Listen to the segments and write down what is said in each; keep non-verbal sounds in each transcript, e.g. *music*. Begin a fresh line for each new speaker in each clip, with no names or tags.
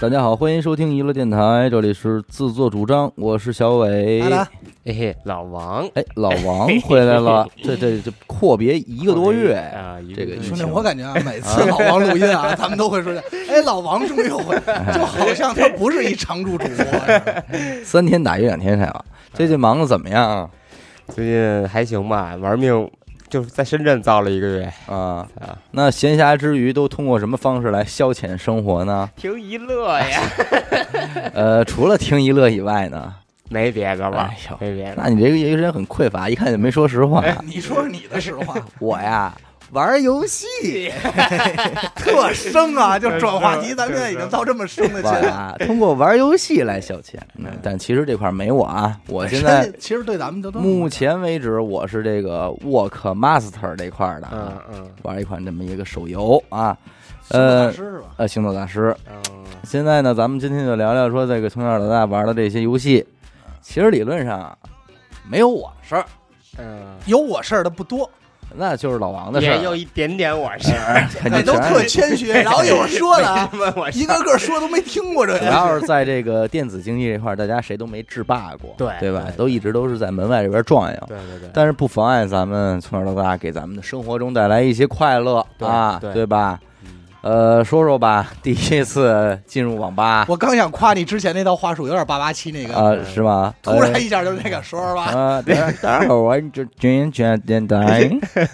大家好，欢迎收听娱乐电台，这里是自作主张，我是小伟。
阿达
嘿嘿，老王
哎，老王回来了，这这这阔别一个多月，
啊，一
这个
多
疫
月
情
兄弟，我
*laughs*
感觉啊，每次老王录音啊，咱们都会说，哎，老王终于又回，就好像他不是一常驻主播似
*laughs*
的。
三天打鱼两天晒网。最近忙的怎么样啊？
最近还行吧，玩命就是在深圳造了一个月
啊
啊，
那闲暇之余都通过什么方式来消遣生活呢？
听一乐呀，
*laughs* 呃，除了听娱乐以外呢？
没别的了
哎呦，
没别的，
那你这个业余时间很匮乏，一看就没说实话。
你说说你的实话，
我呀，玩游 *laughs* 戏，
特生啊，就转话题，咱们现在已经到这么生的
我
阶段。
呀，通过玩游戏来消遣。嗯，但其实这块儿没我啊，我现在
真的其实对咱们都都
目前为止，我是这个 Work Master 这块儿的啊，
嗯嗯
玩一款这么一个手游啊，
呃
呃
是吧？
呃，行走大师。
嗯，
现在呢，咱们今天就聊聊说这个从小到大玩的这些游戏。其实理论上啊没有我事儿，
嗯，
有我事儿的不多，
那就是老王的事
也
儿，
有一点点我是，
肯定
哎都
全
特
是。
谦虚，然后一会儿说
*laughs*
了啊，
问我
一个个说都没听过这
主
个。
要是在这个电子竞技这块儿，大家谁都没制霸过，
对
对吧
对？对
都一直都是在门外这边转悠。
对 *laughs* 对对，
但是不妨碍咱们从小到大给咱们的生活中带来一些快乐
对
啊，
对
对吧？
嗯
呃，说说吧，第一次进入网 *laughs* 吧
我刚想夸你之前那套话术有点八八七那个，
啊，是吗？
突然一下就是那个说说吧，
啊，大家好，我是军犬电台。 *laughs*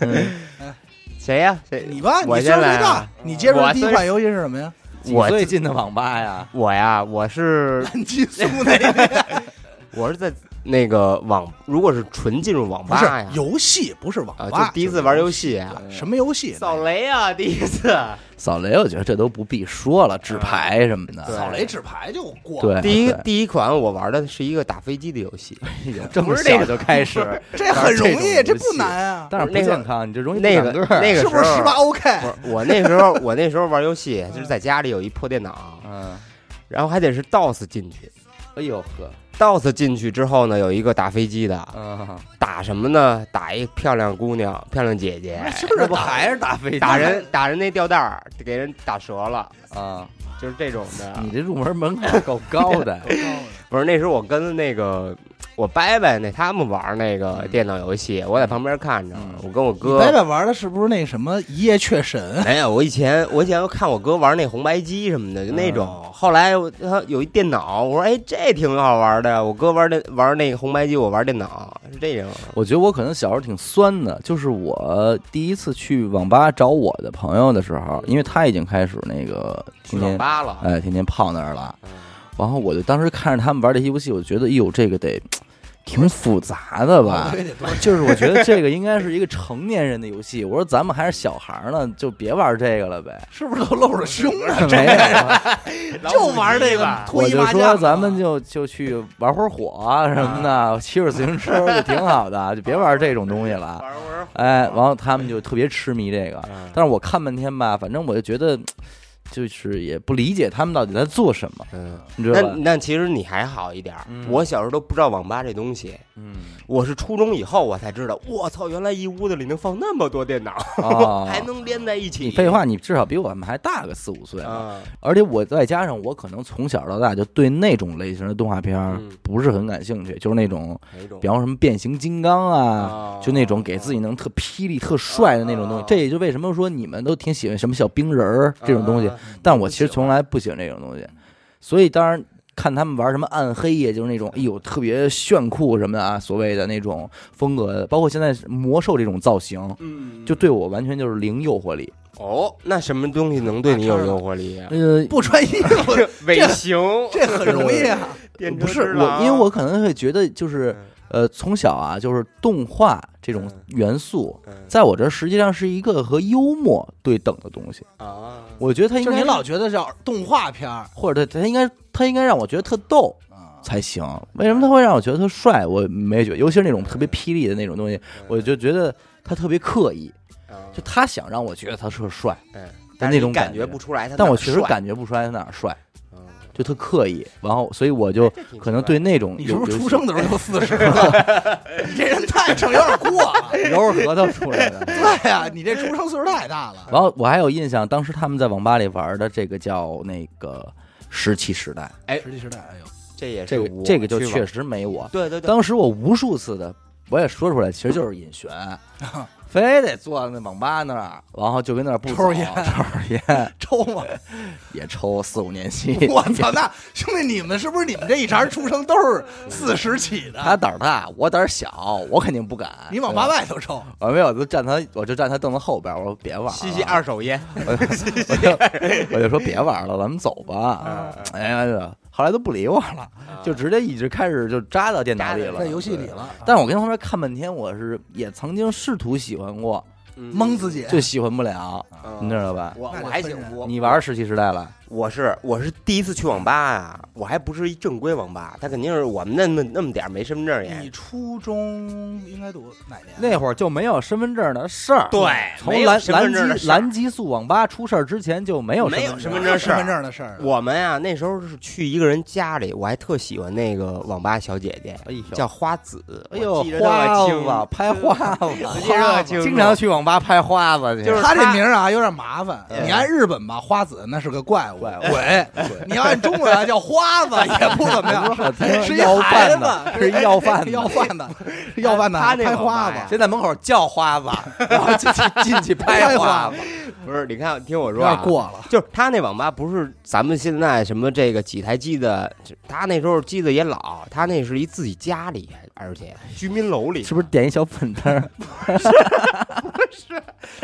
谁呀？谁？
你吧，你
我
岁
先
数最
来
大
啊，
你接触的
我
第一
虽
款游戏是什么呀？
我
几岁进的网吧呀？
我呀，我是
蓝激素那 *laughs* 个
我是在那个网，如果是纯进入网
不
吧
是
呀，
游戏，不是网
啊，
吧。
就第一次玩游戏啊，
对什么游戏？
扫雷啊，第
*laughs*
一次，
扫雷，我觉得这都不必说了，纸牌什么的。
对
扫雷纸牌就过。，
对，
第一
对
第一款我玩的是一个打飞机的游戏，
这么小就开始，
这很容
玩
易，
这种
这
游戏
不难啊。
但是不健康，你这容易
那
长
个
个儿
那个
是不是
时候哎
十八 OK？
我我那时候我那时候玩游戏就是在家里有一破电脑，
嗯，
然后还得是 DOS 进去
哎呦呵，
，DOS 进去之后呢，有一个打飞机的，
嗯，
打什么呢？打一漂亮姑娘，漂亮姐姐，
哎就是打
是打飞机
打人打人那吊带儿给人打折了，
啊？
就是这种的
嗯
你。这入门门槛够高 *laughs* 的
不是那时候我跟那个我伯伯那他们玩那个电脑游戏，我在旁边看着
嗯，
我跟我
嗯你白
哥。
白玩的是不是那什么一夜雀
*laughs*
神？
没有，我以前我以前看我哥玩那红白机什么的，就
嗯
那种。后来我他有一电脑，我说哎，这挺好玩的。我哥玩的玩那个红白机，我玩电脑，是这种。
我觉得我可能小时候挺酸的，就是我第一次去网吧找我的朋友的时候，
嗯
因为他已经开始那个
去
天
网
天
吧了，
哎天天泡那儿了，
嗯
然后我就当时看着他们玩这些游戏，我觉得哟这个得挺复杂的吧。
哦对得
*laughs*
多
就是我觉得这个应该是一个成年人的游戏，我说咱们还是小孩儿呢，就别玩这个了呗。
是不是都露着胸啊
*laughs*
了？
没有，
就玩这
啊
个
我
脱衣
就
麻
说
将。啊
咱们就就去玩会儿火啊什么的， *laughs* 骑会儿自行车就挺好的，就别玩这种东西了。
玩会儿。
哎，然后他们就特别痴迷这个，
嗯
但是我看半天吧，反正我就觉得，就是也不理解他们到底在做什么，
嗯，
你知
那
道吧？
那其实你还好一点儿。
嗯
我小时候都不知道网吧这东西，
嗯，
我是初中以后我才知道。我操，原来一屋子里能放那么多电脑，，
哦
还能连在一起。
你废话，你至少比我们还大个四五岁啊！
啊！
而且我再加上我可能从小到大就对那种类型的动画片儿
嗯
不是很感兴趣，就是那种
哪种
比方说什么变形金刚啊，
啊
就那种给自己能特霹雳、特帅的那种东西。这也就为什么说你们都挺喜欢什么小冰人儿这种东西，
啊
但我其实从来不喜欢这种东西，所以当然看他们玩什么暗黑，也就是那种哎呦特别炫酷什么的啊，所谓的那种风格，包括现在魔兽这种造型，
嗯，
就对我完全就是零诱惑力。
哦，那什么东西能对你有诱惑力啊？
呃，
不穿衣
*laughs*
服，
尾行，
这很容易啊。
电
不
车之
是我，
狼
因为我可能会觉得就是
嗯
呃从小啊，就是动画这种
嗯
元素。
嗯
在我这儿实际上是一个和幽默对等的东西，
啊，
我觉得他应
就是
该
你老觉得叫动画片儿
或者他他应该他应该让我觉得特逗，
啊，
才行。为什么他会让我觉得他帅？我没觉得，尤其是那种特别霹雳的那种东西，我就觉得他特别刻意，
啊
就他想让我觉得他是帅，
嗯，
但
但
那
是
种
你感
感觉
不出来他哪儿帅，
但我确实感觉不出来他哪儿帅，
嗯，
就特刻意。然后，所以我就
这挺奇怪
可能对那种
你是不是
有
出生的时候就四十了？ *laughs* 你这人太成有点过了。
有揉着核桃出来的。
*laughs* 对呀、你这出 *laughs* 生岁数太大了。
然后我还有印象，当时他们在网吧里玩的这个叫那个石器时代，
哎
石器时代，哎呦，
这也
这
是
个
我
这个就
去往
确实没我。
对对对，
当时我无数次的，我也说出来，其实就是隐玄，非得坐在那网吧那儿，然后就跟那儿不走
抽着烟
抽着烟，
抽嘛！ *laughs*
也抽四五年级。
我操，那兄弟，你们是不是你们这一茬出生都 *laughs* 是四十起的？
他胆儿大，我胆儿小，我肯定不敢。
你往吧外头 *laughs* 抽，
我没有，我就站他，我就站他凳子后边，我说别玩了，
吸吸二手烟，
我就我就说别玩了，咱们走吧。
嗯
哎呀，后来都不理我了，
啊
就直接一直开始就扎到电脑里了，
在游戏
对。
里了，
但是我跟旁边看半天，我是也曾经试图喜欢过，
蒙自己。
就喜欢不了，
嗯
你知道吧？
我
那
我
得
还
分
行，
人
我
你玩石器时代了，
我是我是第一次去网吧啊，我还不是一正规网吧，他肯定是我们那那那么点儿没身份证
你
也，
初中应该读哪年？啊
那会儿就没有身份证的事儿。
对没
从
有
蓝
身份证的
蓝
事
激
儿
蓝激素网吧出事儿之前就没有
没有
身
身份
份证。
证的事儿
身份证的事儿。
我们啊那时候是去一个人家里，我还特喜欢那个网吧小姐姐，
哎呦
叫花子，
哎呦
我记着，特
花
清
子拍花
我
*laughs* 子，
记着特清楚
啊经常去网吧拍花子去， *laughs*
就是
他这
他
名儿啊有点麻烦，
嗯
你按日本吧，花子那是个怪物
怪物
鬼；
*laughs*
你要按中国来叫花子也
哎
不怎么样，是一
要
孩
饭
子
的，是一要 *laughs* 饭的，
*laughs* 要饭的，是要饭的，
他那
拍花
网吧呀
子。
先在门口叫花
*laughs*
子，然后进去进去拍花子，
不是，你看听我
有
说
点
啊，
过了，
就是他那网吧不是咱们现在什么这个几台机的，他那时候机子也老，他那是一自己家里，而且居民楼里，
是不是点一小粉灯
*laughs*
儿？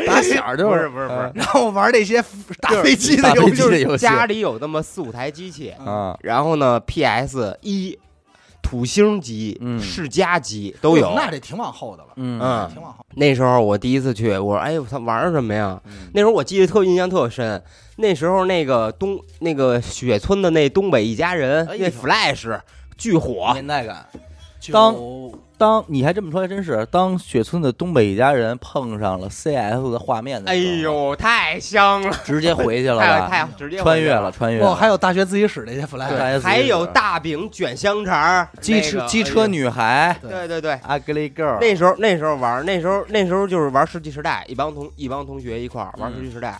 打小就
不是不是不是
然后玩 *laughs* 那些打飞机的
打
游
飞
戏
机。的游戏
家里有那么四五台机器，
啊，
然后呢，PS 一、土星机、
嗯
世嘉机都有。
哦那这挺往后的了，
嗯
嗯
挺，往后。
那时候我第一次去，我说：“哎呦，他玩什么呀？”
嗯
那时候我记得特印象特深，那时候那个东那个雪村的那东北一家人，
哎呦
那 Flash 巨火，
年代感。当
九
当你还这么说，还真是当雪村的东北一家人碰上了 CS 的画面的
哎
时候，
呦，太香了，
直接回去了
太
吧，
太直接
穿越了，。穿越了。
哦，还有大学自习室那些 flag，
对
还有大饼卷香肠儿，
机
那
车
个
机车，女孩
哎呦对对对，
，Ugly Girl，
那时候那时候玩儿，那时候那时候就是玩《世纪时代》，一帮同一帮同学一块儿玩
嗯
《世纪时代》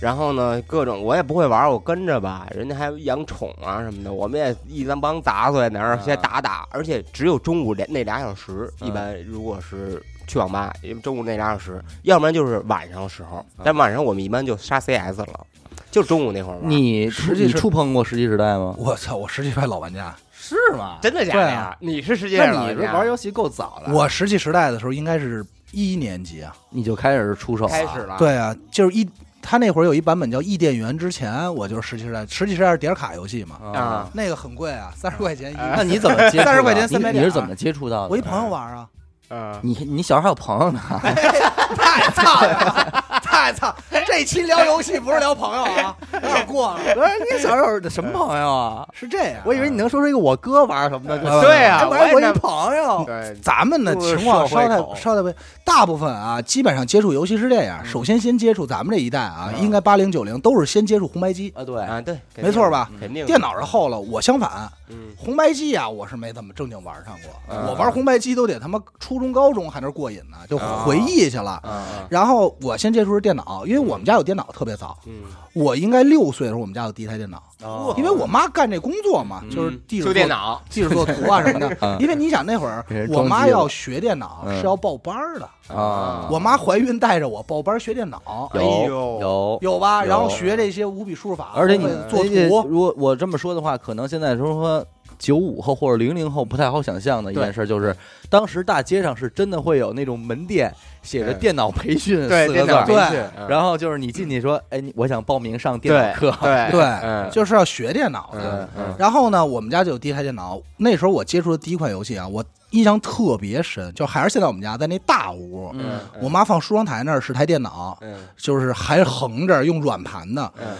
然后呢，各种我也不会玩儿，我跟着吧，人家还养宠啊什么的，我们也一咱帮杂碎，在那儿
啊
先打打，而且只有中午那那俩小时，
嗯
一般如果是去网吧，因为中午那俩小时，要不然就是晚上的时候，但晚上我们一般就杀 CS 了，就中午那会儿玩儿。
你
实际
你
是
触碰过《石器时代》吗？
我操，我石器时代老玩家，
是吗？
真的假
对
的
啊
呀？你是世界上
那你
老
是
人家
玩游戏够早的，
我石器时代的时候应该是一年级啊，
你就开始出手了
开始了？
对啊，就是一他那会儿有一版本叫《伊甸园》，之前我就是石器时代，石器时代是点卡游戏嘛，
啊
啊？
那个很贵啊，三十块钱一个。
那你怎么 *laughs* 接触到？
30块钱
你
300
你
点
是
儿
怎么接触
*laughs*
到的？
我一朋友玩啊，
嗯，
你你小时候还有朋友呢？ *laughs*
太操 *laughs* 了，太操！这期聊游戏不是聊朋友啊，有点过了。
不是你小时候什么朋友啊？
是这样，
我以为你能说出一个我哥玩什么的，
呃
就
对啊，
还
我
玩
也
我一
那
朋友。
对
咱们的
就是
情况
社会
稍
口嗯
太稍太不，大部分啊，基本上接触游戏是这样：首先先接触咱们这一代啊，
嗯
应该八零九零都是先接触红白机，
啊，对，
啊，对，
没错吧？
肯定
电，脑是后了。我相反，
嗯，
红白机啊，我是没怎么正经玩上过。
嗯
我玩红白机都得他妈初中、高中还那过瘾呢，就
嗯
回忆去了。
啊，
然后我先接触是电脑，因为我们家有电脑特别早，
嗯，
我应该六岁的时候我们家有第一台电脑，
哦
因为我妈干这工作嘛，就是地
嗯修
质
电
做
脑，
地质做图啊什么的
*laughs* 嗯。
因为你想那会儿
给人
我
装
妈
机了
要学电脑
嗯
是要报班儿的，
啊，
我妈怀孕带着我报班儿学电脑，
有
哎呦
有。
有吧？
有嗯
然后学这些五笔输入法，
而且你
会做
而且
图。
如果我这么说的话，可能现在就是说九五后或者零零后不太好想象的一件事，就是当时大街上是真的会有那种门店写着“
嗯
电脑培训”嗯四
对
个
电
字
脑
儿，
培训
对，
然后就是你进去说：“哎，你我想报名上电
嗯对
脑课。”
*laughs* 对
嗯
对，就是要学电脑的。
嗯嗯
然后呢，我们家就有第一台电脑。那时候我接触的第一款游戏啊，我印象特别深，就还是现在我们家在那大屋，
嗯，
我妈放梳妆台那儿是台电脑，
嗯
就是还横着用软盘的。
嗯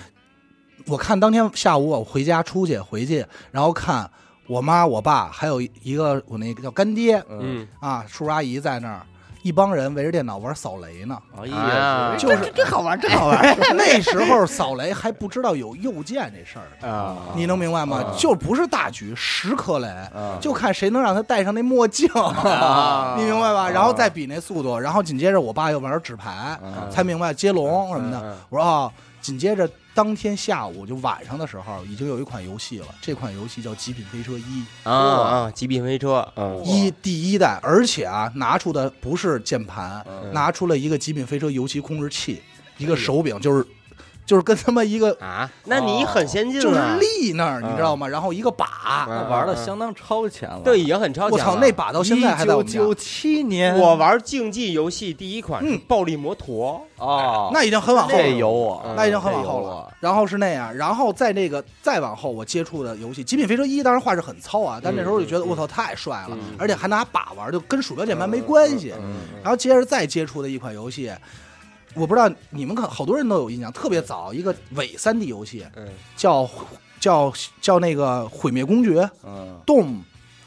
我看当天下午啊我回家出去回去，然后看我妈、我爸还有一个我那个叫干爹
嗯，
嗯，
啊，叔叔阿姨在那儿，一帮人围着电脑玩扫雷呢。
哎
啊
呀，
就是这好玩，这好玩。那时候扫雷还不知道有右键这事儿呢，
啊
你能明白吗
啊？
就不是大局，十颗雷，
啊
就看谁能让他戴上那墨镜，
啊
*laughs* 你明白吧？然后再比那速
啊
啊度，然后紧接着我爸又玩纸牌，才明白接龙什么的。我说啊，紧接着当天下午就晚上的时候，已经有一款游戏了，这款游戏叫《极品飞车一
啊啊！极品飞车，嗯》，
一第一代，而且啊，拿出的不是键盘，
嗯
拿出了一个《极品飞车》游戏控制器，一
哎
个手柄，就是就是跟他妈一
*laughs*
个
啊，那你很先进啊
就是
啊
了，
立那儿，
嗯
你知道吗？然后一个把，
那玩的相当超前了。
对，已，经很超前了。
我操，那把到现在还在我
九九
们家，
七年，
我玩竞技游戏第一款是
嗯
暴力摩托，
哦，
那已经很往后
这
了。
有我，
嗯
那已经很
这
往
有
后了
我，
然后是那样，然后在这个再往后，我接触的游戏《极品飞车一》，当然画质很糙啊，但那时候就觉得
嗯
我操太帅了
嗯，
而且还拿把玩，就跟鼠标键盘没关系。然后接着再接触的一款游戏，我不知道你们可好多人都有印象，特别早一个伪三 D 游戏
嗯
叫叫叫那个《毁灭公爵》
嗯，
Doom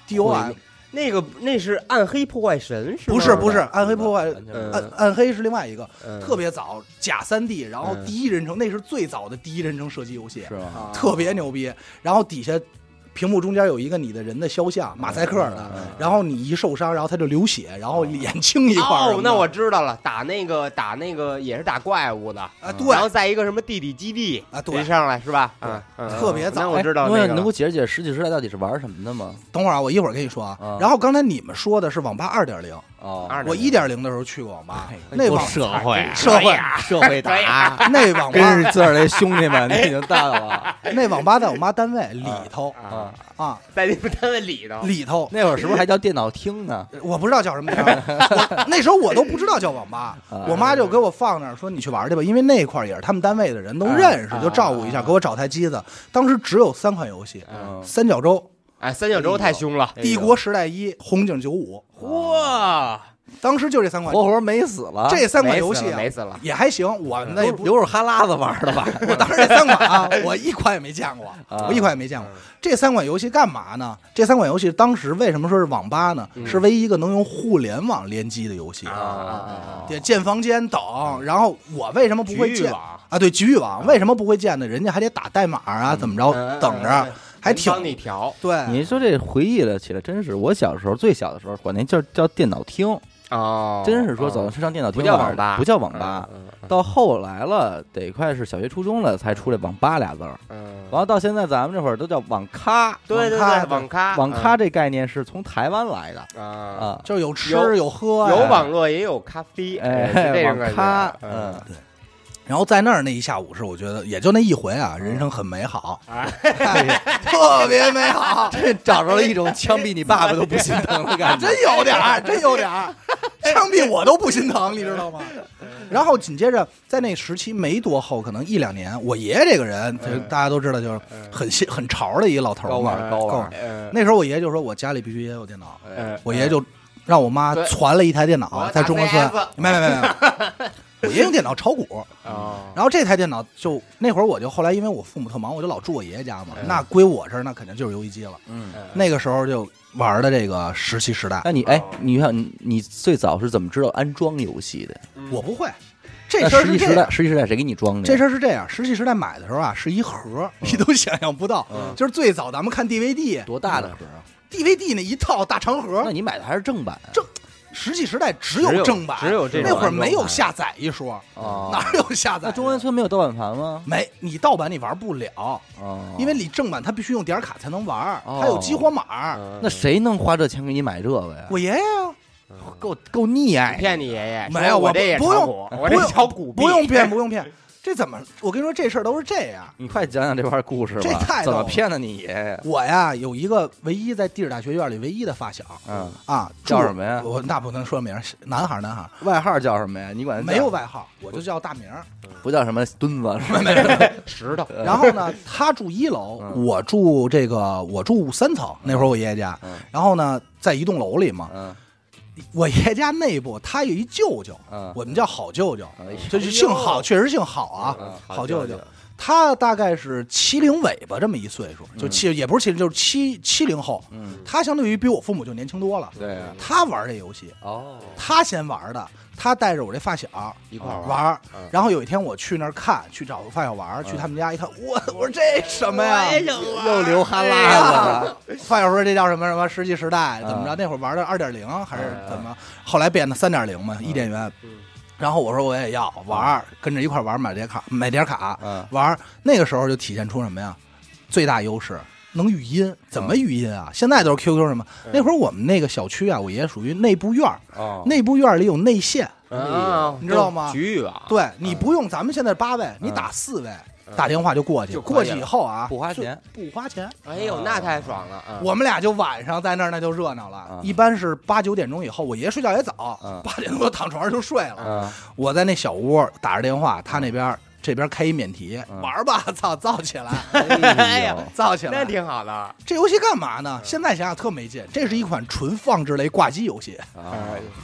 D O
毁
M，
灭那个那是暗黑破坏神是吗？
不是不是暗黑破坏
完全不
嗯
是
暗暗黑是另外一个，
嗯
特别早假三 D，然后
嗯
第一人称，那是最早的第一人称射击游戏，
是吗？
啊
特别牛逼。然后底下屏幕中间有一个你的人的肖像，马赛克的，然后你一受伤，然后他就流血，然后眼睛一块儿什
哦
么，的。
那我知道了，打那个打那个也是打怪物的，
啊
然后
对
在一个什么地底基地
啊
一
对，
上来是吧？
对
嗯，嗯
特别早
那我知道
哎
那
你
个
能给 *laughs*
了
我解释解释十几时代到底是玩什么的吗？
等会儿啊，我一会儿跟你说啊
啊。
然后刚才你们说的是网吧二点零，
哦，
二
我一点零的哎时候去过网吧，那
都
网
社会啊
社会
社会
哎
打
呀，哎
那网吧
啊跟着自个儿那兄弟们，那已经大
*laughs*
了。
那网吧在我妈单位里头
啊，
啊
在你们单位里头，
里头
那会儿是不是还叫电脑厅呢？
我不知道叫什么名儿，啊
*laughs*
我那时候我都不知道叫网吧，
啊
我妈就给我放那儿说你去玩去吧，因为那块儿也是他们单位的人都认识，
啊
就照顾一下，
啊
给我找台机子。当时只有三款游戏：
嗯，
三角洲、
哎，三角洲太凶了，
哎帝国时代一、红警九五，
哇，
当时就这三
嗯
款，
活活没死了。
这三款游戏啊
没死了，
也还行，我那也
留
不
留着哈喇子玩的吧？
我当时这三款啊，我一款也没见过，
啊
我一款也没见过。
嗯
这三款游戏干嘛呢？这三款游戏当时为什么说是网吧呢？是唯一一个能用互联网联机的游戏
嗯啊啊啊啊！
对，建房间等。然后我为什么不会
嗯局域
建
网嗯
啊？对，局域网为什么不会建呢？人家还得打代码啊，怎么着，等
嗯嗯
着
嗯，
还
人帮你
挺
调
你
对。
一说这回忆了起来，真是我小时候最小的时候管那叫叫电脑厅，
哦，
真是说
嗯
走上上电脑厅
不叫
玩
网吧
不叫网吧。，
嗯嗯
到后来了，得快是小学初中了才出来“网吧”俩字儿，
嗯，
完了到现在咱们这会儿都叫网咖。
对对
网
对，
咖
网咖
网咖这概念是从台湾来的
嗯啊，
啊，
就是有吃
有
有喝啊呀，
有网络也有咖啡，呃是这
哎，
种
网
感觉
咖，
嗯
嗯，
然后在那儿那一下午是，我觉得也就那一回啊，人生很美好，哎
啊
特别美
*laughs*
好，
这 *laughs* 找着了一种枪毙你爸爸都不心疼的感觉
*laughs* 真。有点儿，真有点儿，枪毙我都不心疼，你知道吗？然后紧接着，在那时期没多后，可能一两年，我爷爷这个人，就
嗯
大家都知道，就是很新很潮的一个老头儿嘛。
玩高玩，
嗯
那时候我爷爷就说，我家里必须也有电脑，
哎
我爷爷就让我妈
对
攒了一台电
我
脑
要
在
打
中关村
CS，
没没没没，
*laughs*
我爷爷用电脑炒股，
哦，
然后这台电脑就那会儿我就后来因为我父母特忙，我就老住我爷爷家嘛
嗯，
那归我这儿那肯定就是游戏机了。
嗯。
那个时候就玩的这个石器时代，
那你哎，你看你你最早是怎么知道安装游戏的？
嗯
我不会。这
那
事儿
实
是
际
这
时
样
代，，实际时代谁给你装的？
这事儿是这样。石器时代买的时候啊，是一盒儿，你都想象不到。
嗯
就是最早咱们看 DVD，
多大的盒啊？
DVD 那一套大长盒
那
儿。
你买的还是正版啊？
正石器时代只
只有
正版，
只有这种
那会儿没有下载一说，
哦
*laughs* 哪有下载
那
的？
中关村没有盗版盘吗？
没你盗版你玩不了，
哦，
因为你正版它必须用点卡才能玩儿，
哦
它有激活码儿。
嗯
那谁能花这钱给你买这个呀？
我爷爷啊， *laughs*
够够溺爱，
骗你爷爷？
没有
说我
我
这也
不
炒
用
股，
不
我这
用
炒股币
不用
*laughs*
骗，不用骗。这怎么？我跟你说，这事儿都是这样。
你快讲讲这块故事吧，
这太
怎
逗
么
了
骗的你爷嗯爷？
我呀，有一个唯一在地质大学院里唯一的发小，
嗯，
啊，
叫
住
什么呀
我那不能说名儿，是男孩儿，男孩儿
外号叫什么呀？你管他叫
没有，外号，我就叫大名儿。
不叫什么墩子是吧？
石头
然
*laughs*
后呢，他住一楼，
嗯
我住这个，我住三层。那会儿我爷爷家
嗯，
然后呢，在一栋楼里嘛。
嗯
我爷爷家内部，他有一舅舅，
嗯，
我们叫好舅舅，
哎呀
就是姓好，确实姓好啊。
嗯
好舅舅
舅，
他大概是七零尾巴这么一岁数，就七也不是七零，就是七七零后。
嗯，
他相对于比我父母就年轻多了。
对啊，
他玩这游戏，
哦，
他先玩的，他带着我这发小，
一块
哦
儿
玩
玩。
儿
嗯。
然后有一天我去那儿看，去找发小
嗯
玩儿，去他们家一看，我 *laughs* 我说这什么呀？
又流哈
哎
喇子
啊
了，
发小说这叫什么什么石器时代怎么着？
嗯哎
那会儿玩的二点零还是
嗯
怎么？后来变的三点零嘛，伊甸园
嗯。
然后我说我也要玩儿，跟着一块儿玩儿，买点卡，买点卡
嗯
玩儿。那个时候就体现出什么呀？最大优势能语音，怎么语音啊？
嗯
现在都是 QQ 什么？那会儿我们那个小区啊，我爷属于内部院儿，
哦，
内部院儿里有内线，
啊，
你知道吗
局域
啊
啊网，
对
嗯
你不用，咱们现在八位，你打四位，打电话就过去，
就可以
过去以后啊，
不花钱，嗯
不花钱。
哎呦，那太爽了啊！
我们俩就晚上在那儿，那就热闹了
啊。
一般是八九点钟以后，我爷睡觉也早
啊，
八点多躺床上就睡了。
嗯
我在那小屋打着电话，他那边这边开一免提，
嗯
玩吧，操，造起
*laughs*
来，
哎呀
呦
造起
那
来。
挺好的，
这游戏干嘛呢？
嗯
现在想想特没劲，这是一款纯放置类挂机游戏
啊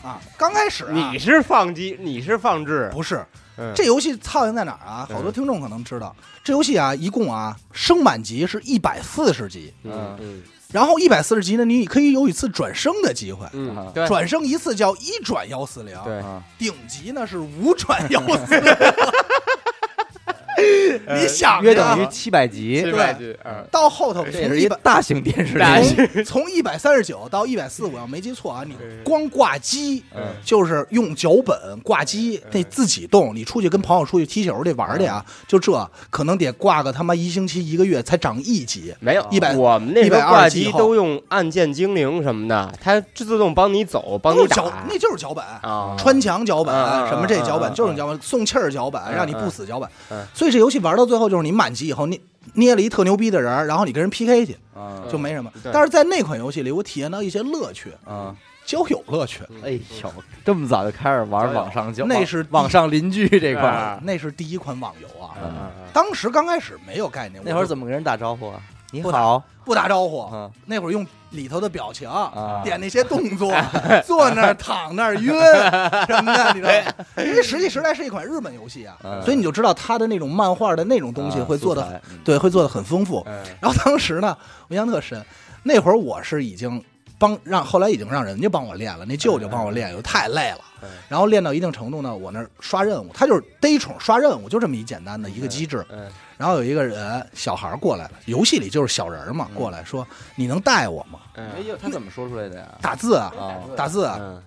哎
啊。刚开始啊
你是放机，你是放置，
不是，
嗯
这游戏操心在哪儿啊？
嗯
好多听众可能知道，这游戏啊，一共啊升满级是一百四十级，
嗯嗯
然后一百四十级呢，你可以有一次转生的机会，
嗯
啊，
对
转生一次叫一转幺四零，
对，
啊
顶级呢是五转幺四
*laughs*
零。你想
约等于
呀
七百级
是，吧是嗯
到后头
这也
从
是一
一百
大型电视
大
台
型
从从一百三十九到一百四，我要没记错啊，你
嗯
光挂机
嗯
就是用脚本挂机，
嗯
得自己动。你出去跟朋友出去踢球去玩儿去啊，就这可能得挂个他妈一星期一个月才长一级。
没有
100
我们那时候
120
挂
以
机
后
都用按键精灵什么的，它自动帮你走，帮
都
你
是脚
打，
那就是脚本。
啊，
穿墙脚本
嗯嗯嗯
什么这脚
嗯
本
嗯
就是脚本，送气儿脚本，
嗯
让你不死脚本
嗯。
所以这游戏玩到最后就是你满级以后，你捏了一特牛逼的人儿，然后你跟人 PK 去，
啊
就没什么。
嗯对
但是在那款游戏里，我体验到一些乐趣，
啊！
交友乐趣，
哎呦，这么早就开始玩网上交，
那是哎
网上邻居这块儿，
啊
那是第一款网游啊。
啊
当时刚开始没有概念，
那会儿
么
怎么跟人打招呼啊？你
不
好，
不打招呼？
嗯
那会儿用里头的表情
啊，
点那些
*laughs*
动作，坐那儿躺那儿晕什么的，你知道吗？因为《石器时代》是一款日本游戏啊，
哎嗯啊
所以你就知道它的那种漫画的那种东西会做的，对，会做的很丰富。
嗯
*laughs* 然后当时呢，我印象特深，那会儿我是已经帮让后来已经让人家帮我练了，那舅舅帮我练，有太累了
嗯。
然后练到一定程度呢，我那儿刷任务，他就是逮宠刷任务，就这么一简单的一个机制。
嗯
然后有一个人小孩儿过来了，游戏里就是小人儿嘛，过来说你能带我吗？
嗯
哎呦，他怎么说出来的呀？
打字啊，
啊
打字啊，
嗯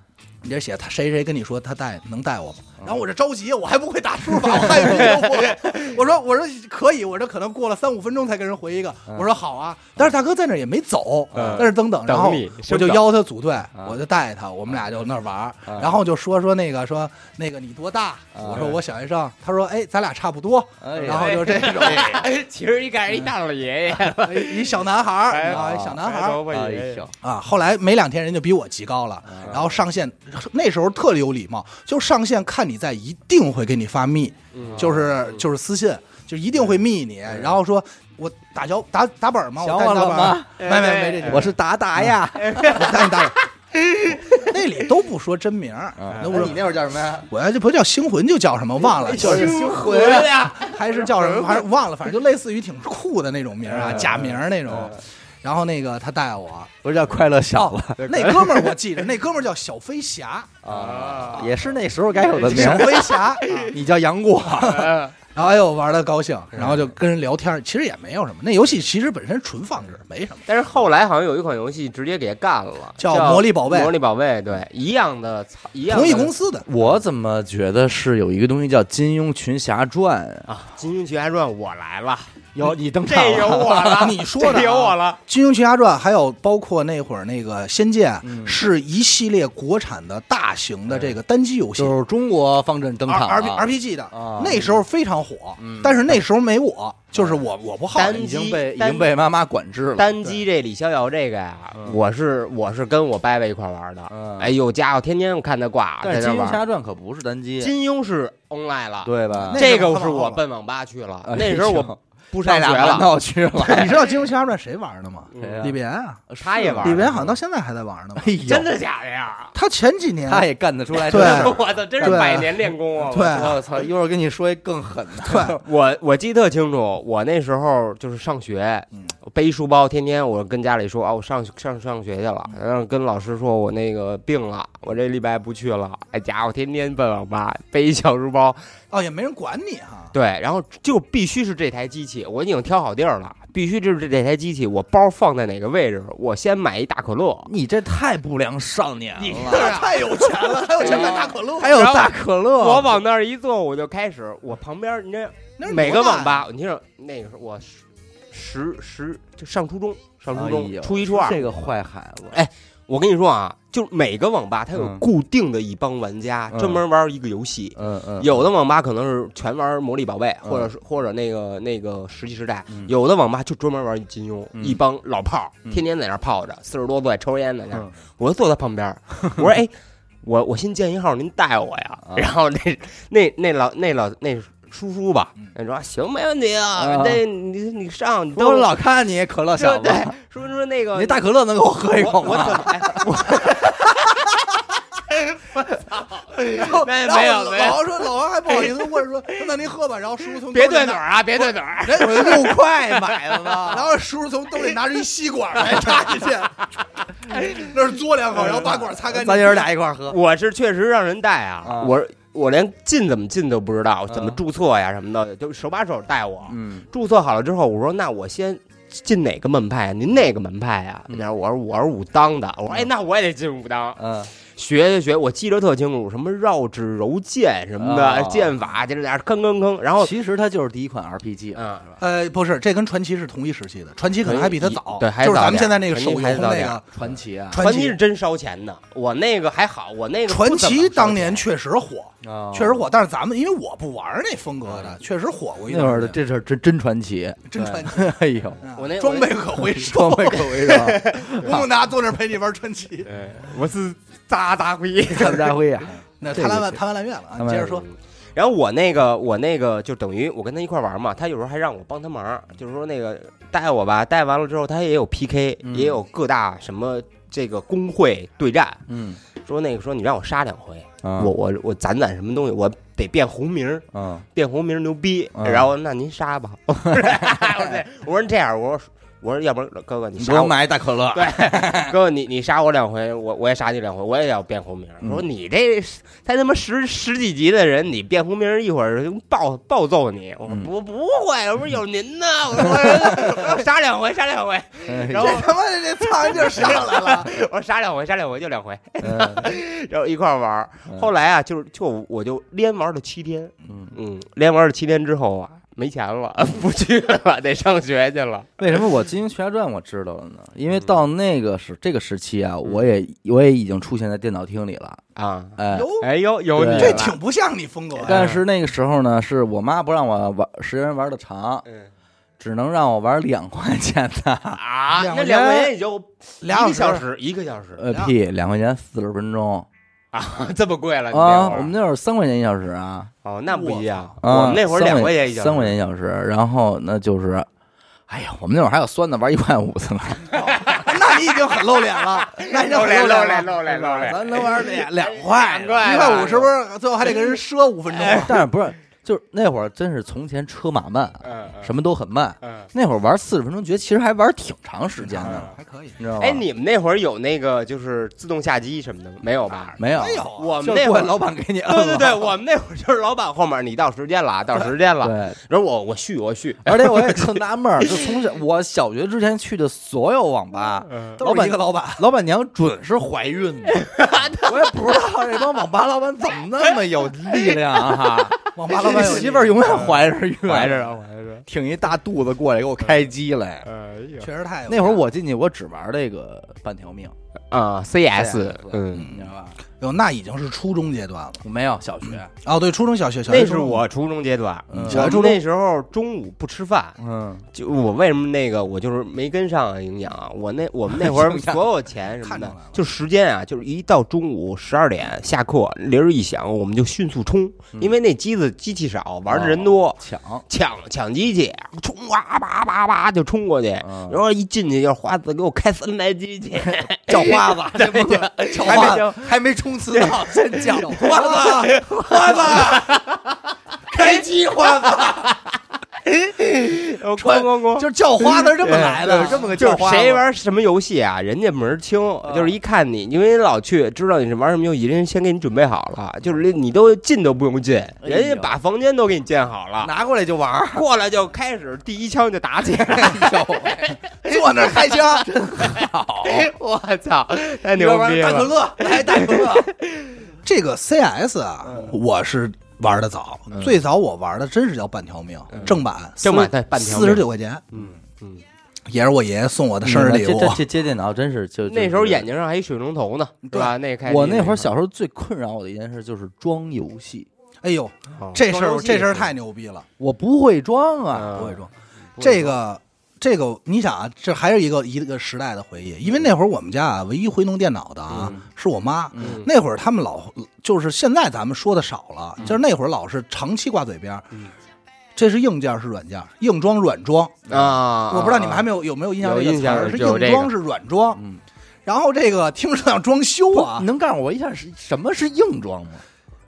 你这写他谁谁跟你说他带能带我吗？然后我这着急，我还不会打输入法，我汉语拼音都不
*laughs*
会。我说我说可以，我这可能过了三五分钟才跟人回一个，我说好啊。但是大哥在那儿也没走，
嗯
但是等等，
等
然后
你
我
先
就
等嗯
邀他组队，我就带他，我们俩就那儿玩儿，然后就说说那个说那个你多大？
嗯
我说我小学生，他说哎咱俩差不多，
哎呀
然后就这种。
*laughs* 哎，其实一看一大老爷爷，
一小男孩儿，
哎
啊，一小男孩儿
哎呦，
啊。后来没两天，人就比我级高了，
嗯
然后上线那时候特有礼貌，就上线看你在，一定会给你发密，
嗯哦
就是就是私信，就一定会密你，然后说我打交打打本儿吗？
想
带
我
你打
了
本
吗
儿，没没没这
哎
种，嗯
我是达达呀，
我带你打本儿。 *laughs* 那里都不说真名儿，
啊
嗯那不是
那会儿叫什么呀？
我要就不叫星魂，就叫什么忘
哎
哎
了，就是
魂
呀，
还是叫什么，还
哎
是忘了，反正就类似于挺酷的那种名儿
嗯
啊，假名儿那种。然后那个他带我，
不是叫快乐小子
那哥们儿我记着，那哥们儿叫小飞侠，
啊
啊，
也是那时候该有的名
小
儿。
飞侠。
你叫杨
*laughs*
过，
然后哎呦玩的高兴，然后就跟人聊天儿，其实也没有什么。那游戏其实本身纯放置，没什么。
但是后来好像有一款游戏直接给干了，
叫
叫
《魔力宝贝
魔力宝贝，对，一样的，一样的
同一公司的，
我怎么觉得是有一个东西叫《金庸群侠传》啊？
啊，《金庸群侠传》我来了，
有你登场
这有
了，
我了，
*laughs* 你说的啊
这有我了
《金庸群侠传》，还有包括那会儿那个《仙剑》，是一系列国产的大型的这个单机游
*laughs*
戏。
就是中国方阵登
R
场
R
了
P R P G 的、
啊
那时候非常火，但是那时候没我，就是我我不好
单
已
你
经被已
单
经被妈妈管制了。
*laughs* 单机这李逍遥这个呀，我是我是跟我伯伯一块玩的
嗯。哎
哎呦家伙，天天我看他挂
但
在
是《
那
金庸群
玩。
侠传》可不是单机，
金庸是 online 了，
对吧？
那
这
时候
个
他
是
往后
我
了
奔网吧去了
哎呦。
那时候我不上
带
学
俩馒
了，嗯
头去了，
你知道《金庸群侠传》谁玩的吗？
谁呀
李别啊，
*laughs* 他也玩
李别好像到现在还在玩呢吧？
哎呦，
真的假的呀？
他前几年
他也干得出来。
对
真的
*laughs* 我操，真是
哎对
百年练功啊！我
对
*laughs* 我操！一会儿跟你说一更狠的。
对
我我记得特清楚，我那时候就是上学，
嗯
我背一书包，天天我跟家里说啊，我上上上学去了，
嗯
然后跟老师说我那个病了，我这礼拜不去了。哎家伙，天天奔网吧，背一小书包，
哦也没人管你哈。
对，然后就必须是这台机器，我已经挑好地儿了，必须就是这这台机器，我包放在哪个位置，我先买一大可乐，
*laughs* 你这太不良少年
*laughs*
*laughs* 啊
了，
太有钱了，还有钱买大可
*laughs*
乐。
还有大可乐，哎
我往那儿一坐，我就开始，我旁边你这
*laughs* 那是
每个
多大
网吧，你听那个时候我十十十就上初中，上初
哎呦
中初一初二，
这个坏孩子，
哎我跟你说啊，就每个网吧它有
嗯
固定的一帮玩家，
嗯
专门玩一个游戏。
嗯嗯，
有的网吧可能是全玩魔力宝贝，
嗯
或者是或者那个那个石器时代
嗯；
有的网吧就专门玩金庸，
嗯
一帮老炮儿
嗯
天天在那儿泡着，四十多岁抽烟在那儿
嗯。
我就坐他旁边
*laughs*
儿，我说：“哎，我我新建一号，您带我呀
啊。”
然后那那那老那老那叔叔吧
嗯，
那说：“行，没问题啊
啊，
那你你上，你
我
都
老看你可乐
说
小子
对，，说说那
*laughs*
个
你大可乐能给我喝一口
我我
吗？
怎么哎
然后
*laughs* 没
然后
没有没有
老王说老王还不好意
*laughs*
思问说，那您喝吧。然后叔叔从
别
兜里
对嘴
拿
儿啊，别对嘴儿。
*laughs*
人六块
买了
*laughs*
吧
*laughs* 然后叔叔从兜里拿出一吸管来插进去， *laughs* 那是嘬两口，然后把管擦干净。
咱爷儿俩一块儿喝，
我是确实让人带啊
啊，
我我连进怎么进都不知道，怎么
嗯
注册呀什么的，就手把手带我。
嗯
注册好了之后，我说那我先进哪个门派啊？您哪个门派啊？
嗯
然后我说我是武当的，我说
嗯
哎，那我也得进武当，
嗯
学学学。我记得特清楚，什么绕指柔剑什么的
哦
剑法，就是那坑坑坑。然后
其实它就是第一款 RPG，
嗯，
呃，不是，这跟传奇是同一时期的，传奇可能还比他早，
呃对还
就是
早
咱们
点
现在那个手游
传奇还早
那
点
个
传奇啊，
传
传奇
奇
是。真烧钱的，我那个还好，我那个
传
不怎么
奇
烧
当
钱
年确实火，
啊
哦
确实火，但是咱们因为我不玩那风格的，确实火过一
那
段
会
时
儿
间。
的这事儿真真传奇， *laughs*
真传奇，
哎呦，
啊
我那
装备可回收
双，倍口
*laughs*
味是吧？
吴孟达坐那儿陪你玩传奇。
对，我是渣渣辉。
看大辉啊，
那
这
贪
个
婪
是
万贪婪烂院了啊，
贪
你
婪
接着
烂
说。
然后我那个我那个就等于我跟他一块玩嘛，他有时候还让我帮他忙，就是说那个带我吧，带完了之后他也有 PK，、
嗯
也有各大什么这个工会对战，
嗯，
说那个说你让我杀两回，
啊
我我我攒攒什么东西，我得变红名儿，
嗯
变红名儿牛逼，
嗯
然后那您杀吧， *laughs* 我说我说这样，我说我说要不然哥哥你
你
杀
给我
我
买一大可乐，
对，哥，你你杀我两回，我我也杀你两回，我也要变红名儿。
嗯
说你这才他妈十十几级的人，你变红名儿一会儿就暴暴揍你。我说
嗯
不不会，我说有您呢，我说我说 *laughs* 杀两回，杀两回，
哎
然后
这他妈的这苍蝇劲儿上来了，
我说杀两回，杀两回就两回，
嗯
然后一块儿玩儿。
嗯
*laughs* 后来啊，就是就我就连玩了七天，
嗯
嗯，连玩了七天之后啊，没钱了， *laughs* 不去了，得上学去了。
为什么我《金庸群侠传》我知道了呢？因为
嗯
到那个时这个时期啊，我也我也已经出现在电脑厅里了，
啊，
哎，
哟，
哎呦，有你
对
这
了
挺不像你风格呀。
但是那个时候呢，是我妈不让我玩，时间玩的长，
嗯
只能让我玩两块钱的，
啊，
两块
那两块
钱
钱也就
俩
一个
小
小
时，
时，一个小时
呃屁，两块钱四十分钟
啊， *laughs* 这么贵了你那
啊，
会儿
我们那会儿三块钱一小时啊，
哦，那不一样，
啊
我们那会儿两块钱一小时，
三块钱一小时，然后那就是，哎呀，我们那会儿还有酸的，玩一块五的呢，
那你已经很露脸
*laughs*
了，那你就
露
很
脸露
露
脸
脸了。
露脸露脸，哎
咱能玩两两块，
块两
一块五是不是最后还得跟人赊五分钟？
哎
但是不是就是那会儿真是从前车马慢，
嗯嗯
什么都很慢。
嗯。
那会儿玩四十分钟，觉得其实还玩挺长时间的，
嗯
还可以，
你知道吗？
哎，你们那会儿有那个就是自动下机什么的吗没有吧？
没有
没有啊，
我
就
们
是
那
过
会
来
儿
老板给
*laughs*
你摁
对对
了。
对，我们那会儿就是老板后面你到时间了啊，到时间了，
对，
然后我我续我续，
而且我也特纳闷儿，就从小我小学之前去的所有网吧，老
*laughs* 都是
嗯
板
一个
*laughs*
老板。
老板娘准是怀孕
*laughs*
的，我也不知道这帮网吧老板怎么那么有力量啊！
*laughs*
网吧老板有
媳妇儿永远怀着孕，
嗯怀着啊怀着，
挺一大肚子过来给我开机来。
哎呀
确实太有
那会儿我进去，我只玩这个半条命，
啊，CS，嗯，
你知道吧？
哟，那已经是初中阶段了。
我没有小学，
哦，对，初中小学，小学
那
初
是
中
我初中阶段，
嗯
我们那时候中午不吃饭，
嗯，
就我为什么那个我就是没跟上啊，营养啊，我那我们那会儿
营养
所有钱什么
看出来
的
了，
就时间啊，就是一到中午十二点下课铃儿一响，我们就迅速冲，
嗯
因为那机子机器少，玩的人多，
抢，
抢抢机器，冲啊叭叭叭就冲过去，
嗯
然后一进去要花子给我开三台机器，
哎
叫花子，这不是叫花子，还没冲刺到，先叫花子，花子，开机花子，
咣咣咣，
就是叫花子是这么来的，
这么 *laughs* 个
就
叫
是
花
谁
吗
玩什么游戏啊，人家门儿清，就是一看你，因为老去知道你是玩什么游戏，人家先给你准备好了，就是你都进都不用进，
呦
人家把房间都给你建好了，
拿过来就
*laughs*
玩儿，
过来就开始第一枪就打起
*laughs*
来，
坐那儿开枪，
我操，太
一边
牛
玩
逼
大可
了！
*laughs*
乐，来大可乐，嗯
这个 CS 啊，我是玩的早，最早我玩的真是叫半条命，
嗯
正版，
正版对半条
四
命
十九块钱，
嗯嗯，
也是我爷爷送我的生日礼
嗯这
物
这。这接电脑真是就
*laughs* 那时候眼。
就是
睛上还一水龙头呢，是吧？那开
我那会儿小时候最困扰我的一件事就是装游戏，
哎呦，
哦
这事
装
儿
游戏
这事儿太牛逼了，
我不会装啊，
嗯
不会装。
不会
这个这个，你想啊，这还是一个一个时代的回忆，因为那会儿我们家啊，唯一会弄电脑的啊
嗯
是我妈。
嗯
那会儿他们老就是现在咱们说的少了，就是那会儿老是长期挂嘴边儿
嗯，
这是硬件是软件，硬装软装。
啊，
我不知道你们还
没
没有有没有印象
有
这个
印
词
象
儿，是
有这
硬
个
装是软装，
嗯
然后这个听说像装修
不
啊
你，能告诉我一下是什么是硬装吗？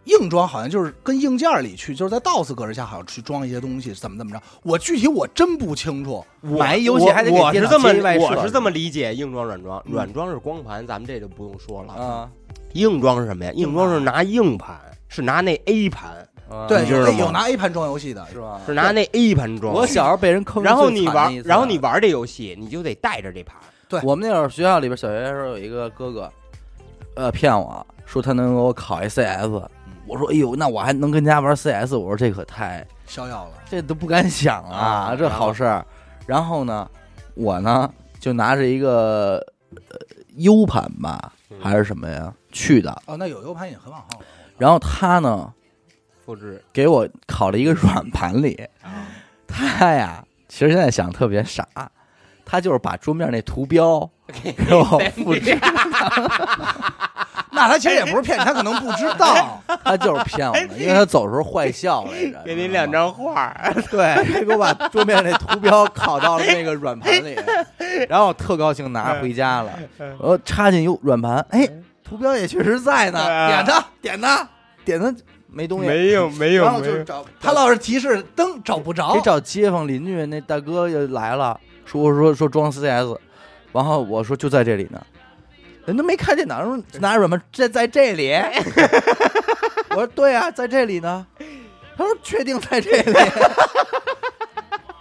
硬装好像就是跟硬件里去，就是在 DOS 格式下好像去装一些东西，怎么怎么着，我具体我真不清楚。
买一游戏还得给
我我
电
是
脑
这么
接外设
我是这么理解硬装软装，软装是光盘，咱们这就不用说了。
啊，
硬装是什么呀？硬装是拿硬盘，是拿那 A 盘，
对，
啊你知道
有
吗
有拿 A 盘装游戏的，
哎是吧？
是拿那 A 盘装。
我小时候被人坑，
然后你玩，
啊
然后你，玩这游戏，你就得带着这盘。
对
*laughs* 我们那会儿学校里边小学的时候有一个哥哥，呃，骗我说他能给我考一 CS，我
嗯
说哎呦，那我还能跟家玩 CS，我说这可太
逍遥了。
这都不敢想啊，
啊
这好事儿。然后呢，我呢就拿着一个呃 U 盘吧，还是什么呀去的，
哦，那有 U 盘也很往后了。
然后他呢
复制
给我拷了一个软盘里，他呀，其实现在想特别傻，他就是把桌面那图 *laughs* 标给我复制，
那他其实也不是骗你，他可能不知
*laughs*
道。
他就是骗我的，因为他走时候坏笑来着，
哎给你
*laughs*
两张画，
嗯
*laughs*
你知道吗，对，他哎给我把桌面那图标拷到了那个软盘里，
哎
然后我特高兴拿回家了，我插进 U 软盘，哎，图标也确实在呢，
哎
点它，点它，点它没东西，
有 *laughs* 没
然后就找
他老是提示灯找不着
给，找街坊邻居那大哥又来了，说说说装 CS，然后我说就在这里呢，人都没看见哪儿
哎
拿着软盘在在这里， *laughs* 我说对啊，在这里呢，他说确定在这里，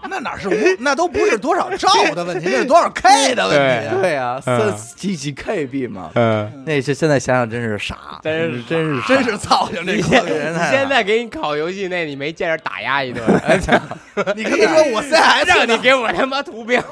那哪是无，那都不是多少兆的问题，那是多少 K 的问题。
对啊，三
嗯
几几 KB 嘛，
嗯，
那是现在想想真是傻，
真
是
是
真是
真
傻
是操性这
你
个
现
人
人
你
啊
现在给你考游戏那，你没见着打压一顿，
哎
*laughs*
你跟他说我 CS
让
呢
你给我他妈图标。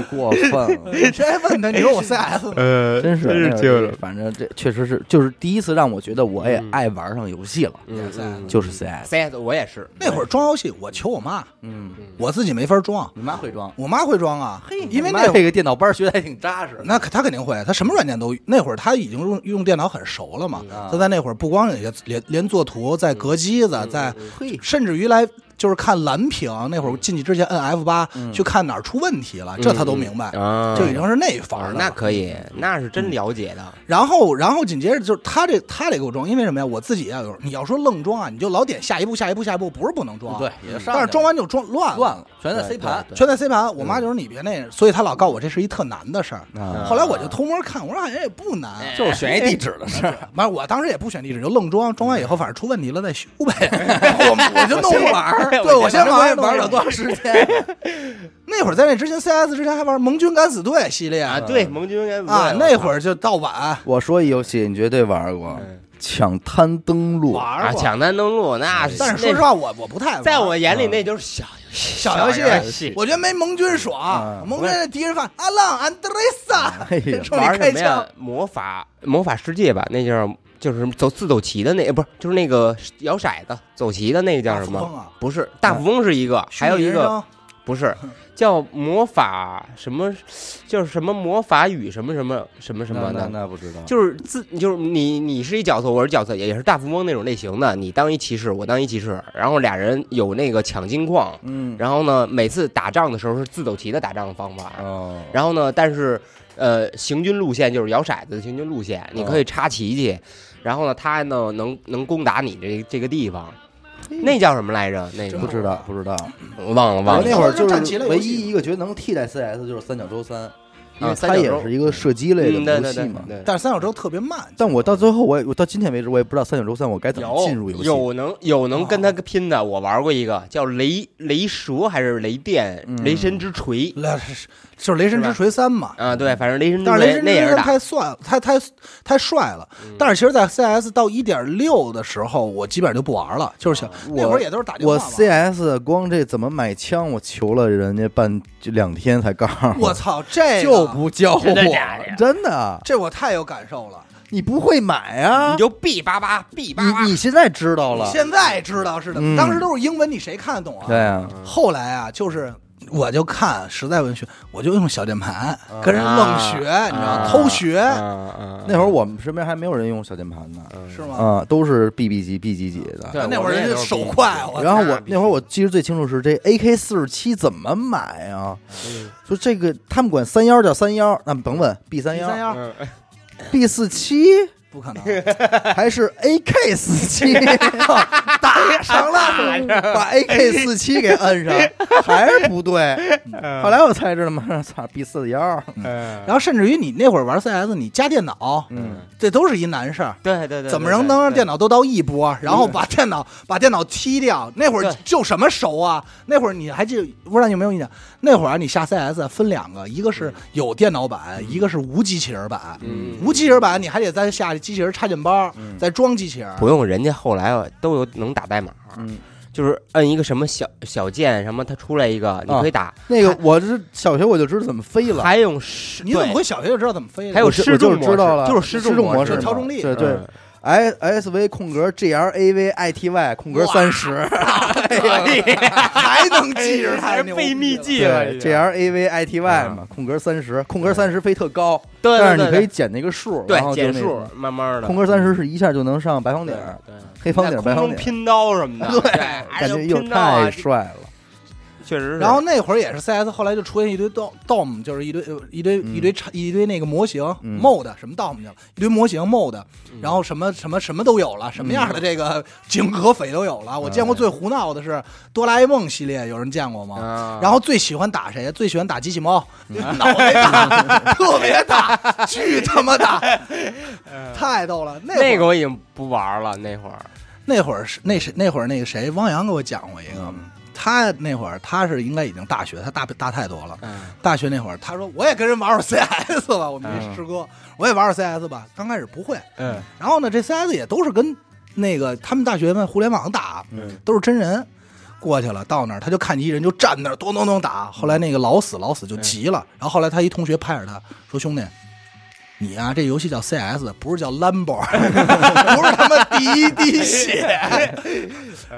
太过分了。
谁还问他？你说我 CS 呢？
呃
真是，嗯那个这反正这确实是，就是第一次让我觉得我也爱玩上游戏了，
嗯嗯
就是 CS，
CS 我也是，
那会儿装游戏，我求我妈，
嗯，
我自己没法装。
嗯
你妈会装，
我妈会装啊，因为那
那
会儿
这个电脑班学的还挺扎实。
那可她肯定会，她什么软件都那会儿她已经用用电脑很熟了嘛。她在那会儿不光也连连做图，在隔机子，在
嘿，
甚至于来就是看蓝屏，那会儿进去之前摁 F 八去看哪儿出问题了，这她都明白，
啊
就已经是那方
啊
儿，了。
那可以，那是
嗯
真了解的。
然后，然后紧接着就是他这他得给我装，因为什么呀？我自己要有，你要说愣装啊，你就老点下一步、下一步、下一步，不是不能装，啊
对，，也上
但是装完就装乱
乱了，全在
对
C 盘。
全在 C 盘。我妈就说你别那样，所以她老告我这是一特难的事儿。
啊
后来我就偷摸看，我说好像也不难，
*laughs* 就是选一地址 *laughs* 的事儿，
反正我当时也不选地址，就愣装，装完以后反正出问题了再修呗。我我就弄玩
*laughs*
儿，对我先
玩
玩
儿玩
玩
不了多长时间。
那会儿在那之前 CS 之前还玩盟军敢死队系列
啊，
啊，
对，盟军应该
那会儿就盗版
我说一游戏，你绝对玩过
嗯，
抢滩登陆。
玩
啊，
过，
抢单登陆那是，
但是说实
那
话，我哎我不太玩
是，在我眼里那就是小游戏，
小游戏
游戏。
我觉得没盟军
嗯
爽，盟军的敌人犯阿浪、安德烈萨
哎呀，
冲
玩
你
什
开
么
枪
呀，？魔法魔法世界吧，那叫就是走自走棋的那，呃不是就是那个摇骰子走棋的那叫什
大富翁
么
啊？
不是大富翁是一个，还有一
虚拟人
个
生 *laughs*
不是叫魔法什么，就是什么魔法语什么什么什么什么
那
的。
那不知道，
就是自就是你你是一角色，我是角色，也是大富翁那种类型的。你当一骑士，我当一骑士，然后俩人有那个抢金矿，
嗯，
然后呢，每次打仗的时候是自走棋的打仗方法，
哦，
然后呢，但是呃，行军路线就是摇骰子的行军路线，你可以插旗去，然后呢，他呢能能攻打你这这个地方。那叫什么来着？那个
不知道不知道。
我忘了忘
我
了。
那会儿就
战棋
是
类游戏
唯一一个觉得能替代 CS 就是三角洲三，因为
啊三
它
角
也
洲
是一个射击类
嗯对
的游
对
戏啊
对
嘛。
对
但是三角洲特别慢，
但我到最后，我也我到今天为止，我也不知道三角洲三我该怎么
有
进入游戏。
有能有能跟他拼的，我玩过一个叫雷雷蛇还是雷电
嗯
雷神之锤
那是就是雷神之锤三嘛。
啊？对，反正雷神之
但是雷嗯
锤
神
那
之
也
锤三太
是打嗯
帅了，太太太帅了。但是其实，在 CS 到一点六的时候，我基本上就不玩了，就是想那会儿也都是打电话
我
玩。
CS 光这怎么买枪，我求了人家半两天才告诉 *laughs*
我操，这个
就不教我，
真的假的呀
真的
这我太有感受了。
你不会买啊
你？就 B 八八 B 八八
你你现在知道了，
现在知道是的，
嗯
当时都是英文，你谁看得懂啊？
对啊，
后来啊，就是我就看时代文学，我就用小键盘跟人愣学，你知道吗？偷学、
啊
那会儿我们身边还没有人用小键盘呢，
是吗？
啊，都是 BB 级、B 级级
对
的。
那会
我
儿
们
人
也
家
都是
手
B 级
快，我
然后
那
我
必须
那会儿我记得最清楚是这 AK 四十七怎么买啊？
嗯
就这个他们管三幺叫三幺，那甭问 B
啊
三
三
幺、
幺
B 四七
不可能，
还是 AK 四
*laughs*
七，
打上了。
把 AK 四
*laughs*
七给摁上，还是不对。*laughs*
嗯
后来我才知道，妈操，B 四幺，
然
然后甚至于你那会儿玩 CS，你加电脑，
嗯，
这都是一难事儿。
对对对，
怎么能能让电
脑
脑都到一波，然后把电脑把电脑踢掉？那会儿
对
就什么熟啊？那会儿你还记得？不知道你有没有印象？那会儿啊你下 CS 分两个，一个是有电脑版，一个是无机器人版。
嗯
无机器人版你还得再下机器人插件包，再装机器人。
不用，人家后来啊都有能打代码，
嗯，
就是摁一个什么小小键什么，它出来一个，你可以打。
*laughs* 那个我是小学我就知道怎么飞了，
还有失
你怎么
对
会小学就知道怎么飞的？
还有
我就
失
我就
重
是
模
知道
式
了，
就是失
重
重模式
式嘛，
操纵力
对对
嗯
，S S V 空格 G L A V I T Y 空格三十，
哎
还能记着它
还，
牛逼啊
被
了
秘籍了
对，G L A V I T Y 嘛，空格三十，空格三十飞特高，
啊对对
但是你
对
可以减那个数，然
对
后就
减
那
数，慢慢的
空格三十是一下就能上白方
对
顶儿、
对
黑方顶儿、白
在
方
空中
顶儿，
拼刀什么的，对，还
感
有
觉又
拼刀啊
太，帅了。
确实是。
然后那会儿也是 CS，后来就出现一堆 dom dom，就是一堆呃一堆
嗯
一堆插一堆那个模型
嗯
mod 什么 dom 去了，一堆模型 mod，然后什么什么什么都有了，什么样
嗯
的这个 *laughs* 警和匪都有了。我见过最胡闹的是哆啦 A 梦系列，有人见过吗？
啊，嗯
然后最喜欢打谁？最喜欢打机器猫，脑袋
*laughs*
大，特别大，巨他妈大，太逗了。那会
那
儿
个我已经不玩了，那会儿
那会儿是那谁那会儿那个谁汪洋给我讲过一个，
嗯
他那会儿他是应该已经大学，他大大太多了。
嗯
大学那会儿，他说我也跟人玩会儿 *laughs* CS 吧，我们这师哥，我也玩会儿 CS 吧。刚开始不会，
嗯
然后呢，这 CS 也都是跟那个他们大学们互联网打，
嗯
都是真人。过去了，到那儿他就看一人就站那儿咚咚咚打。后来那个老死老死
嗯
就急了，然后后来他一同学拍着他说：“兄弟，你啊，这游戏叫 CS，不是叫 Lambo，不是他妈第一滴血。”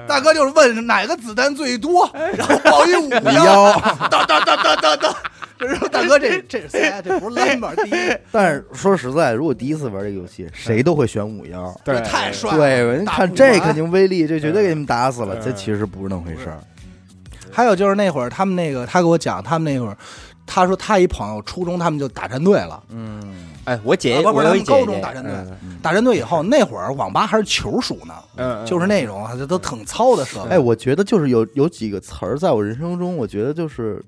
大哥就是问哪个子弹最多，然后报一五幺，哒哒哒哒哒哒。就是说大哥这这 CS 这不是 Lambo 第一，
但是说实在，如果第一次玩这个游戏，
嗯
谁都会选五幺。
这太帅
啊
了。
对，你
大啊
看
古
这
玩
肯定威力，这绝对给你们打死了。
嗯
这其实不是那么回事儿。
还有就是那会儿他们那个，他给我讲他们那会儿，他说他一朋友初中他们就打战队了，
嗯，
哎，我姐
啊不是
我有一
他们高
姐
中
姐
打战队
嗯
打战队以后那会儿网吧还是球属呢，
嗯，
就是那种啊这都挺糙的设备。
哎，我觉得就是有有几个词儿，在我人生中，我觉得就是，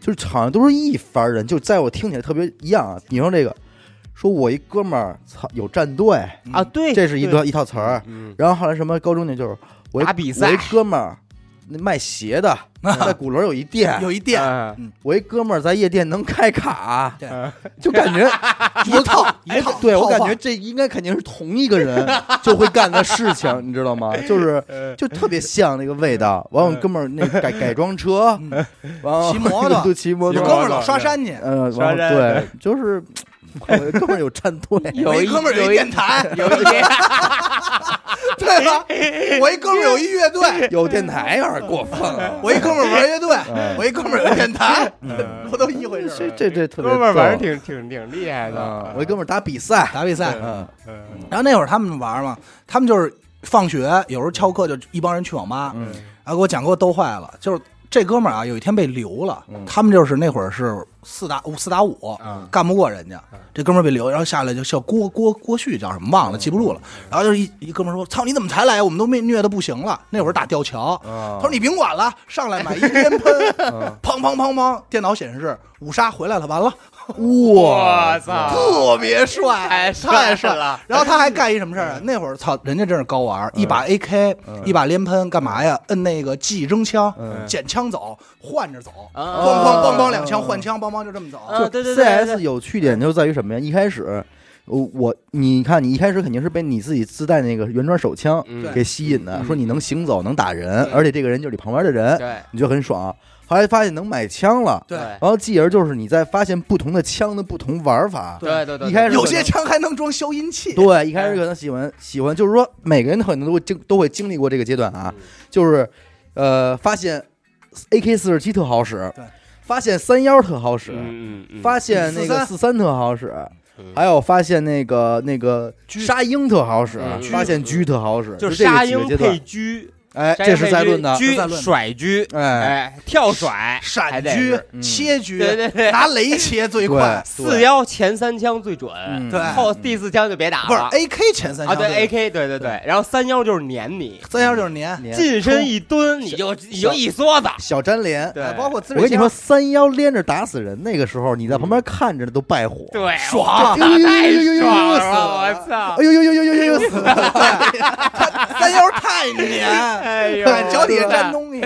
就是好像都是一番人，就在我听起来特别一样啊。比方这个，说我一哥们儿操有战队，
嗯啊，对，
这是一
对
个一套词儿。
嗯
然后后来什么高中那就是我一
打比
我
赛
一哥们儿那卖鞋
*laughs*
的，在鼓楼有一店，
有一店
嗯
我一哥们儿在夜店能开卡，啊
对
就感
*laughs*
觉
一套一
哎
套，
对
套
我感
话
觉这应该肯定是同一个人就会干的事情，你知道吗？
*laughs*
就是
呃
就特别像那个味道。完，我哥们儿那改改装车，
嗯
完了
骑摩
*laughs*
托
就骑摩
我
托，
哥们儿老刷山去，
呃，
刷
完
山
了对，就是我的哥们儿有战队，
有
我
一
一哥们儿 *laughs* 有
有
一
一
电台，
有一姐，
对吧？我一哥们儿有一乐队，
有电台有点过分了。
*laughs* 我一哥们儿玩乐队
嗯，
我一哥们儿有一电台，不都一回事
这
儿？
这这特别
哥们儿反正
逗
挺挺挺厉害的
啊，，我一哥们儿打比赛，
打比赛，
嗯，
嗯
然后那会儿他们玩嘛，他们就是放学有时候翘课就一帮人去网吧，啊
嗯
然后给我讲给我逗坏了，就是这哥们儿啊，有一天被留了，
嗯啊
他们就是那会儿是四打五四打五，
嗯
干不过人家，这哥们儿被留，然后下来就叫郭郭郭旭叫什么
嗯
忘了，记不住了。然后就是一一哥们儿说：“操，你怎么才来？我们都被虐的不行了。”那会儿打吊桥，
啊
他说：“你甭管了，上来买一烟喷，
*laughs*
砰砰砰砰，电脑显示五杀回来了，完了，
我操！
特别帅，
太帅
太帅
了。
然后他还干一什么事
嗯
儿啊？那会儿操，人家真是高玩儿，一把 AK，一把连喷，干嘛呀？摁那个 G 扔枪，
嗯
捡枪走，换着走，
啊
梆梆梆梆两枪换枪，梆梆就这么走。
啊对对对对对
CS 有趣点就在于什么呀？一开始，我我你看，你一开始肯定是被你自己自带那个原装手枪
嗯
给吸引的，
嗯
说你能行走，能打人，
对
而且这个人就是你旁边的人，
对
你就很爽。后来发现能买枪了，
对
对
然后继而就是你在发现不同的枪的不同玩法。
对对对，
一开始
有些枪还能装消音器，
对，一开始可能喜欢喜欢，就是说每个人可能都会经都会经历过这个阶段
嗯
啊，就是呃发现 AK 四十七特好使
对，
发现三幺特好使，
嗯嗯嗯，
发现那个
43
四三特好使
嗯，
还有发现那个那个
狙
沙鹰特好使
嗯，
发现狙特好使，
就是
这个
沙
几个
鹰
阶
配
段。
狙，
哎，
沙鹰
这是
配
在
狙
论的，
这在论
狙
的
甩狙，
哎，
哎，跳甩、还
闪
得
狙
是、
嗯
切狙，
对对对
拿雷切最
对
快，
四，幺前三枪最准，
嗯
对
后第四枪就别打
不是
了。
AK 前三
啊，
枪
对
最
AK，对对对，然后三幺就是撵你，
三幺就是粘，哎
对
近身一蹲你就你就一梭子，
小粘连。
对，
哎包括自
我跟
制
你说，
枪，
三幺连着打死人，那个时候你在旁边看着都败火。
对，
爽
这打太爽了，我操！
哎呦呦呦呦呦呦呦！死了
*laughs* 三幺太
*laughs*
粘，
哎呦，
对，脚底下粘东西。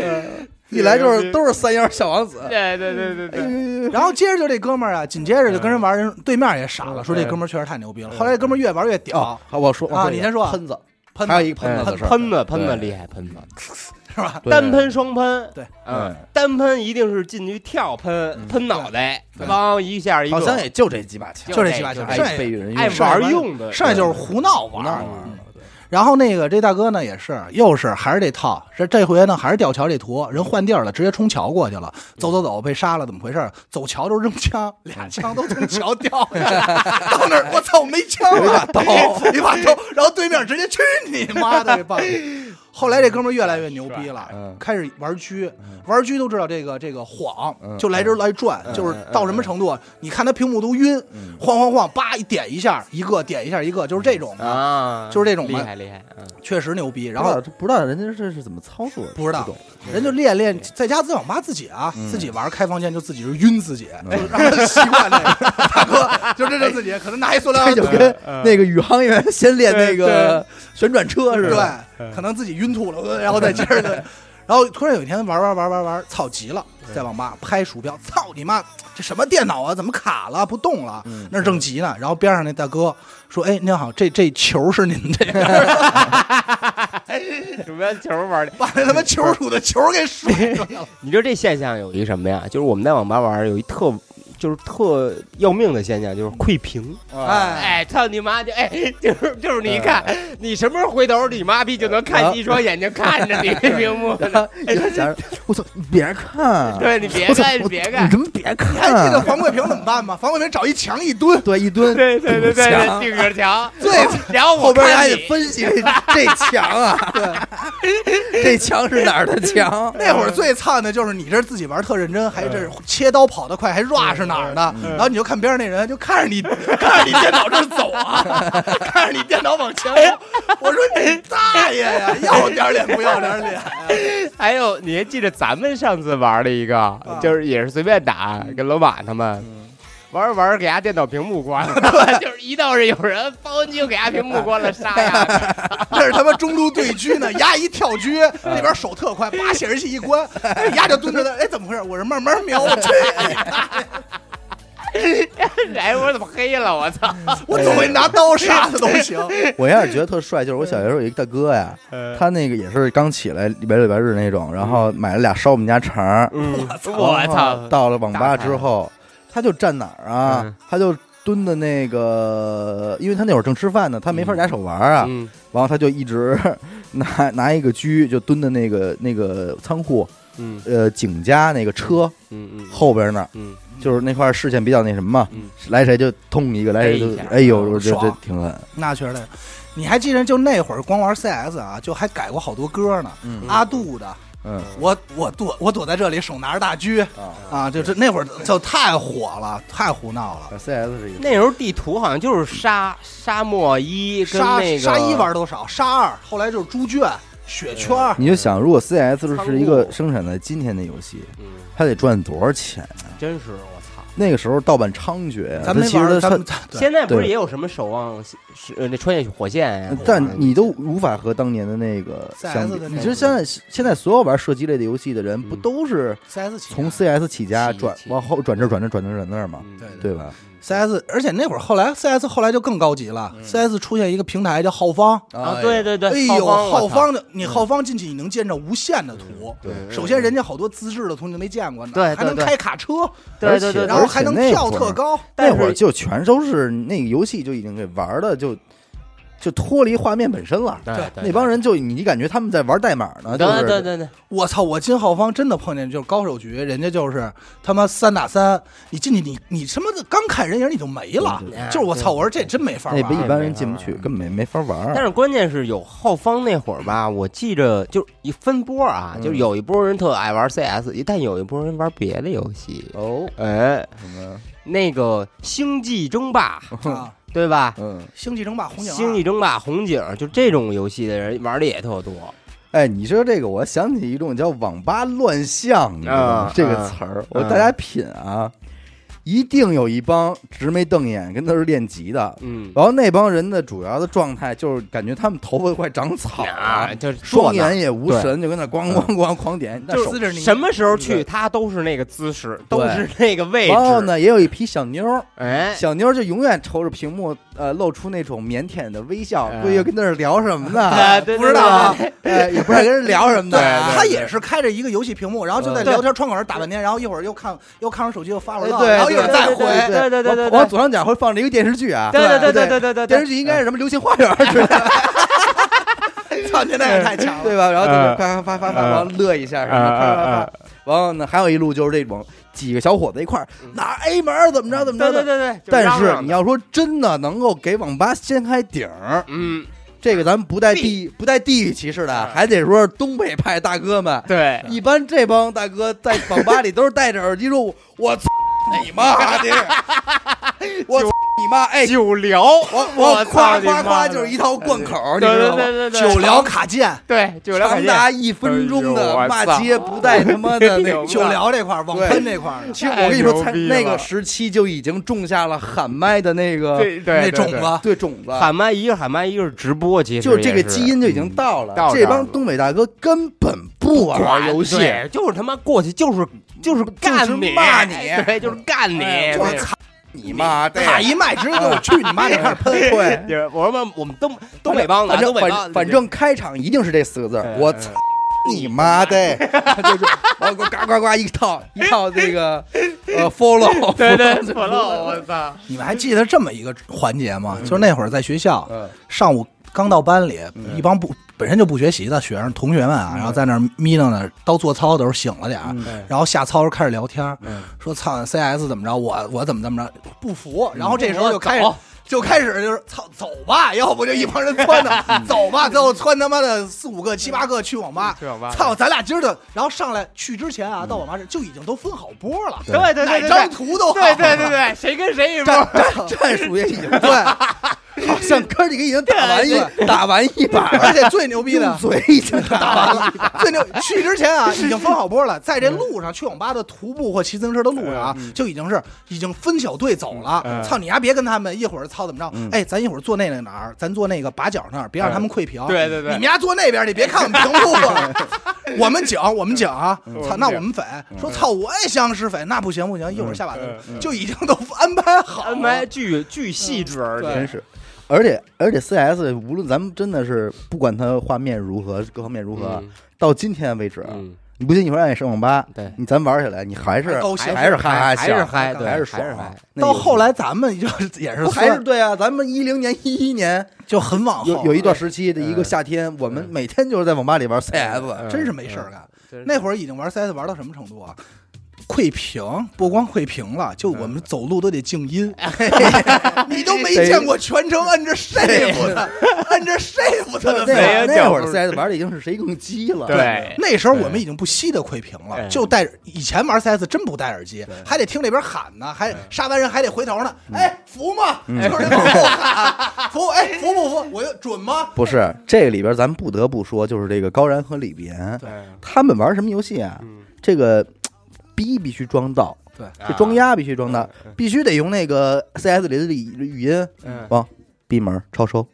一来就是都是三幺小王子。
对对对对对，
*laughs*
然后接着就这哥们儿啊，紧接着就
嗯
跟人玩，人对面也傻了，说这哥们儿确实太牛逼了。后来这哥们儿越玩越
哦
屌，，
好，我说
啊
我一个
你先说
喷子，
喷
还有一个喷
哎
子的事儿，
喷子喷子
对
厉害，喷子
是吧？
对
单喷双喷，
对，
嗯
对，
单喷一定是进去跳喷，喷脑袋，汪一下一个，
好像也就这几把枪，
就这几把
就
枪，
爱
剩下
被人用
爱玩用的，
剩下就是胡闹玩
闹
儿。
玩
嗯然后那个这大哥呢也是，又是还是这套，这这回呢还是吊桥这图，人换地儿了，直接冲桥过去了，走走走被杀了，怎么回事？走桥就扔枪，
嗯
俩枪都从桥掉下来， *laughs* 到那儿我操没枪了，一把刀，一把刀，然后对面直接去你妈的这棒子！后来这哥们儿越来越牛逼了，
嗯
开始玩狙，玩狙都知道这个这个晃，
嗯
就来这儿来转，就是到什么程度，啊你看他屏幕都晕，
嗯
晃晃晃，叭一点一下，一个点一下一个，就是这
嗯
种的，
啊，
就是这种
厉
嘛
害厉害，嗯
确实牛逼。然
不知
后
道不知道人家这是怎么操作的，
不知道
懂嗯
人就练练，在家自网吧自己啊，自己玩开房间就自己是晕自己，
嗯
就是让他习惯这个。大哥就这就自己，可能拿一
*laughs*
塑料
这就
袋，
跟
嗯
那个宇航员先练那个旋转车似的，
对，可能自己晕吐了，呃然后再接着就，然后突然有一天玩玩玩玩玩，操急了，在网吧拍鼠标，操你妈，这什么电脑啊，怎么卡了不动了？那儿正急呢，然后边上那大哥说：“哎，您好，这这球是您这个，
什么球玩的？
*laughs* 把那他妈球鼠的球给甩出去了。
你知道这现象有一什么呀？就是我们在网吧玩儿有一特。就是特要命的现象，就是窥屏。”
哎。
哎，操你妈就哎，就是就是你看，你什么时候回头，你妈逼就能看见一双眼睛看着你屏幕。
然后你就想着，我操，你别看，啊
对你别
我操
干，你
我
别
你
干。
他妈别
你还记得
看，啊
黄贵平怎么办吗？黄贵平找一墙一蹲，
对，一蹲，
对对对对
堵
对，
墙
顶着墙。
对，
然后我
后边
看
还
你
得分析这这墙啊，这墙是哪儿的墙？ *laughs*
*laughs* 那会儿最惨的就是你这自己玩特认真，还这切刀跑得快，还 rush 哪儿呢？然后你就看边上那人，就看着你，看着你电脑这儿走啊， *laughs* 看着你电脑往前走。我说你大爷呀，要点脸不要点脸？
还有，你还记得咱们上次玩了一个，就是也是随便打，跟老马他们。玩着玩着，给他电脑屏幕关了，就是一到是有人包你就给他屏幕关了，杀呀！
那是他妈中路对狙呢，丫一跳狙，那边手特快，叭显示器一关，哎丫就蹲着那儿，哎怎么回事？我是慢慢瞄，我去，
哎，我怎么黑了？我操！
我总会拿刀杀他都行。
我要是觉得特帅，就是我小学时候有一大哥呀，
嗯
他那个也是刚起来，礼拜六礼拜日那种，然后买了俩烧我们家肠儿，
我
然后
哦哎操！
到了网吧之后，他就站哪儿啊？
嗯
他就蹲的那个，因为他那会儿正吃饭呢，他没法拿手玩啊。
嗯
然后他就一直 *laughs* 拿拿一个狙，就蹲在那个那个仓库，
嗯
呃，景家那个车
嗯嗯
后边那儿，
嗯，
就是那块儿视线比较那什么嘛，
嗯
来谁就通一个，来谁
逮一
就
下
哎呦，我觉得这
爽
挺狠。
*laughs* 那确实得。你还记得就那会儿光玩 CS 啊，就还改过好多歌呢，
嗯
阿杜的、
嗯
我我躲我躲在这里，手拿着大狙
啊
啊，就这那会儿就太火了，太胡闹了。
，CS 是一个
那时候地图好像就是沙沙漠一跟
沙
那个
沙一玩多少，沙二后来就是猪圈、雪圈儿，
你就想，如果 CS
仓库
是一个生产在今天的游戏，
嗯，
它得赚多少钱？
真是我操！
那个时候盗版猖獗呀，啊
咱没
它其
玩儿，
实
咱
它
们咱对
现在不是
对
也有什么守望是呃那穿越火线呀？
但你都无法和当年的那个
CS
相比
的。
你
那种
说现在现在所有玩射击类的游戏的人，不
嗯
都是
CS 啊起
从
家
CS 起家，
起
转
起
往后转这儿转这儿转这儿转那儿嘛？
嗯
对对
对吧？
CS，而且那会儿后来 CS 后来就更高级了，CS 出现一个平台叫浩方，
嗯啊，对对对，
哎呦，
浩
浩
方我操嗯
方的你浩方进去，你能见着无限的图。
对
首先人家好多资质的图你都没见过呢，
对对
还能
对
开卡车，
对
而
对
且
对，
然后还能跳特高，
但
那
是
会儿就全都是那个游戏就已经给玩的就就脱离画面本身了。
对对
那帮人就你感觉他们在玩代码呢，就
对
是
对对对，
我操！我进浩方真的碰见就是高手局，人家就是他妈三打三，你进去你你他妈的刚看人影你就没了
对
对，对
就是我操！我说这真没法
那比一
玩。
般人进不去，根本没没法玩。
但是关键是有浩方那会儿吧，我记着就是一分波啊，就是有一波人特爱玩 CS，但有一波人玩别的游戏。
哦，
哎，
什么？
那个《星际争霸》
啊！
对吧？
嗯，
星际争霸红
《
警二，
星际争霸》红警就这种游戏的人玩的也特多。
哎，你说这个，我想起一种叫“网吧乱象”你知道吗
啊？
这个
啊
词儿，我
啊
大家品啊，一定有一帮直眉瞪眼跟那儿练级的。
嗯，
然后那帮人的主要的状态就是感觉他们头发都快长草了
啊，，就是
双
坐那儿
眼也无神，就跟那咣
嗯
咣咣狂点，那
就是
手
撕着你
什么时候去，他都是那个姿势，都是那个位
然后
置。
呢，也有一批小妞儿，
哎，
小妞儿就永远瞅着屏幕，呃，露出那种腼腆的微笑
哎，
不也跟那儿聊什么
哎
呢？
对对
不知道啊
对，
哎，也不知道跟人聊什么呢。
对对对嗯
他也是开着一个游戏屏幕，然后就在
对
聊天窗口那儿打半天，然后一会儿又看又看上手机又发会儿
哎
浪，
对，
然后一会儿再
对
回。
对对对对对
往
对
往左上角会放着一个电视剧啊，
对对
对
对
对
对对对
电视，
对
剧应该是什么《流星花园》之类的，
*laughs*
操，您那也太强了。
对吧？然后就
嗯
是啪啪啪啪啪，然后乐一下，什么啪啪啪。然后呢，还有一路就是这种几个小伙子一块儿哪儿 A 门儿怎么着怎么
*laughs* 对
着
嗯对
的。
对对。就
但
嚷
是
嚷
你
的，
要说真的能够给网吧掀开顶儿，
嗯，啊
这个咱们不带地不带地域歧视的，还得说是东北派大哥们。
对，
一般这帮大哥在网吧里都是戴着耳机说：“我我操你妈的，
*laughs*
我操你妈！”哎，
九聊， *laughs*
我
我
我
操
夸
你妈
夸夸
的
就是一套贯口，你
对
知
对
道吗？
对对对，
九聊卡剑，
对九聊
长达一分钟的
哎呦我
骂
操
街不带他妈
*laughs*
的那
哎呦
个。
九聊这块儿，网喷这块儿的，
其实我跟你说，在
太牛逼
那
了
个时期就已经种下了喊麦的那个
对对
那种子。
对种子，
喊麦一个喊麦一个是直播，其实
就是这
也
个基因就已经到了
嗯。到这
这
儿了
帮东北大哥根本不玩游戏，
对就是他妈过去就是就是干你哎
骂你
对，就是干你，
哎
我
对
操，
你妈的！
卡一麦直接给我去你妈！那开始喷，
对，
就是我说嘛我们东东北帮的，
反正
东
反
北帮
正反正开场一定是这四个字儿
对，哎
我
嗯
操你妈 *laughs* 的，就是我我嘎嘎嘎一套一套这个呃 follow，
*laughs* 对对，我漏，我操，
你们还记得这么一个环节
嗯
吗？就是那会儿在学校，上午刚到班里，
嗯
一帮不本身就不学习的学生同学们啊，然后在那儿眯瞪呢，到做操的时候醒了点
嗯
儿，然后下操时候开始聊天儿，说操 CS 怎么着，我我怎么怎么着不服，
嗯
然后这时候就开始。就开始就是操走吧，要不就一帮人窜的走吧，最后窜他妈的四五个七八个去网吧，
嗯去网吧
操，咱俩今儿的，然后上来去之前啊，到网吧这就已经都分好波了，
对对对
哪
对
张
对。
*laughs* 图都好
对对对对，谁跟谁一波？
战战战术也已经
对，
好像哥几个已经打完一打完一 *laughs* 把了，
哎
而且最牛逼
*laughs*
的
用，嘴已经打完了。嗯
最牛去之
*laughs*
前啊，已经分好波了，在这路上去网吧的徒步或骑自行车的路上啊，就已经是已经分小队走
嗯
了。操你丫别跟他们一会儿操怎么着？哎，咱一会儿坐那个哪儿，咱坐那个把角那儿，别
嗯
让他们窥屏。
对对
你
对
们，家坐那边，你别看我们屏幕
*laughs*
了。我们警，我们警啊！
嗯
操，那我们匪说操，我也想使匪，那不行不行，一会儿下
嗯
把子就已经都安排好了，
安排巨巨细致，而
真
且
是。而且而且，CS 无论咱们真的是不管它画面如何，各方面如何，
嗯
到今天为止，啊
嗯
你不信？你说让你上网吧，
对
你咱玩起来，你还是
还高兴
还是哈哈
还是
笑，
嗨对
还是
还是
爽
嗨。
那
到
有
后来咱们就是也是
不还是
算
对啊，咱们一零年、一一年哦
就很往后
有有一段时期的一个
嗯
夏天，我们每天就是在网吧里玩 CS，
嗯
哎真是没事儿干。
真是
那会儿已经玩 CS 玩到什么程度啊？窥屏，不光窥屏了，就我们走路都得静音。 *laughs* 你都没
得
见过全程摁 *laughs* 着 shift 的，摁着 shift 的
那
飞。
会儿那
没有
会
角
儿
度
塞子玩的已经是谁更鸡了，
对
那时候我们已经不惜的窥屏了，
对
就戴以前玩 CS 真不戴耳机，还得听那边喊呢，还杀完人还得回头呢。哎，服吗？就是往后喊，服哎服不服？我就准吗？
不是这里边咱们不得不说，就是这个高然和李边，
对
他们玩什么游戏啊？这个逼必须装到，
对，
这装鸭必须装到，必须得用那个 CS 里的语语音
嗯，
往闭门超收，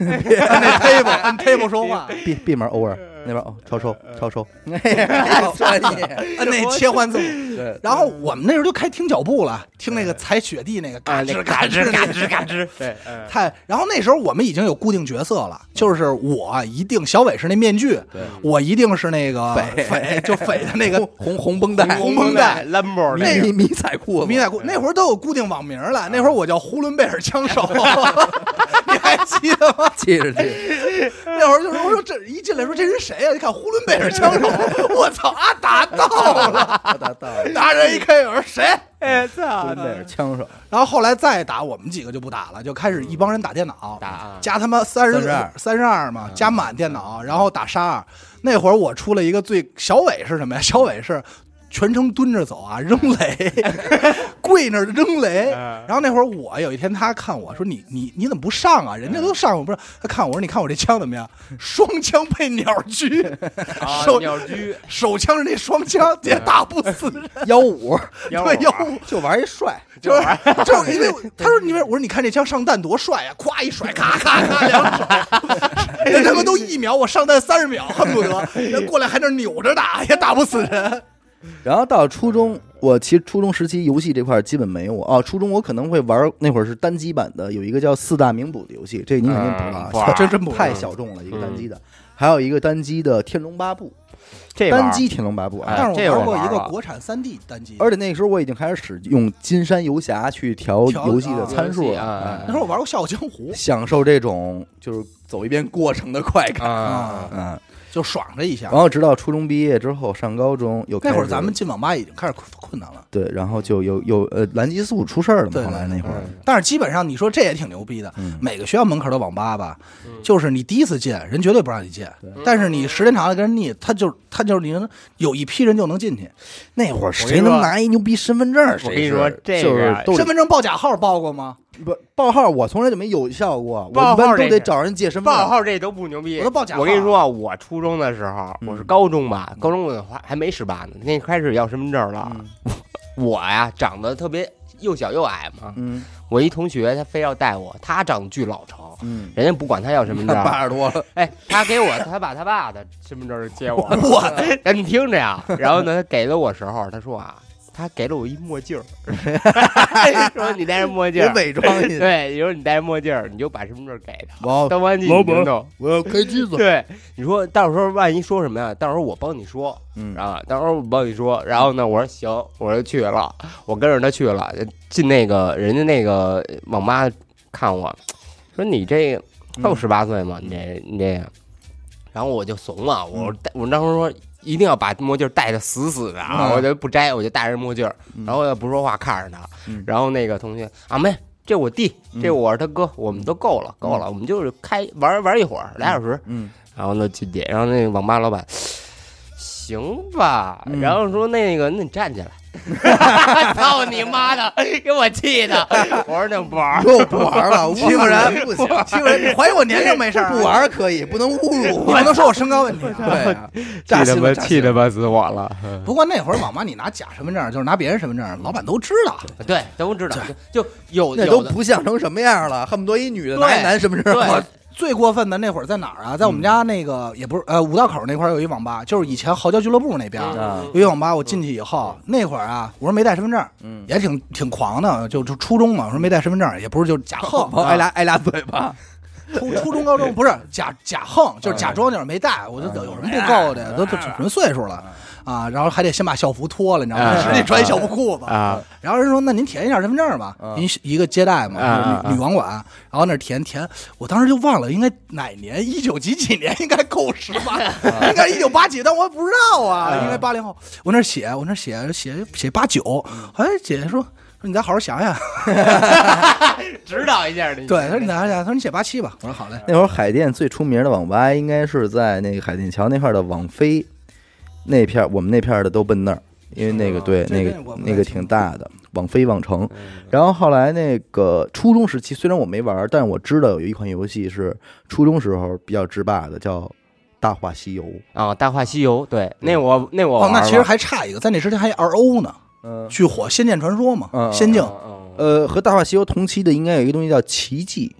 按那 table 按 table 说 *laughs* 话，
闭闭门 over 那边哦超收超收， *laughs* 专业，
按呃那切换字
*laughs*
母。
对，
然后我们那时候就开听脚步了，听那个踩雪地那个嘎
啊，
吱
那嘎吱嘎
嘎
吱嘎吱，对，嗯
太，然后那时候我们已经有固定角色了，就是我一定小伟是那面具，我一定是那个
匪
匪，就匪的
*laughs*
那个
红红绷带，
红绷带
蓝波
迷迷迷彩裤，
迷彩裤。那会儿都有固定网名了，
嗯
那会儿我叫呼伦贝尔枪
*laughs*
手，你还记得吗？
记着记着，
那会儿就是我说这一进来说这人谁呀、啊一看呼伦贝尔枪手， *laughs* 我操，阿达到
*laughs*
了，
达到了，
拿着 AK 我说谁？
哎操
真的是枪手，
然后后来再打，我们几个就不打了，就开始一帮人打电脑，
打啊
加他妈三十
32
三十二嘛，加满电脑，然后打沙二。那会儿我出了一个最小伟是什么呀？小伟是。全程蹲着走啊，扔雷， *laughs* 跪那儿扔雷。
嗯
然后那会儿我有一天，他看我说你你你怎么不上啊？人家都上，我不是。他看我说你看我这枪怎么样？双枪配鸟狙，*laughs*
啊
手
鸟居
手枪是那双枪，也打不死人。
*laughs* 幺五
幺
对，
五
要
啊
不
就玩一帅，
就是就是因为他说你们，我说你看这枪上弹多帅呀、咵一甩，咔咔咔两手， *laughs* 人他妈都一秒，我上弹三十秒，恨不得人过来还那扭着打，也打不死人。
然后到初中，我其实初中时期游戏这块儿基本没有我啊。初中我可能会玩儿，那会儿是单机版的，有一个叫《四大名捕》的游戏，这您肯定不知
啊
道
不玩
啊，
儿
真真不玩儿
太小众了，一个单机的，还有一个单机的《天龙八部》，
这玩意
单
儿
机《天龙八部》啊。
哎这我玩了
产三 D 单机
而且那个时候我已经开始使用金山游侠去调
调
游戏的
啊
参数
游戏
了，
啊
哎
啊
那时候我玩过《笑傲江湖》，
享受这种就是走一遍过程的快感。
啊，
嗯，
就爽这一下
然。后直到初中毕业之后上高中又
那
开
会儿
始
咱们进网吧已经开始困难了，
对，然后就有有呃蓝激素出事儿了嘛，
对
后来那会儿
嗯
但是基本上你说这也挺牛逼的。
嗯
每个学校门口的网吧吧，就是你第一次进，人绝对不让你进。但是你时间长了跟人腻，他就他就是你能有一批人就能进去。
那会儿
我跟
谁
你
能
说
拿一牛逼身份证儿？
我
谁
跟你
是
说这
就是
个啊
都
身份证报假号报过吗？
不报号，我从来就没有效过，我
报
一
号
般
这
都得
是
找人借身份
报
证。
号这都不牛逼，
我都报假号
我跟你说啊，我初中的时候，
嗯
我是高中吧，高中我的话还没十八呢，那开始要身份证了。
嗯
我呀长得特别又小又矮嘛，
嗯
我一同学他非要带我，他长得巨老成，
嗯，
人家不管他要身份证，
*laughs* 八十多
*laughs*
了，
哎，他给我，他把他爸的身份证借
*laughs*
我， *laughs* 我，你听着呀。然后呢，他给了我时候，他说啊，他给了我一墨镜
哎
儿， *laughs* 说你戴着墨镜
别
*laughs*
儿，
伪装
*laughs*
你。
对，你说你戴着墨镜儿，你就把身份证给他，
我
当完你
老
你
板
就弄。
我要开机子。
对，你说到时候万一说什么呀？到时候我帮你说
嗯，
啊，到时候我帮你说。然后呢，我说行，我就去了，我跟着他去了，进那个人家那个网吧看我，说你这个
嗯
到十八岁嘛，你这你这个，然后我就怂了，
嗯
我戴我当时说一定要把墨镜戴的死死的啊，
嗯
我就不摘，我就戴着墨镜，
嗯
然后也不说话看着他，
嗯
然后那个同学啊妹。这我弟，这
嗯
我是他哥，我们都够了，够了，我们就是开玩玩一会儿，俩小时，
嗯
然后呢，就点，然后那个网吧老板，行吧，
嗯
然后说那个，那你站起来。操你妈的，给我气的！我说那不玩儿，
又哎不玩了，
欺负人
不行，
欺负人，你怀疑我年龄没事儿啊，
*laughs* 不玩可以，不能侮辱
你
我。
不能说我身高问题啊。
对啊，
气
扎
他
心
妈
了，扎
气
心了
他妈死我了。
不过那会儿网吧你拿假身份证，就是拿别人身份证，老板都知道。
对，都知道，就就有
那都
有的
不像成什么样了，恨不得一女的
对
拿一男身份证。
对
我
最过分的那会儿在哪儿啊？在我们家那个也不是呃五道口那块儿有一网吧，就是以前豪娇俱乐部那边儿
啊
有一网吧。我进去以后，那会儿啊，我说没带身份证，
嗯
也挺挺狂的，就就初中嘛，我说没带身份证，也不是就是假横，
我挨俩挨俩嘴巴。
初初中高中不是假假横，就是假装就是没带，我就有什么不够的，都都什么岁数了啊，然后还得先把校服脱了，你知道吗？*laughs*
啊
实际穿一小布裤子。
啊，
然后人说：“那您填一下身份证吧，
啊
您一个接待嘛，
啊
旅旅馆馆。”然后那儿填填，我当时就忘了应该哪年，一九几几年应该够十八， *laughs* 应该一九八几，但我也不知道啊，应该八零后。我那儿写，我那儿写写写八九，哎，姐姐说。说你再好好想想，
指导一下你。
对，她说你再好好想，她说你写八七吧，我说好嘞，
那会儿海淀最出名的网吧应该是在那个海淀桥那块儿的网飞，那片儿我们那片儿的都奔那儿，因为那个
是吗啊
对
这
那
这我
个
不太
那个
清
挺
楚
大的网飞网城。
嗯
然后后来那个初中时期，虽然我没玩儿，但我知道有一款游戏是初中时候比较制霸的，叫《大话西游》。
啊，《大话西游》对，那我那我
哦
玩，
那
过
其实还差一个，在那之前还有 RO 呢，
嗯，
巨火《仙剑传说》嘛，
嗯嗯
仙境》
嗯嗯
呃，和《大话西游》同期的应该有一个东西叫《奇迹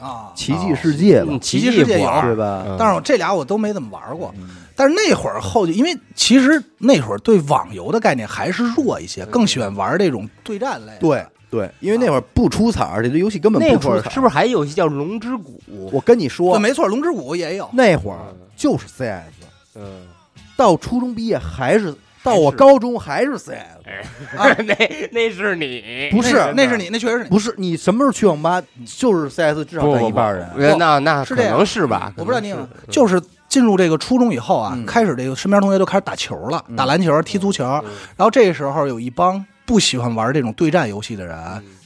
啊》，，
奇迹世界吧
嗯，奇
奇迹
异
世界
博
有
对吧？
嗯
但是我这俩我都没怎么玩过。但是那会儿后就，因为其实那会儿对网游的概念还是弱一些，更喜欢玩这种对战类的。
对对，因为那会儿不出彩儿，这游戏根本
那
不
会
出
儿
彩
是不是还有一些叫《龙之谷》？
我跟你
对，
说，
没错，《龙之谷》也有。
那会儿就是 CS。
嗯，
到初中毕业还是到
还
我
是
高中还是 CS，
那 *laughs* 那是你，
不是
那是你，那确实是你。
不是你什么时候去网吧就是 CS 至少占一半人，
人，那那
是
可
这样
能是吧？
我不知道你有
可
没
能
有
是，
就是进入这个初中以后啊
嗯，
开始这个身边同学都开始打球了，打篮球、踢足球。然后这时候有一帮不喜欢玩这种对战游戏的人，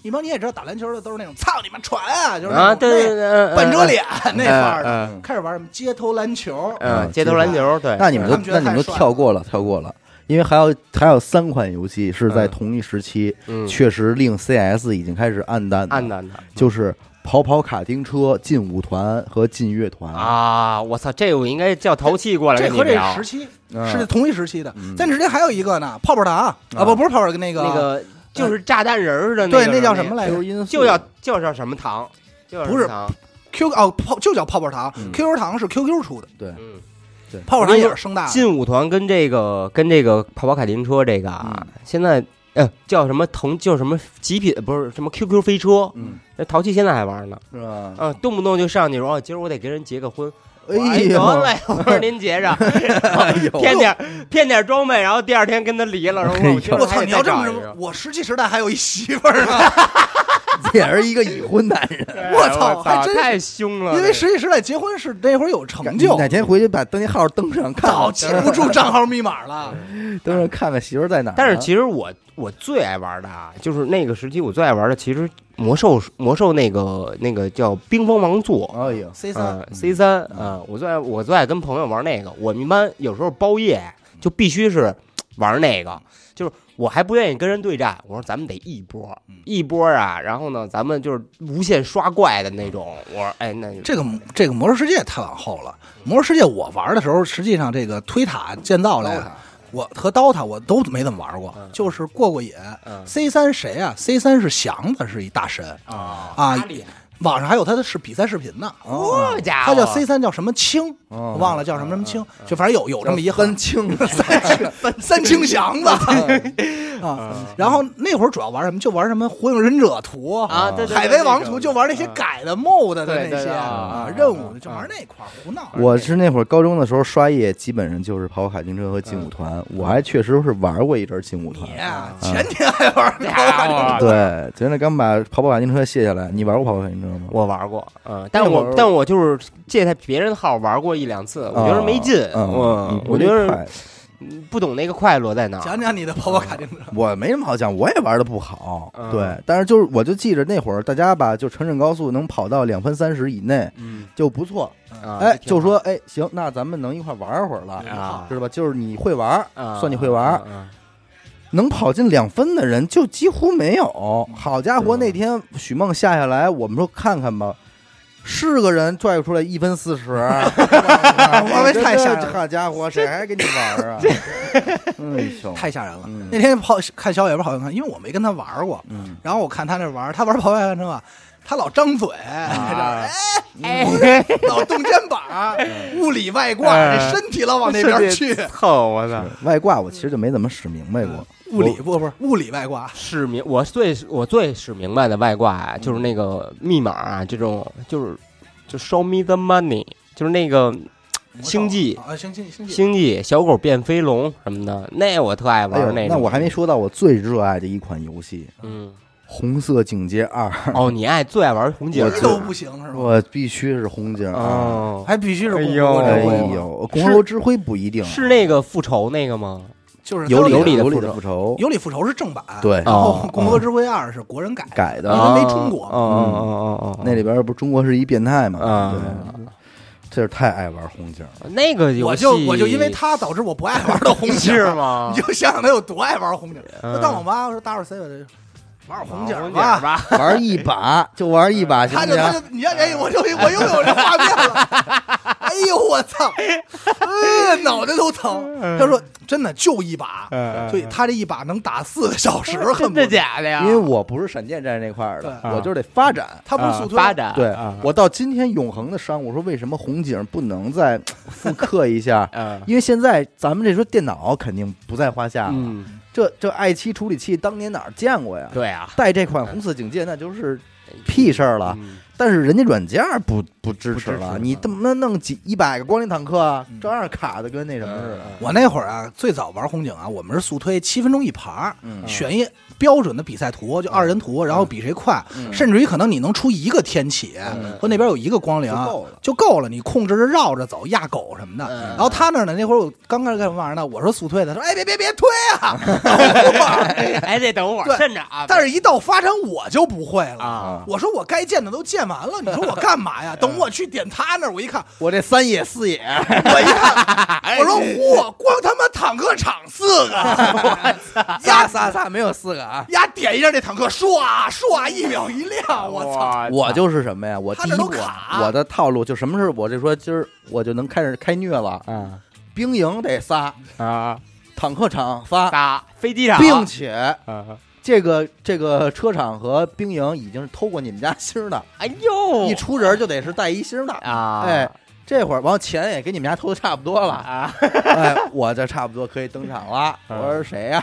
一帮你也知道，打篮球的都是那种操你妈传啊，就是那
啊，
种
对对
那
对，
板着
嗯
脸那范儿的，
嗯
开始玩什么街头篮球，
嗯，
嗯
街头篮球，对，
那你们都
他们觉
那
得
你们
太
都
帅
跳
了
过了，跳过了，因为还有还有三款游戏是在
嗯
同一时期，
嗯
确实令 CS 已经开始暗淡
暗
淡，
淡的
就是跑跑卡丁车、劲舞团和劲乐团，
啊！我操，这我应该叫淘气过来
这
跟你
和这
聊
时。期
嗯
是同一时期的
嗯，
但之前还有一个呢，泡泡糖啊，
啊
不不是泡泡那个
那个就是炸弹人儿的，
对，
那
那叫什么
来？
来
就
着
是因素
就要就叫什么糖？就叫
不是
什么糖，
？Q 哦泡就叫泡泡糖
嗯
，QQ 糖是 QQ 出的，
嗯，
泡泡糖也是声大的，
劲舞啊团跟这个跟这个跑跑卡丁车这个啊，现在呃叫什么腾叫什么极品呃不是什么 QQ 飞车，
嗯
那淘气现在还玩呢，
是吧？
啊，动不动就上去说，哦今儿我得跟人结个婚，
哎
呦，得
呦，
嘞，我说您结 *laughs* 上，
哎呦，
骗点儿骗点儿装备，然后第二天跟他离了，然后
哎呦
我今儿
我
还
操！
得
你要
再
这么
找
说，
一
我石器时代还有一媳妇儿呢，
*laughs* 也是一个已婚男人。
个，
我
哎
操
我
还
操，
真是
太凶了，
因为石器时代结婚是那会儿有成就
哪，天回去把登记号登上看
早
看，
记不住账号密码了。
*laughs* 登上看看媳妇儿在哪儿啊。
但是其实我我最爱玩的啊，就是那个时期我最爱玩的，其实魔兽魔兽那个那个叫冰封王座。
哎呦，
C 三
*laughs* 嗯 C 三啊，我最爱我最爱跟朋友玩那个。我们一般有时候包夜就必须是玩那个，就是我还不愿意跟人对战。我说咱们得一波
嗯
一波啊，然后呢，咱们就是无限刷怪的那种。我说哎，那
这个这个魔兽世界太往后了，魔兽世界我玩的时候，实际上这个推塔建造类
刀塔，
我和 DOTA 我都没怎么玩过，就是过过瘾。
嗯
C 三谁啊？C 三是祥子，是一大神，
啊哦
啊
厉害，
网上还有他的是比赛视频呢。
好家
他
伙，
叫 C 三，叫什么清，
哦
我忘了叫什么什么
嗯
清，就反正有有这么一
分
很
清了。
*laughs* 三三清祥子
嗯
啊。然后那会儿主要玩什么，就玩什么火影忍者图
啊对对对
海贼王
那
图，
种啊
就玩那些改的 mod 的
对
那
对
些
对
啊
啊啊
任务，
啊
就玩那块儿胡闹。啊
我是那会儿高中的时候刷夜，基本上就是跑卡丁车和劲舞团。
嗯
我还确实是玩过一阵儿劲舞团
你。呀，前天还玩儿高玩
啊
对，昨天刚把跑跑卡丁车卸下来。你玩过跑跑卡丁车吗？
我玩过，嗯，但
那会
我
儿啊
但我就是借他别人号玩过一两次，我觉得没劲，
嗯
嗯
嗯，
我
你
觉
不
得
快
不懂那个快乐在哪儿。
讲讲你的跑跑卡丁车，
我没什么好讲，我也玩的不好。
嗯
对，但是就是我就记着那会儿大家吧，就城镇高速能跑到两分三十以内
嗯，
就不错。
啊
哎，
挺
就
好
说哎行，那咱们能一块儿玩会儿了，
啊，
知道吧？就是你会玩儿，
啊
算你会玩儿。
啊
能跑进两分的人就几乎没有。好家伙，
嗯
那天许梦下下来，我们说看看吧，是个人拽出来一分四 *laughs* 十，我
我以为太吓人了
好家伙，谁还跟你玩儿啊？哎呦，
太吓人了
嗯。
那天跑看小野玩跑跑卡，因为我没跟他玩过，
嗯
然后我看他那玩，他玩跑跑卡丁车啊，他老张嘴，
啊
哎，
老动肩膀，物理外挂，
哎
这身体老往那边去。
凑我操！
外挂我其实就没怎么使明白过，
物理不不是物理外挂，
使明我最我最使明白的外挂
嗯
啊，就是那
嗯
个密码啊，这种就是就 show me the money，就是那个星际
啊，星际星际
星际小狗变飞龙什么的，那我特爱
哎呦
玩，那
那
种
我还没说到我最热爱的一款游戏
嗯
《红色警戒二》，
哦，你爱最爱玩红警
我嗯
人都不行是吧？
我必须是红警二。
哦，
还必须是
哎
公
呦
公
哎
之辉嘛
呦，红楼之辉不一定
是那个复仇那个吗？
就是
有
都
理
有
理的
有理
复仇
复仇
有理复仇是正版，，
对
然后
哦
《共和之辉二》是国人改的，
改的，
因为没中国
哦哦哦哦哦，
那里边不是中国是一变态嘛？
啊
对，这是太爱玩红警了。
那个游戏
我就我就因为他导致我不爱玩的红警，
是吗
你就想想他有多爱玩红警。
嗯
那当我妈说打会儿 C 吧，这玩会儿红警
吧 *laughs*
吧。
*laughs* 玩一把就玩一 *laughs* 把，行
他
不
就他
行？
就你看，哎，我就我又有这画面了，哎呦我操，哎呀脑袋都疼。他说真的就一把，
嗯
所以他这一把能打四个小时，恨
*laughs* 真
不得。
的假的呀？
因为我不是闪电战这块儿的，
对
我就是得发展。
他不是速推，
发展
对
啊，
我到今天永恒的伤，我说为什么红警不能再 *laughs* 复刻一 *laughs* 下？
嗯
因为现在咱们这说电脑肯定不在话下了，
嗯，
这这 i 七处理器当年哪儿见过呀？
对啊，
带这款红色警戒那就是屁事儿了，
嗯
但是人家软件儿不不支
不支
持
持
了，
了
你他妈弄几一百个光临坦克啊
嗯，
照样卡的跟那什么似的。
嗯
我那会儿啊，最早玩红警啊，我们是速推七分钟一盘儿，
嗯
选一标准的比赛图，就二人图，然后比谁快，
嗯
甚至于可能你能出一个天启，
嗯
和那边有一个光灵
就够了
就够了，你控制着绕着走压狗什么的。
嗯
然后他那儿呢，那会儿我刚开始干嘛呢？我说速退的，他说哎别别别推啊，等
*laughs*
会儿
哎，这等会
对
儿，趁着啊，
*laughs* 但是一到发展我就不会了。
啊，
我说我该建的都建完了，你说我干嘛
嗯
呀？等我去点他那儿，我一看，
我这三野四野，
我
*laughs*
一看，我说
哎
嚯，光他妈坦克厂四个，压
仨仨没有四个啊！
压点一下这坦克，唰唰一秒一亮，我操！
我就是什么呀？我第一
他这
步
都卡，
我的套路就什么事？我就说今儿我就能开始开虐了。
啊
兵营得仨，
啊，
坦克厂仨，
打飞机场，
并且
啊，
这个这个车厂和兵营已经是偷过你们家星儿的，
哎呦，
*laughs*
一出人就得是带一星儿的。
啊，
哎，这会儿完钱也给你们家偷的差不多了，
啊，
哎，我这差不多可以登场了。我
嗯
说谁
*laughs*
呀？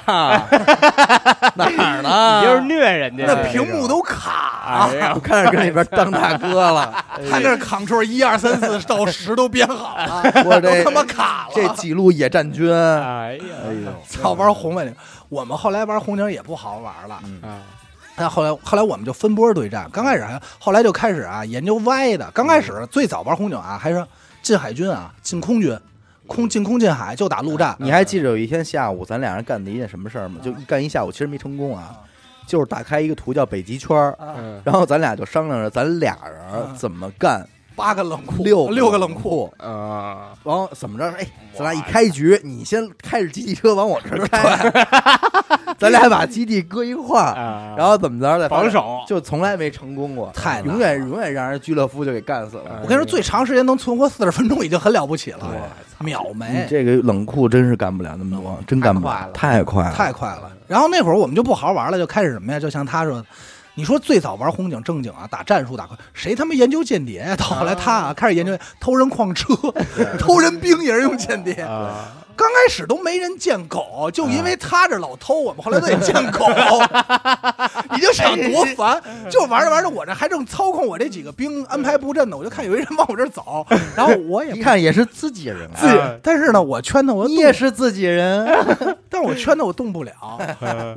哪儿呢？啊
你就是虐人家，
那屏幕都卡，
哎呀
我开始跟里边当大哥了。
他那 Ctrl 一二三四到十都编好了，
我
都
哎这
他妈卡
这
了。
几路野战军，
哎呀，
哎呦，
操，玩红警，我们后来玩红警也不好玩了。
嗯
啊，
但后来后来我们就分波对战，刚开始还后来就开始啊研究歪的。刚开
嗯
始最早玩红警啊，还是进海军啊，进空军，空进空进海就打陆战。
你还记得有一天下午咱俩人干的一件什么事儿吗？就一干一下午，其实没成功啊，就是打开一个图叫北极圈儿，
啊
嗯
然后咱俩就商量着咱俩人怎么干
八个冷库，
六
六个冷库，
库，
啊，
然后怎么着？哎，咱俩一开局，你先开着机器车往我这儿
*laughs*
开， *laughs* 咱俩把基地搁一块儿，然
啊
然
后怎么着再发
防
展，
守，
就从来没成功过，
嗯太难了
永远永远让人居勒夫就给干死了
嗯。
我跟你说，最长时间能存活四十分钟已经很了不起了，秒没
你。这个冷库真是干不了那么多，真干不了，太快了，
嗯太快了。然后那会儿我们就不好好玩了，就开始什么呀？就像他说的，你说最早玩红警正经啊，打战术打快，谁他妈研究间谍呀？到后来他啊开始研究偷人矿车，偷人兵也是用间谍。
啊，
刚开始都没人见狗，就因为他这老偷我们，后来都得见 *laughs* 狗。你就想多烦，就玩着玩着，我这还正操控我这几个兵安排布阵呢，我就看有一人往我这儿走，然后我也
一
不
看也是自己人啊，
自己，但是呢，我圈的我
你
动
也是自己人，
但是我圈的我动 *laughs* 不了，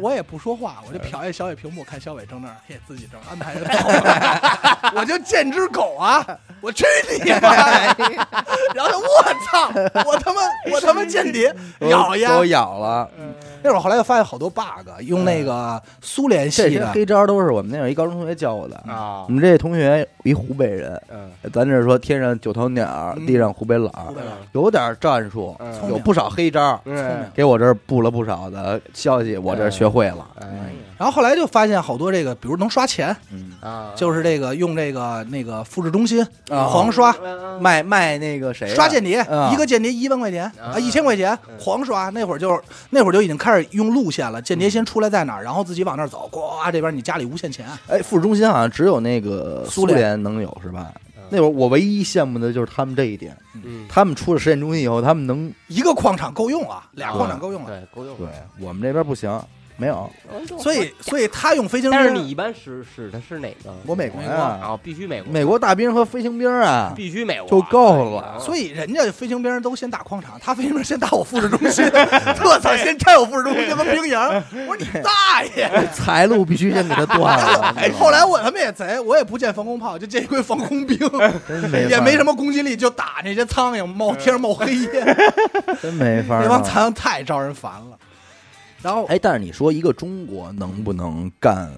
我也不说话，我就瞟一小野屏幕，看小伟正那儿，嘿，自己正安排着走，我就见只狗啊，我去你妈！ *laughs* 然后我操，我他妈我他妈间谍， *laughs* 咬呀嗯
都！咬了。
那会儿后来又发现好多 bug，用那个苏联
这
系
些
的，嗯
黑招都是我们那有一高中同学教我的。
啊
我，们这同学一湖北人，
嗯，
咱这说天上九头鸟，
嗯
地上湖北佬，有点战术，
嗯
有不少黑招，
嗯，
给我这儿布了不少的消息，我这儿学会了。
哎
然后后来就发现好多这个，比如能刷钱，
嗯，
啊，
就是这个用这个那个复制中心
啊
狂刷，
卖卖那个谁的，
刷间谍，
嗯
一个间谍一万块钱啊，
啊
一千块钱狂刷。那会儿就是那会儿就已经开始用路线了，间谍先出来在哪儿，然后自己往那儿走，呱，这边你家里无限钱。
哎，副中心好像只有那个
苏
苏
联
联能有是吧
嗯？
那会儿我唯一羡慕的就是他们这一点，
嗯，
他们出了实
嗯
验中心以后，他们能
一个矿场够用了，俩矿场够用了。
嗯对，够用，
对我们这边不行，没有，
所以所以他用飞行兵，
嗯但是你一般使使的是哪个？
我美国
美国
呀、
啊，必须美国，
美国大兵和飞行兵啊，
必须美国哎
就够了
所以人家飞行兵都先打矿场，他飞行兵先打我复制中心， *laughs* 特操，先拆我复制中心和兵营。我说你大爷！
财路必须先给他断了
*laughs* 。哎，后来我他妈也贼，我也不建防空炮，就建一堆防空兵，
真没法
也没什么攻击力，就打那些苍蝇，冒天上冒黑烟，
真没法儿弄。
那帮苍蝇太招人烦了。然后
哎，但是你说一个中国能不能干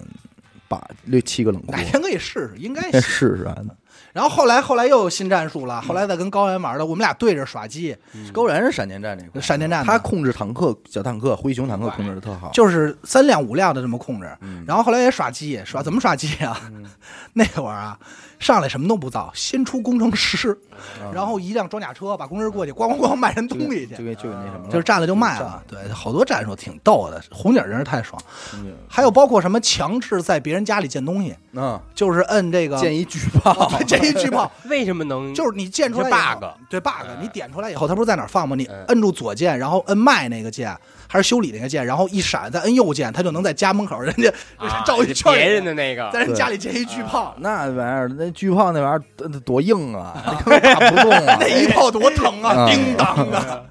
把六七个冷库 *laughs*
哪？天可以试试，应该
先
行。
试试啊！
然后后来后来又有新战术了，后来再跟高原玩的，我们俩对着耍鸡，
高然是闪电战这块儿，
闪电战的
他控制坦克、小坦克、灰熊坦克控制的特好。
就是三辆五辆的这么控制。
嗯
然后后来也耍鸡，耍怎么耍鸡啊？ *laughs* 那会儿啊，上来什么都不造，先出工程师，
嗯
然后一辆装甲车把工人过去，咣咣咣卖人
就
东
给
西
就
去，
给就给那什么了，
就是占了就卖了。对，好多战术挺逗的，红警真是太爽。还有包括什么强制在别人家里建东西，
嗯，
就是摁这个
建一巨炮，
*laughs* 建一巨炮，
为什么能
就是你建出来以后
嗯 bug 哎
对 bug，你点出来以后，它不是在哪儿放吗？你
嗯
摁住左键，然后摁卖那个键，还是修理那个键，然后一闪，再摁右键，它就能在家门口人家 *laughs*
啊
照一圈儿
别人的那啊个
在人家里建一巨炮，
*laughs* 那玩意儿，那巨炮那玩意儿多多硬啊， *laughs* 那根本打不动啊
那。一炮多疼啊，
啊
叮当
哎
的。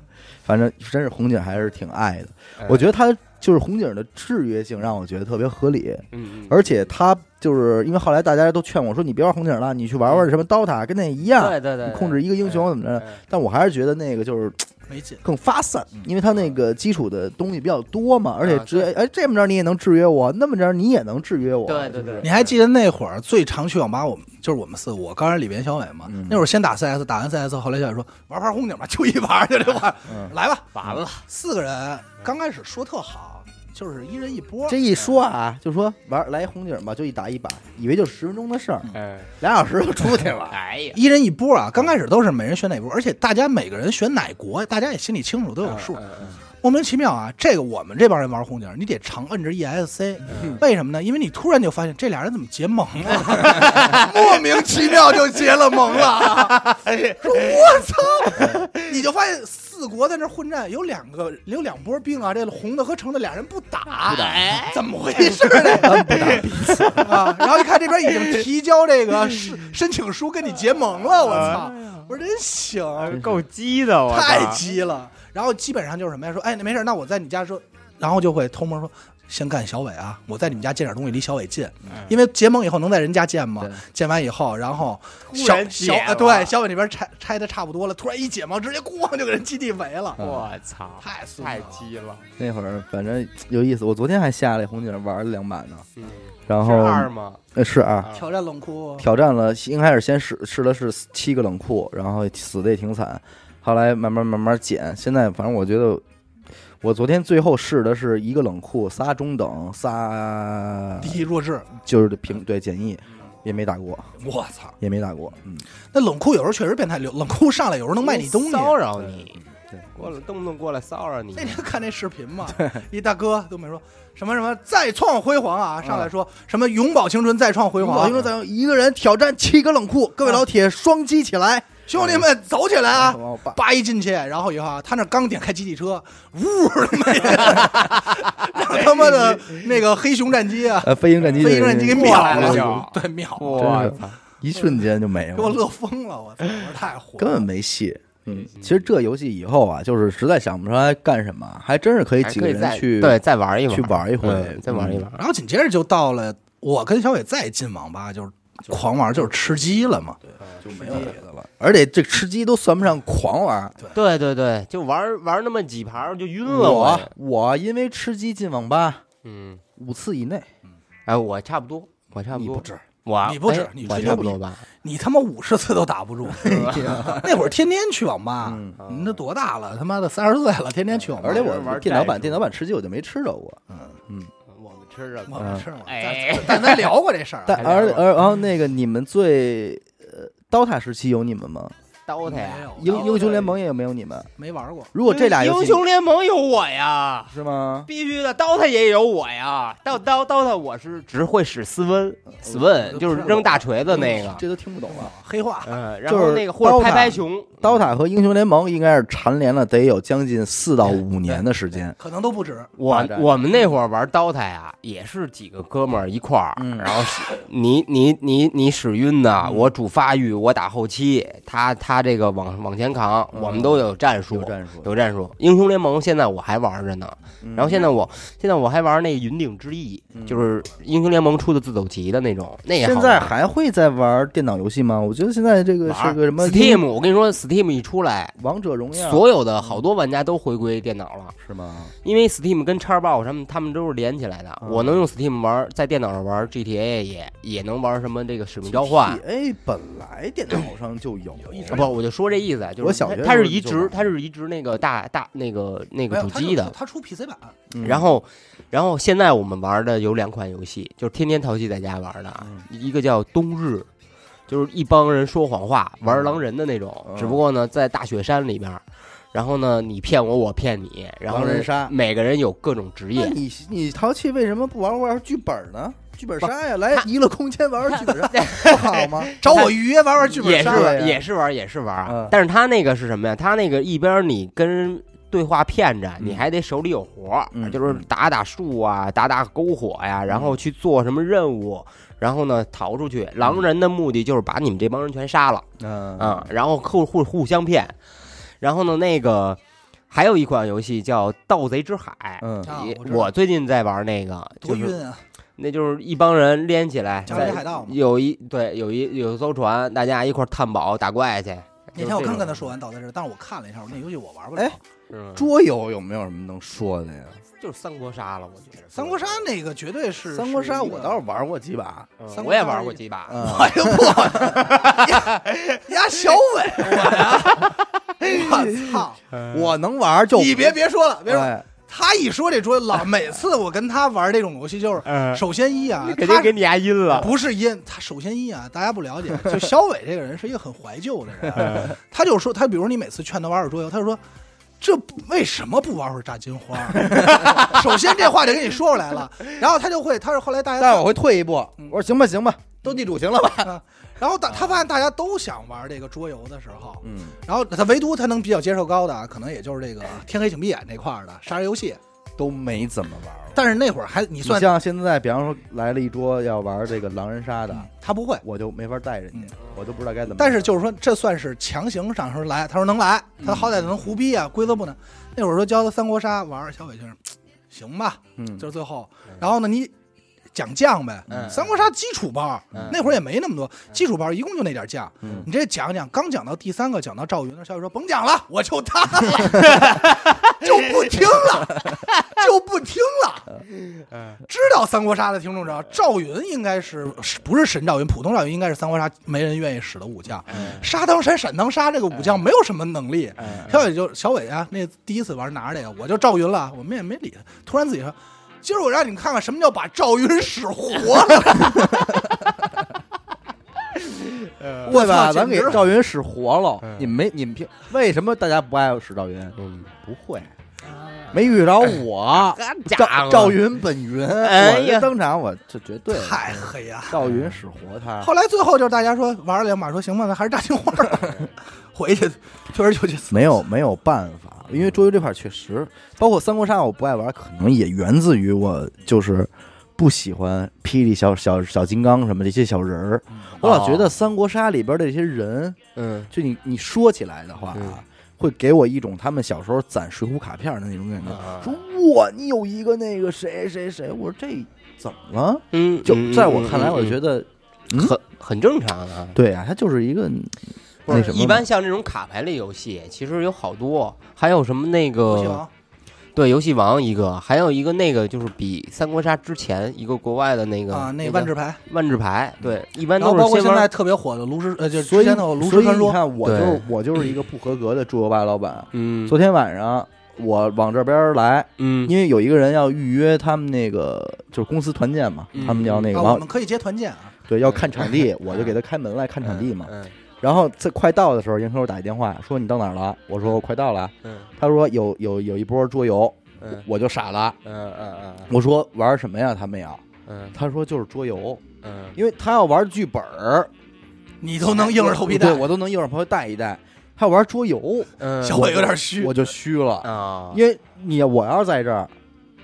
反正真是红警还是挺爱的，
嗯
我觉得他就是红警的制约性让我觉得特别合理，
嗯嗯
而且他就是因为后来大家都劝我说你别玩红警了，你去玩玩什么刀塔，跟那一样，
对对对，
你
呃对
控制一个英雄怎么着。
嗯
但我还是觉得那个就是
哎
没劲，
更发散，因为它那个基础的东西比较多嘛，而且
啊
制哎这么着你也能制约我，那么着你也能制约我，
对对
就是
对，
你还记得那会儿最常去网吧，我们就是我们四个，我刚才李岩、小伟嘛。
嗯
那会儿先打 CS，打完 CS 后来小伟说玩盘红警吧，就一玩就这玩儿
嗯，
来吧，
完了，
四个人刚开始说特好，就是一人一波，
这一说啊，就说玩来红警吧，就一打一把，以为就十分钟的事儿，
嗯，
俩小时就出去
*laughs*
了。
哎呀，
一人一波啊，刚开始都是每人选哪波，而且大家每个人选哪国，大家也心里清楚，都有数。
嗯嗯
莫名其妙啊，这个我们这帮人玩红警，你得常摁着 ESC，、为什么呢？因为你突然就发现这俩人怎么结盟啊了，莫名其妙就结了盟了啊。说我操，你就发现四国在那混战，有两个有两波兵啊，这红的和橙的俩人不打，
哎
怎么回事呢？不打彼此啊！然后一看这边已经提交这个申申请书跟你结盟了，我操！我说真行，
够鸡的，我操
太鸡了。然后基本上就是什么呀？说哎，那没事，那我在你家说，然后就会偷摸说。先干小伟啊！我在你们家建点东西，离小伟近，因为结盟以后能在人家建吗
嗯对？
建完以后，然后
突
小
然解
小
了
啊，对，小伟那边拆拆的差不多了，突然一解盟，直接咣就给人基地围了，
我操，
太孙子
嗯太
了
鸡了，
那会儿反正有意思，我昨天还下来红警玩了两把呢，
嗯，
然
是
后
二吗？
呃是啊，
挑战冷酷，
挑战了，应开始先试试的是七个冷库，然后死的也挺惨，后来慢慢慢慢减，现在反正我觉得。我昨天最后试的是一个冷库，仨中等，仨
第一弱智，
就是平对简易，也没打过，
我操！
也没打过。嗯，
那冷库有时候确实变态，冷库上来有时候能卖你东西。
骚扰你，
对，
过来动不动过来骚扰你哎
那，天看那视频嘛，一大哥都没说什么什么再创辉煌啊，上来说什么永葆青春再创辉
我
煌啊
听，说咱一个人挑战七个冷库，各位老铁双击起来！
兄弟们走起来啊！
我爸
叭一进去，然后以后啊，他那刚点开基地车，呜，让 *laughs* 他妈的那个黑熊战机啊，
呃，飞行战机，
飞行战机给
真是
秒了
过来了
就，
就
对，秒了，
我操，
一瞬间就没了，
给我乐疯了，我操，我说太火
根
了
本。没戏。嗯，其实这游戏以后啊，就是实在想不出来干什么，还真是可以
还
几
可
个
以
人
再
去
对再玩一玩，
去玩一回
嗯再玩一玩，
然后紧接着就到了我跟小伟再进网吧就是狂玩，就是吃鸡了嘛。
就没有别的了。而且这吃鸡都算不上狂玩。
对对对，就玩玩那么几盘儿就晕了
我
嗯我，
我因为吃鸡进网吧
嗯，
五次以内，
哎，我差不多，我差不
你
多，
不止，
我
你不止
哎
你
我
绝对
差
不
不
止
多吧，
你他妈五十次都打不住。 *laughs* 那会儿天天去网吧，
啊
你都多大了？他妈的三十岁了，天天去网吧。
而且
玩
我
战
电脑版
术
电脑版吃鸡我就没吃着过。
啊我们吃着
我们吃了，
哎
咱咱咱聊过这事儿啊。
*laughs* 但
还聊
而
过
而然后那个你们最呃，DOTA 时期有你们吗？
刀塔
没
呀
有，
英
刀塔
英雄联盟也没有你们。
没玩过，
如果这俩游
英
戏
雄联盟有我呀，
是吗？
必须的，DOTA 也有我呀。到刀 DOTA 我是只会使斯呃嗯温，斯温就是扔大锤子那个。
这都听不懂了。
啊黑化
嗯，然
就是
后那个或者
DOTA
拍拍熊，
刀塔和英雄联盟应该是蝉联了得有将近四到五年的时间。
可能都不止。
我
大战
我们那会儿玩 DOTA 呀，也是几个哥们儿一块儿，
嗯
然后是你你你你使晕的，我主发育，我打后期，他他这个往往前扛，
嗯
我们都有战术，
有战术
有战术。英雄联盟现在我还玩着呢，
嗯
然后现在我现在我还玩那云顶之弈，就是英雄联盟出的自走棋的那种，那也好
现
玩
在还会在玩电脑游戏吗？我觉得现在这个是
玩
个什么
Steam，我跟你说，Steam 一出来，
王者荣耀
所有的好多玩家都回归电脑了。
是吗？
因为 Steam 跟 Xbox 他们他们都是连起来的，
嗯
我能用 Steam 玩，在电脑上玩 GTA 也也能玩什么这个使命召唤。
A 本来电脑上就有，哎有一
啊不，我就说这意思，就是
我小
它
学
它
时候
是
就
移植，
玩
它是移植那个大大那个那
没
个
有，
主
它
机
就
的。
它出 PC 版，
嗯
然后，然后现在我们玩的有两款游戏，就是天天淘气在家玩的啊，
嗯
一个叫《冬日》，就是一帮人说谎话玩狼人的那种，
嗯
只不过呢在大雪山里边儿，然后呢你骗我，我骗你，然后
狼人杀
每个人有各种职
那
业。
你你淘气为什么不玩玩剧本呢？剧本杀呀，
他
来娱乐空间玩玩剧本杀不好吗？哎
找我预约玩玩剧
也
本
是
杀。
对呀
玩也是玩也是玩啊，
嗯
但是他那个是什么呀？他那个一边你跟对话骗着，
嗯
你还得手里有活儿，
嗯
就是打打树啊，打打篝火呀，然
嗯
后去做什么任务，然后呢逃出去。
嗯
狼人的目的就是把你们这帮人全杀了
嗯
啊、然后互互互相骗，然后呢那个还有一款游戏叫《盗贼之海》。
嗯
啊
也
我知道
我最近在玩那个，
多
就是
晕啊！
那就是一帮人连起来，
加勒比
在
海盗嘛
有一对有一有艘船，大家一块儿探宝打怪去。
那天我刚跟他说完倒在这儿，但是我看了一下，我那游戏我玩不了
哎。
说
桌游有没有什么能说的呀？
就是三国杀了，我觉得
三国杀那个绝对是
三国杀
是一个
我倒是玩过几把，
嗯
三国杀
我也玩
*laughs*
过几
*laughs*
把，
嗯，
哎呦我，呀小伟，我呀，我操！
我能玩就
*laughs* 你别别说了，别说了。
嗯哎
他一说这桌游，老每次我跟他玩这种游戏，就是
嗯
首先一啊，
肯定
他
给你压阴了。
不是因他首先一啊，大家不了 *laughs* 解，就小伟这个人是一个很怀旧的人，啊他就说他，比如你每次劝他玩会儿桌游，他就说。这不为什么不玩会儿炸金花？ *laughs* 首先这话就跟你说出来了，然后他就会，他是后来大家
但是我会退一步，我说行吧行吧，斗地主行了吧？
*laughs* 啊，然后大他发现大家都想玩这个桌游的时候，
嗯，
然后他唯独他能比较接受高的啊，可能也就是这个天黑请闭眼这块儿的杀人游戏。
都没怎么玩过。
但是那会儿还你
你
算
像现在，比方说来了一桌要玩这个狼人杀的，
嗯他不会，
我就没法带人家，我都不知道该怎么。
但是就是说这算是强行让说来，他说能来，
嗯
他好歹能胡逼啊，规则不能。那会儿说教他三国杀玩儿，小伟就是嘖行吧，
嗯，
就是最后，然后呢你讲酱呗，
嗯
三国杀基础包。
嗯
那会儿也没那么多基础包，一共就那点酱。
嗯
你这讲讲，刚讲到第三个，讲到赵云那儿，小雨说甭讲了，我就他
*laughs*
了，就不听了，就不听了。知道三国杀的听众知道，赵云应该是是不是神赵云？普通赵云应该是三国杀没人愿意使的武将，杀当山，闪当杀这个武将没有什么能力。小伟就小伟啊，那第一次玩拿着这个，我就赵云了，我们也没理他。突然自己说，今儿我让你们看看什么叫把赵云使活了。
对吧？
我操
咱给
简直嗯
赵云使活了，你们没你们凭为什么大家不爱使赵云？
嗯，
不会，
啊
没遇着
哎
我。
嗯
赵赵云本云，
哎
我
呀
这登场我这绝对
太黑呀、
赵云使活他。
后来最后就是大家说玩了两把，说行吧，那还是炸金花儿。回去
*laughs*
确实就去死。
没有没有办法，因为桌游这块儿确实，包括三国杀我不爱玩，可能也源自于我就是不喜欢霹雳小小小金刚什么这些小人儿，我老觉
哦
得三国杀里边的这些人，
嗯
就你你说起来的话
嗯
啊，会给我一种他们小时候攒水浒卡片儿的那种感觉，
啊
说哇，你有一个那个谁谁谁，我说这怎么了？
嗯，
就
嗯
在我看来，我觉
嗯
得
嗯很很正常啊。
对啊，他就是一个
不
那
是
什么
一般像这种卡牌类游戏，其实有好多，还有什么那
游戏
个
王
对游戏王一个，还有一个那个就是比三国杀之前一个国外的那个
啊，那
个
万智牌，
万智牌，对，一般
然
都
后
是
包括
先
现
玩
在特别火的炉石，呃，就是
所
之
以
前的炉
所
石
以
传
你
说，嗯
看，我就
对
我就是一个不合格的桌游吧老板。
嗯
昨天晚上我往这边儿来，
嗯
因为有一个人要预约他们那个就是公司团建嘛，
嗯
他们要那个
啊，我
往
们可以接团建啊。 *laughs*
对要看场地，我就给他开门来看场地嘛。
嗯
然后在快到的时候，严科给我打一电话说你到哪儿了？我说我快到了。
嗯
他说有有有一波桌游，
嗯
我就傻了。
嗯嗯
我说玩什么呀？他们要，
嗯
他说就是桌游，
嗯
因为他要玩剧本儿，
你都能硬着头皮带
对，我都能硬着头皮带一带。他要玩桌游，
嗯，
小伟有点虚
我。就虚了。
啊，
因为你我要是在这儿，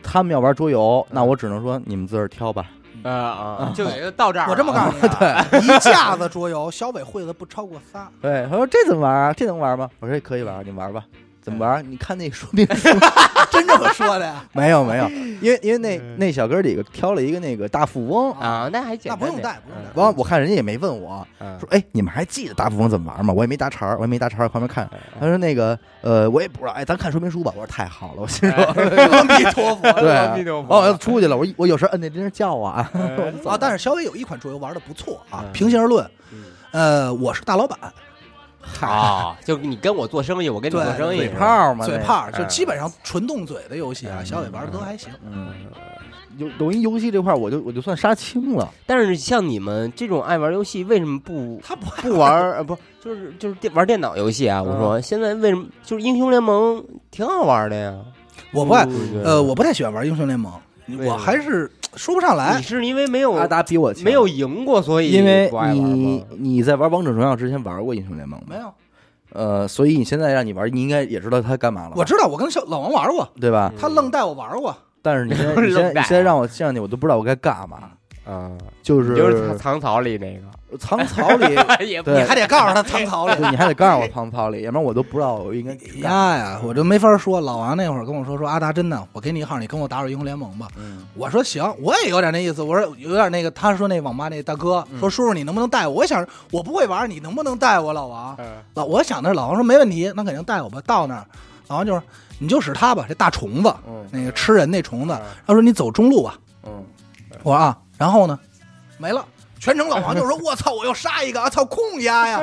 他们要玩桌游，那
嗯
我只能说你们自个儿挑吧。
啊啊，就也就到这儿了。
我这么告诉你啊，一架子桌游，小伟会的不超过仨。
对，他说这怎么玩啊？这能玩吗？我说这可以玩，你玩吧。怎么玩？啊你看那说明书。
真这么说的呀？
*laughs* 没有没有， *laughs* 嗯因为因为那那小哥几个挑了一个那个大富翁，
啊，那还简单
*laughs* 那不用
点
带不用带
完了我看人家也没问我，
嗯
说哎你们还记得大富翁怎么玩吗？我也没搭茬儿，我也没搭茬儿，旁边看。他
嗯
说那个呃我也不知道，哎咱看说明书吧。我说太好了，我心说 *laughs*
阿弥陀佛。
对
阿
啊，
弥陀
哦
佛
我要出去了，我一我有时候摁那铃儿叫我啊。
嗯
啊，但是小伟有一款桌游玩的不错啊
嗯，
平心而论，
嗯
呃，我是大老板，
啊，就你跟我做生意，我跟你做
对
生
哎
意
嘴
是吧
炮儿嘛，
嘴
那个
炮儿，
那个
就基本上纯动嘴的游戏啊，小伟玩的都还行。
嗯，游抖音游戏这块儿，我就我就算杀青了。
但是像你们这种爱玩游戏，为什么不
他不
不玩儿？呃，不就是就是电玩电脑游戏啊？我说现在为什么就是英雄联盟挺好玩的呀？
我不爱，
对
呃，我不太喜欢玩英雄联盟，
嗯什
我
么
还是说不上
你
来。
是因为没有
啊
阿达比我强
没有，赢过，所以
因为
不爱玩
你
吗？
你在玩王者荣耀之前玩过英雄联盟吗？
没有，
呃，所以你现在让你玩，你应该也知道他干嘛了吧，
我知道，我跟小老王玩过，
对吧？
嗯
他愣带我玩过。
但是你
*laughs*
现在
愣
你现在
带
你现在让我见你，我都不知道我该干嘛，
啊，
就
你就是藏
是
藏槽里那个，
藏草
*laughs*
里，
也不
对
你还得告诉他藏槽里。
对你还得告诉我藏草里，要不然我都不知道我应该去干。
呀呀，我就没法说。老王那会儿跟我说说阿达，真的，我给你一号，你跟我打会儿英雄联盟吧。
嗯
我说行，我也有点那意思。我说有点那个，他说那网吧那大哥
嗯
说叔叔你能不能带我？我想我不会玩，你能不能带我？老王，
嗯
老我想的是老王说没问题，那肯定带我吧。到那儿，老王就是你就使他吧，这大虫子，
嗯
那个吃人那虫子
嗯。
他说你走中路吧，
嗯，
我说啊，然后呢，没了。全程老王就说：“我操，我又杀一个，啊操，控压呀！”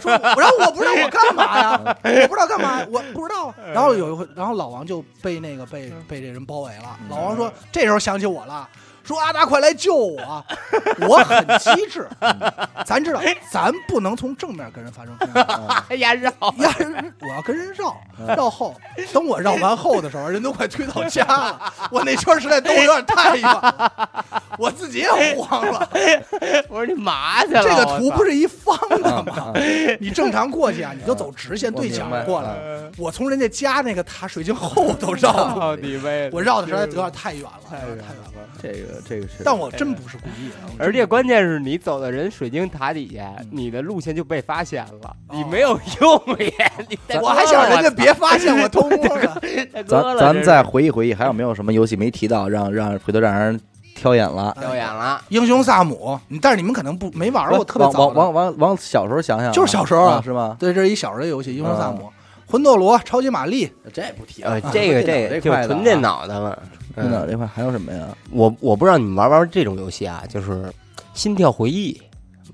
说我，然后我不知道我干嘛呀，我不知道干嘛，我不知道啊。然后有一回，然后老王就被那个被被这人包围了。老王说：“这时候想起我了，说阿达快来救我！”我很机智，咱知道，咱不能从正面跟人发生冲突。
哎呀绕，
要是我要跟人绕绕后，等我绕完后的时候，人都快推到家了。我那圈实在兜有点太远了，我自己也慌了。
我说你嘛去了？
*laughs* 这个图不
是
是一方的吗？ *laughs* 你正常过去啊，你就走直线对角过
我明
来。 *laughs* 我从人家家那个塔水晶后头绕了，
操你妹！
我绕的实在有点太远了，太远了。
这个这个是，
但我真不是故意的，
而且关键是你走到人水晶塔底下，你的路线就被发现了，你没有用也。你太
我还想人家别发现我偷摸的。
太多
咱
了
咱
这
们
是
再回忆回忆，还有没有什么游戏没提到，让让回头让人挑眼了？
表演了，
英雄萨姆，你但是你们可能不没玩过，特别
往
早
往
的。
往往往小时候想想啊，
就是小时候啊
啊，是吗？
对，这是一小时的游戏，英雄萨姆、啊魂斗罗、超级玛丽，
这不提
呃，这个
这
*laughs* 这个就纯电，脑的了。
电脑
嗯，
这块还有什么呀？
我我不知道你们玩不玩这种游戏啊，就是《心跳回忆》，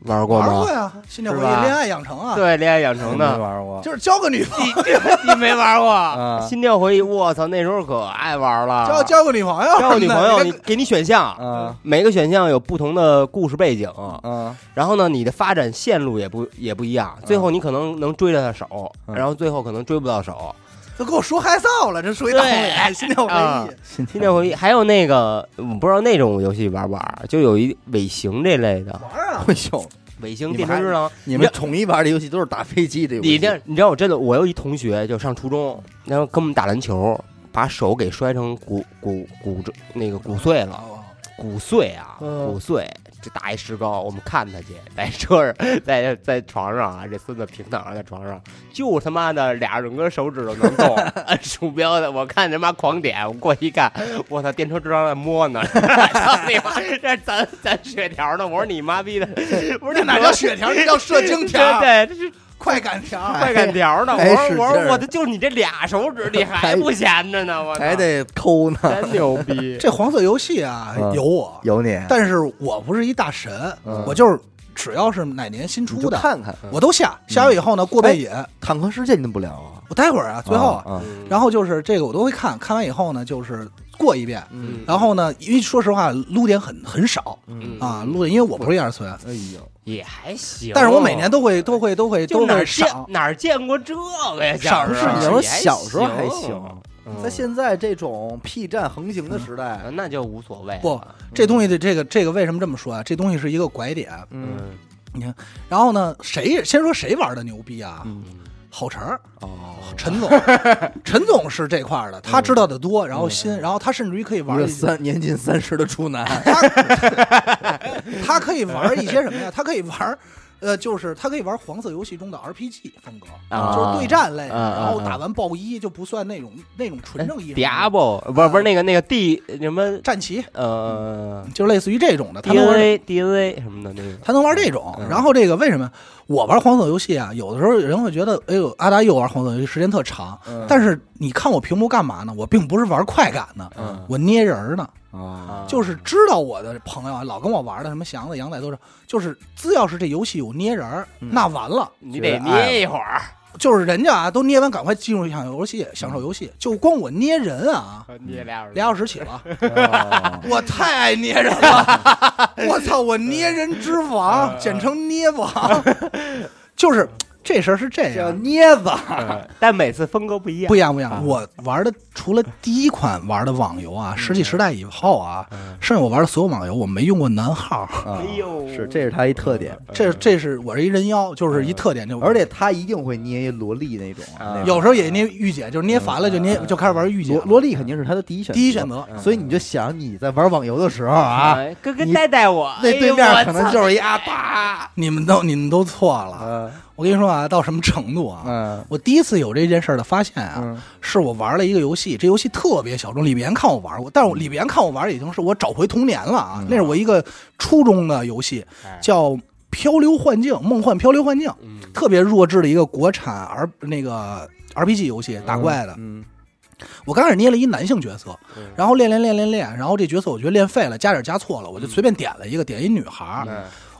玩过
玩
吗
过？呀，心跳回忆、
是吧
恋爱养成啊，，
对，恋爱养成
没
的，
玩过，
*laughs* 就是交个女朋友，
*laughs* 你没玩
啊
过？心跳回忆，我操，那时候可爱玩了。
交啊交个女朋友，
交个女朋友，
你
你
看
给你选项，
啊
每个选项有不同的故事背景，
啊，
然后呢，你的发展线路也不也不一样，最后你可能能追着他手，
嗯
然后最后可能追不到手。
都给我说害臊了，这属于大红脸，心跳回
啊
忆。
心
心跳回忆，还有那个我不知道那种游戏玩不玩，就有一尾行这类的，
玩啊！
会秀，
尾行
你
变
们还
成只狼。
你们统一玩的游戏都是打飞机的游戏。
你这你知道我真的，我有一同学就上初中，然后跟我们打篮球，把手给摔成骨骨骨折那个骨碎了，骨碎啊，
嗯
骨碎，这打一石膏，我们看他去，在车上， *laughs* 在在床上啊，这孙子平躺在床上，就他妈的俩整个手指头能动，按鼠标的，我看他妈狂点，我过去一看，我操，电车之上在摸呢， *laughs* 操你妈，这咱咱血条呢，我说你妈逼的，我说
这
这
哪叫血条，这叫射 *laughs* 精条、
*laughs* 对，这是
快感 *laughs* 条。
快感条呢，我
还哎
说
使
我
劲儿
说我的就是你这俩手指，你还
还
不闲着呢，我操
还得抠呢？
真牛
*laughs*
逼，
这黄色游戏啊，
嗯
有我，
有你，
但是我不是一大神，
嗯
我就是只要是哪年新
你
出
就
的，嗯
看看《
我都下。下完以后呢，过
哎
背瘾。
坦克世界》，你怎么不聊啊？
我待会儿啊，最后啊，
啊，
然后就是这个我都会看，看完以后呢，就是过一遍。
嗯
然后呢，因为说实话，撸点很很少
嗯，
啊，撸点，因为我不是一二村，
哎呦，
也还行。
但是我每年都会都会都会
就
都
哪
会
儿见
赏。
哪儿见过这个呀？
赏
小时
是
候
你
要说
也
小时候还
行
行，
嗯
在现在这种 P 站横行的时代，
那就无所谓了。
不，这东西的这个这个为什么这么说啊？这东西是一个拐点。
嗯，
然后呢，谁先说谁玩的牛逼啊？
嗯，
郝晨儿，
哦，
陈
*laughs*
总，陈总是这块儿的，他知道的多，
嗯
然后新，然后他甚至于可以
一
玩
个
一些，
三年近三十的处男，
*laughs* 他可以玩一些什么呀？他可以玩。呃，就是他可以玩黄色游戏中的 RPG 风格，
啊
就是对战类，
啊啊哎
然后打完爆一就不算那种那种纯正意义上的
Diablo 不是不是那个那个 D 什么
战旗，
呃
就类似于这种的，他能玩
DNA DNA 什么的那个。
他能玩这种
嗯。
然后这个为什么我玩黄色游戏啊？有的时候人会觉得，哎呦，阿达又玩黄色游戏，时间特长。
嗯
但是你看我屏幕干嘛呢？我并不是玩快感呢，
嗯
我捏人儿呢。
啊，
就是知道我的朋友啊，老跟我玩的什么祥子、杨仔都是，就是只要是这游戏有捏人儿，
嗯
那完了，
你得
哎
捏一会儿，
就是人家啊都捏完，赶快进入一场游戏，享
嗯
受游戏。就光我捏人啊，
捏俩小时
俩小时起
*laughs*
了。
哦
我太爱捏人了，
*laughs*
我操，我捏人之王，
嗯
简称捏王，就是这事儿是这
叫
样，
捏嗯子，
*laughs* 嗯但每次风格不一样
不。一样不一
啊
样。我玩的除了第一款玩的网游
嗯
啊，《石器时代》以后啊，剩下我玩的所有网游，我没用过男号。
哎
哎呦
是这是他一特点，
这这是我是一人妖，就是一特点，就
嗯而且他一定会捏一萝莉那种那
啊，
种
有时候也捏御姐，就是捏烦了就捏就开始玩御姐
嗯萝
了。
萝莉肯定是他的第一选嗯
第一选择，
所以你就想你在玩网游的时候啊，
哎，哥哥
你
带带我，
那对面可
哎呦
能
我操
就是一阿达，
你们都你们都错了。
嗯
我跟你说啊，到什么程度啊？
嗯
我第一次有这件事儿的发现啊，
嗯
是我玩了一个游戏，这游戏特别小众。李岩看我玩过，但
嗯
是我李岩看我玩已经是我找回童年了啊！那是我一个初中的游戏，叫《漂流幻境》，梦幻漂流幻境，
哎嗯
特别弱智的一个国产 R 那个 RPG 游戏，打怪的。
嗯
我刚开始捏了一男性角色
嗯，
然后练练练练练，然后这角色我觉得练废了，加点加错了，我就随便点了一个，点一女孩儿。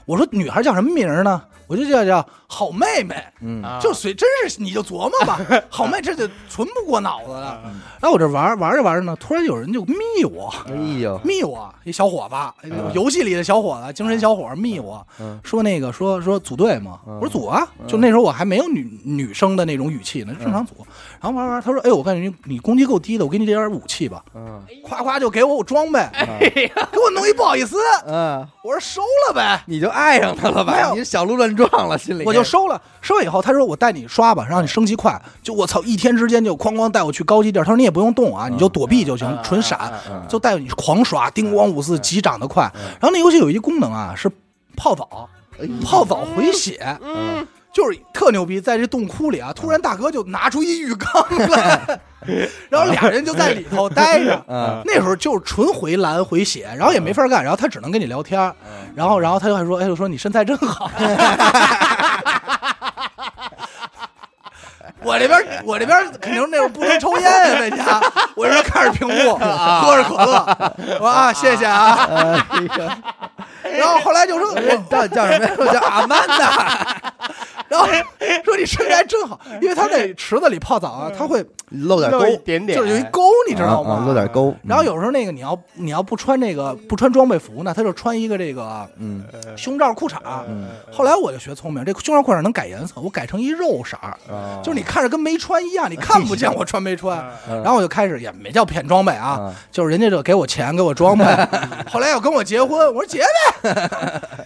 我说女孩叫什么名儿呢？我就叫叫好妹妹。
嗯，
啊
就随真是你就琢磨吧，好妹这就纯不过脑子了。然后我这玩玩着玩着呢，突然有人就密我，
哎呦，
密我一小伙子，游戏里的小伙子，精神小伙儿密我
嗯
说那个说说组队嘛，
嗯嗯
我说组啊，就那时候我还没有女女生的那种语气呢，正常组。然后玩玩，他说哎，我感觉你你攻击够低的，我给你这点武器吧，
嗯
夸夸就给我我装备，
哎
给我弄一不好意思，
嗯，
我说收了呗。
你就爱上他了
没
吧？
有
你是小鹿乱撞了，心里
我就收了，收了以后，他说我带你刷吧，让你升级快。就我操，一天之间就哐哐带我去高级地儿。他说你也不用动啊，你就躲避就行，纯闪，就带你狂刷，叮咣五四，急涨得快。然后那游戏有一功能啊，是泡澡，
哎
泡澡回血，就是特牛逼。在这洞窟里啊，突然大哥就拿出一浴缸来， *laughs* 然后俩人就在里头待着。
嗯
那时候就是纯回蓝回血，然后也没法干，然后他只能跟你聊天儿，然后然后他就还说，哎，我说你身材真好。 *laughs* 我这边我这边肯定那会儿不能抽烟呀、在家，我这边看着屏幕，喝着可乐，我说啊谢谢啊，
呃，这个
*laughs* 然后后来就说我
叫叫什么呀？
*laughs*
叫阿曼达，
然后说你身材真好，因为他在池子里泡澡啊，他会
露点
露一
沟，
点点，
就是有一沟，你知道
啊
吗？
露点沟。
然后有时候那个你要你要不穿那个不穿装备服呢，他就穿一个这个
嗯
胸罩裤衩。后来我就学聪明，这胸罩裤衩能改颜色，我改成一肉色儿，
嗯，
就是你看着跟没穿一样，你看不见我穿
*laughs*
没穿。然后我就开始也没叫骗装备啊
嗯，
就是人家就给我钱给我装
*laughs*
备。后来要跟我结婚，我说结呗，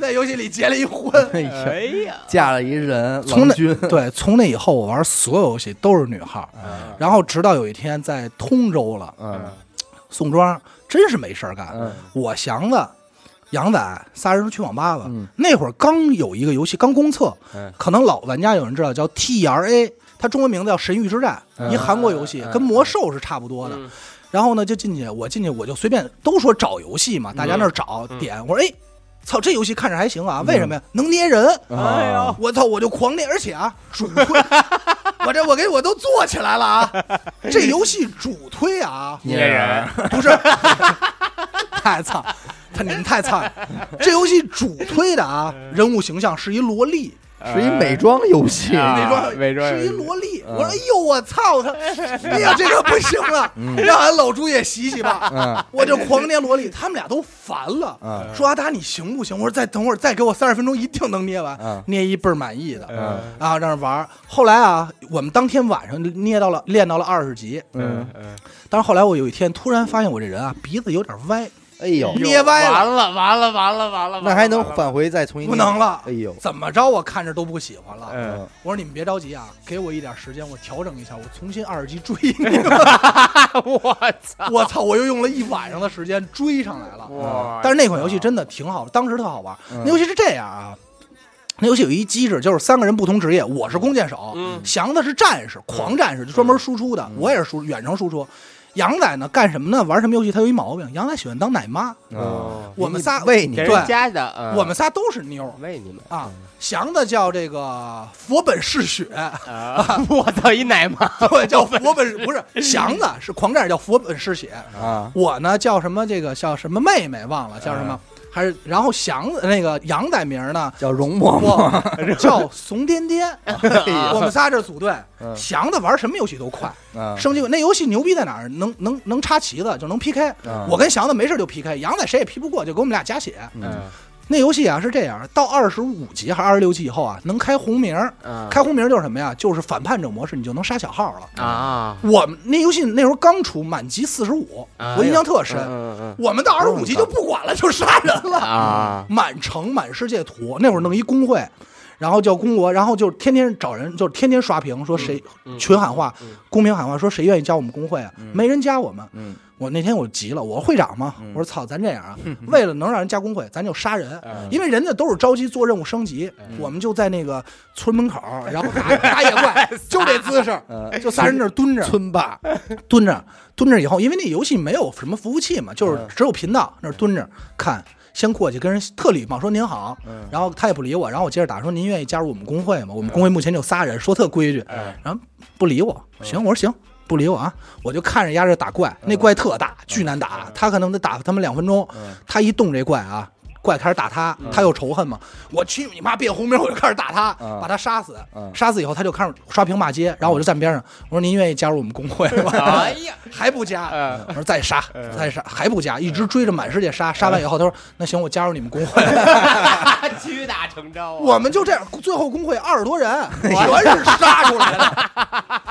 在游戏里结了
*laughs*
一婚。
哎呀，
哎呀，
嫁了一人
从
郎
那
君，
对，从那以后我玩所有游戏都是女号，
嗯
然后直到有一天在通州了，
嗯
宋庄真是没事儿干，
嗯
我祥子、杨仔仨人去网吧吧。
嗯
那会儿刚有一个游戏刚公测，
嗯
可能老玩家有人知道，叫 TRA，它中文名字叫《神域之战》，一韩国游戏，
嗯
跟魔兽是差不多的。
嗯
然后呢，就进去，我进去我就随便都说找游戏嘛，大家那儿找、点，我说哎。操，这游戏看着还行啊，为什么呀？能捏人！
哎
啊
呦，
我操，我就狂捏，而且啊，主推， *laughs* 我这我给我都坐起来了啊！这游戏主推啊，
捏人，
不是，太惨，他你们太惨了。这游戏主推的啊，人物形象是一萝莉，
是一美妆游戏，
啊
美妆
美妆
是一萝莉，
嗯
我说哎呦我
*laughs*
操他，哎呀这个不行了，让俺老朱也洗洗吧，
嗯
我就狂捏萝莉，他们俩都烦了，
嗯
说阿啊达你行不行？我说再等会儿，再给我三十分钟，一定能捏完，
嗯
捏一倍儿满意的，
嗯
啊，让人玩儿。后来啊，我们当天晚上捏到了，练到了二十级。
嗯，
嗯，
但是后来我有一天突然发现我这人啊鼻子有点歪，
哎呦，
捏歪了，
完了完了完了完了，
那还能返回再重新？
不能。了。
哎呦
怎么着我看着都不喜欢了。
嗯，
我说你们别着急啊，给我一点时间，我调整一下，我重新二十级追你。
*laughs* 我操，
我操，我又用了一晚上的时间追上来了。
哇
但是那款游戏真的挺好，当时特好玩。
嗯
那游戏是这样啊，那游戏有一机制，就是三个人不同职业，我是弓箭手，
嗯
祥子是战士，狂战士就专门输出的，我也是输远程输出。杨仔呢干什么呢？玩什么游戏？他有一毛病，杨仔喜欢当奶妈。
啊
哦！
我们仨
喂你
给
对
人家的，嗯
我们仨都是妞儿
为你们
啊，祥子叫这个佛本嗜 *laughs* 血，
啊！我操，一奶妈，
对，叫佛本不是嗯祥 *laughs* 子是狂战士，叫佛本嗜血。
啊，
我呢叫什么这个叫什么妹妹忘了叫什么，还是然后祥子那个杨仔名呢
叫容嬷嬷。
*laughs* 不叫怂颠颠。 *laughs* 我们仨这组队，
嗯
祥子玩什么游戏都快，
*laughs* 啊
升级那游戏牛逼在哪儿？能能能插旗子，就能 PK
嗯。
我跟祥子没事就 PK，杨仔谁也 P 不过，就给我们俩加血。
嗯
那游戏啊是这样，到二十五级还是二十六级以后啊，能开红名儿。
嗯
开红名儿就是什么呀？就是反叛者模式，你就能杀小号了。
啊，
我们那游戏那时候刚出，满级四十五，
哎
我印
呦
象特深。
嗯嗯
我们到二十五级就不管了，就杀人了
嗯啊，
满城满世界图，那会儿弄一工会，然后叫公国，然后就天天找人，就天天刷屏，说谁、
嗯
群喊话，
嗯
公屏喊话，说谁愿意加我们工会啊？没人加我们。
嗯
我那天我急了，我会长
嗯
嘛，我说操，咱这样啊，为了能让人加工会，咱就杀人，
嗯
因为人家都是着急做任务升级，
哎
我们就在那个村门口，然后打打野
*laughs*
怪，就这姿势，
嗯
就仨人那儿蹲着，
*laughs* 村霸，
蹲着，蹲着以后，因为那游戏没有什么服务器嘛，就是只有频道那儿蹲着看。先过去跟人特礼貌说您好，然后他也不理我，然后我接着打说您愿意加入我们工会吗？我们工会目前就仨人，说特规矩，
哎
然后不理我，
嗯
行，我说行，不理我啊，我就看着丫这打怪，那怪特大，
嗯
巨难打，他可能得打他们两分钟，他一动这怪啊，怪开始打他，
嗯
他又仇恨嘛，我去你妈变红名，我就开始打他，
嗯
把他杀死
嗯，
杀死以后他就开始刷屏骂街，然后我就站边上，我说您愿意加入我们工会吗？
嗯 *laughs* 哎呀，
*laughs* 还不加，
嗯
我说再杀，再杀，还不加，一直追着满世界杀，杀完以后，他说那行，我加入你们工
*laughs*
会，
*laughs* 屈打成招啊，
我们就这样，最后工会二十多
*laughs*
人，全是杀出来的，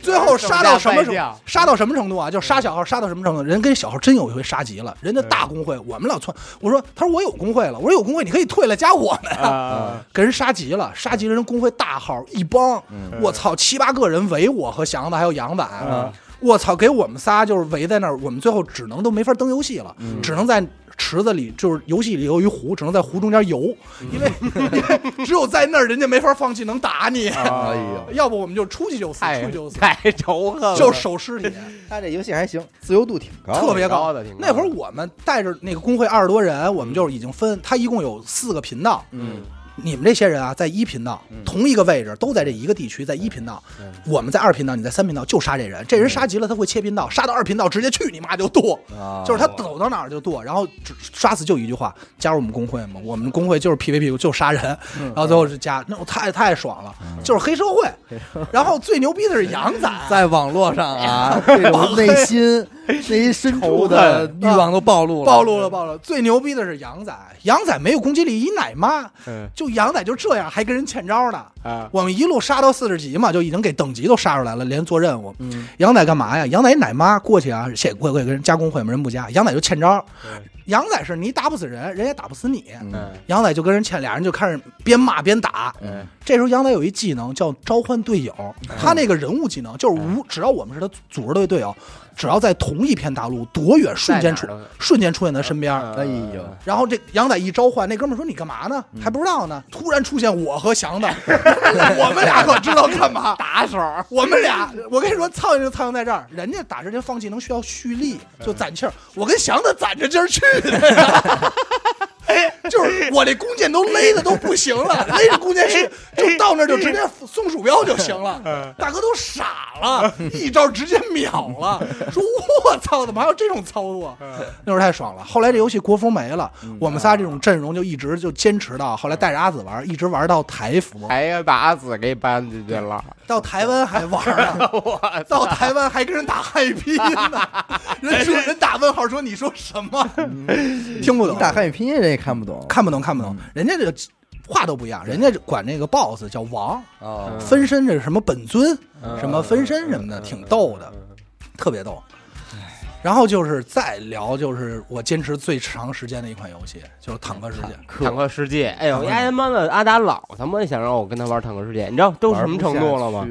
最后杀到什么
手
程
下败将
杀到什么程度啊？就杀小号，杀到什么程度？人跟小号真有一回杀急了，人家大工会，我们老窜，我说他说我有工会了，我说有工会你可以退了加我们啊，
啊，
给人杀急了，杀急了人工会大号一帮，我操，七八个人围我和祥子还有杨仔。啊我操！给我们仨就是围在那儿，我们最后只能都没法登游戏了，只能在池子里，就是游戏里有一湖，只能在湖中间游，因为 *laughs* 只有在那儿人家没法放弃能打你，
哎呦，
*laughs* 要不我们就出去就死，出
太
去就死，
太 *laughs* 仇恨了，
就守尸体，
他这游戏还行，自由度挺高的，
特别
高
高
的挺高的
那会儿我们带着那个工会二十多人，我们就是已经分，他一共有四个频道，
嗯
你们这些人啊，在一频道同一个位置，都在这一个地区，在一频道，我们在二频道，你在三频道，就杀这人。这人杀急了，他会切频道，杀到二频道直接去你妈就剁，
啊，
就是他走到哪儿就剁，然后只杀死就一句话：加入我们工会嘛，我们工会就是 PVP 就杀人，然后最后是加，那我太太爽了，就是嗯黑社会。然后最牛逼的是杨 *laughs* 仔，
在网络上啊， *laughs* 这种内 *laughs* 心内心深处的欲望都暴露了，嗯
暴露了，暴露了。最牛逼的是杨仔，杨仔没有攻击力，一奶妈，
嗯
就杨仔就这样还跟人欠招呢。
啊，
我们一路杀到四十级嘛，就已经给等级都杀出来了，连做任务。
嗯
杨仔干嘛呀？杨仔一奶妈过去啊，写过过去跟人加工会嘛，人不加，杨仔就欠招。杨仔是你打不死人，人也打不死你。
嗯
杨仔就跟人欠，俩人就开始边骂边打。
嗯
这时候杨仔有一技能叫召唤队友，
嗯
他那个人物技能就是无，只要我们是他组织队队友，只要在同一片大陆多远，瞬间出
在哪儿都嗯
瞬间出现在他身边。
哎呦，
然后这杨仔一召唤，那哥们儿说：“你干嘛呢？还不知道呢。”突然出现我和祥
*laughs*
子，我们俩可知道干嘛。
打手，
我们俩，我跟你说，苍蝇就苍蝇在这儿，人家打之前放技能 *laughs* 哎需要蓄力，就攒气儿。我跟祥子攒着劲儿去的，就是我这弓箭都勒的都不行了，勒着弓箭是就到那儿就直接送鼠标就行了。大哥都傻了，一招直接秒了，说我操，怎么还有这种操作？那会儿太爽了。后来这游戏国服没了，我们仨这种阵容就一直就坚持到后来带着阿紫玩，一直玩到台服。
哎呀，把阿紫给搬进去了，
到台湾还玩
*laughs*
呢，到台湾还跟人打汉语拼音呢，人说人打问号说你说什么，听不懂
嗯你，打汉语嗯拼音人也看不懂
看不懂看不懂，人家这个话都不一样，人家管那个 boss 叫王，
哦
分身这是什么本尊，
嗯
什么分身什么的，挺逗的，特别逗。然后就是再聊，就是我坚持最长时间的一款游戏，就是《坦克世
*laughs*
界》。
坦克世界。哎呦，丫他妈的阿达老他妈想让我跟他玩坦克世界，你知道都是什么程度了吗？？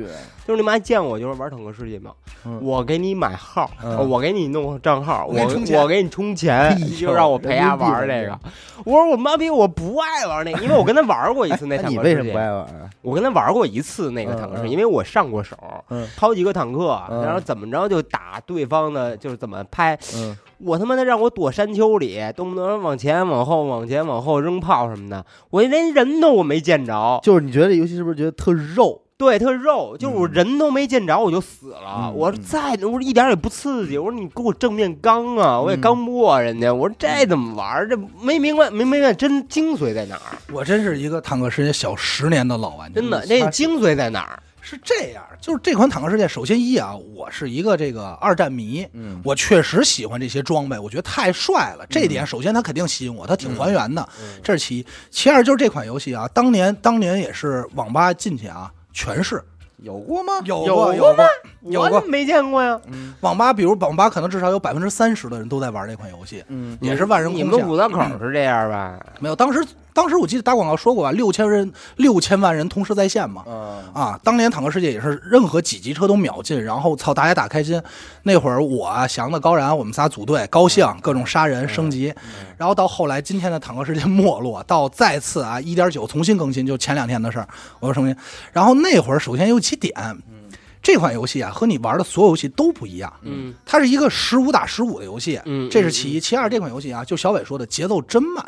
就是你妈见我就是玩坦克世界嘛，
嗯
我给你买号，
嗯
我给你弄账号，
我
我
给你充钱
我给你充钱，
哎呦
你就让我陪他玩这
人民
个
币。
我说我妈逼我不爱玩那个，因为我跟他玩过一
*laughs*
次那
那
坦
哎你
克
为
世
什么不
界，
爱玩啊？
我跟他玩过一次那个坦克世
嗯嗯
界，因为我上过手
嗯，
掏几个坦克，
嗯
然后怎么着就打对方的，就是怎么拍，
嗯，
我他妈的让我躲山丘里，动不动往前往后往前往后扔炮什么的，我连人都我没见着，
就是你觉得这游戏是不是觉得特肉？
对，特肉，就是
嗯
我人都没见着我就死了，
嗯
我说再我说一点也不刺激，我说你给我正面刚啊，
嗯
我也刚不过人家，我说这怎么玩儿？这没明白没明白真精髓在哪儿？
我真是一个《坦克世界》小十年的老玩家，
真的，这
它是
精髓在哪儿？
是这样，就是这款《坦克世界》，首先一啊，我是一个这个二战迷，
嗯
我确实喜欢这些装备，我觉得太帅了。这一点，首先它肯定吸引我，它挺还原的，这是其一。其二就是这款游戏啊，当年当年也是网吧进去啊，全是
啊有过吗？
有
有
过
过
有过有
我
过
怎么没见过呀？
网吧，比如网吧可能至少有百分之三十的人都在玩这款游戏，
嗯
也是万人
你
空
们
巷。
五道口是这样吧？
没有，当时当时我记得打广告说过吧，六千人六千万人同时在线嘛，
嗯，
啊，当年坦克世界也是任何几级车都秒进，然后操大家打开心。那会儿我啊祥子、高然，我们仨组队，
嗯
高兴各种杀人升级，然后到后来今天的坦克世界没落，到再次啊一点九重新更新，就前两天的事儿，我又重新。然后那会儿首先有几点，
嗯
这款游戏啊和你玩的所有游戏都不一样，
嗯，
它是一个十五打十五的游戏，
嗯
这是其一，其二这款游戏啊，就小伟说的节奏真慢，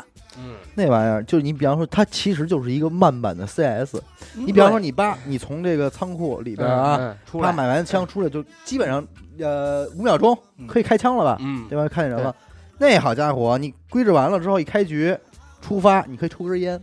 那玩意儿就是你，比方说它其实就是一个慢版的 CS。你比方说你爸，你从这个仓库里边啊，
嗯，出
他
来，
买完枪出来就基本上呃五秒钟可以开枪了吧？
嗯
对吧？看见人了，那好家伙，你规制完了之后一开局。出发，你可以抽根烟，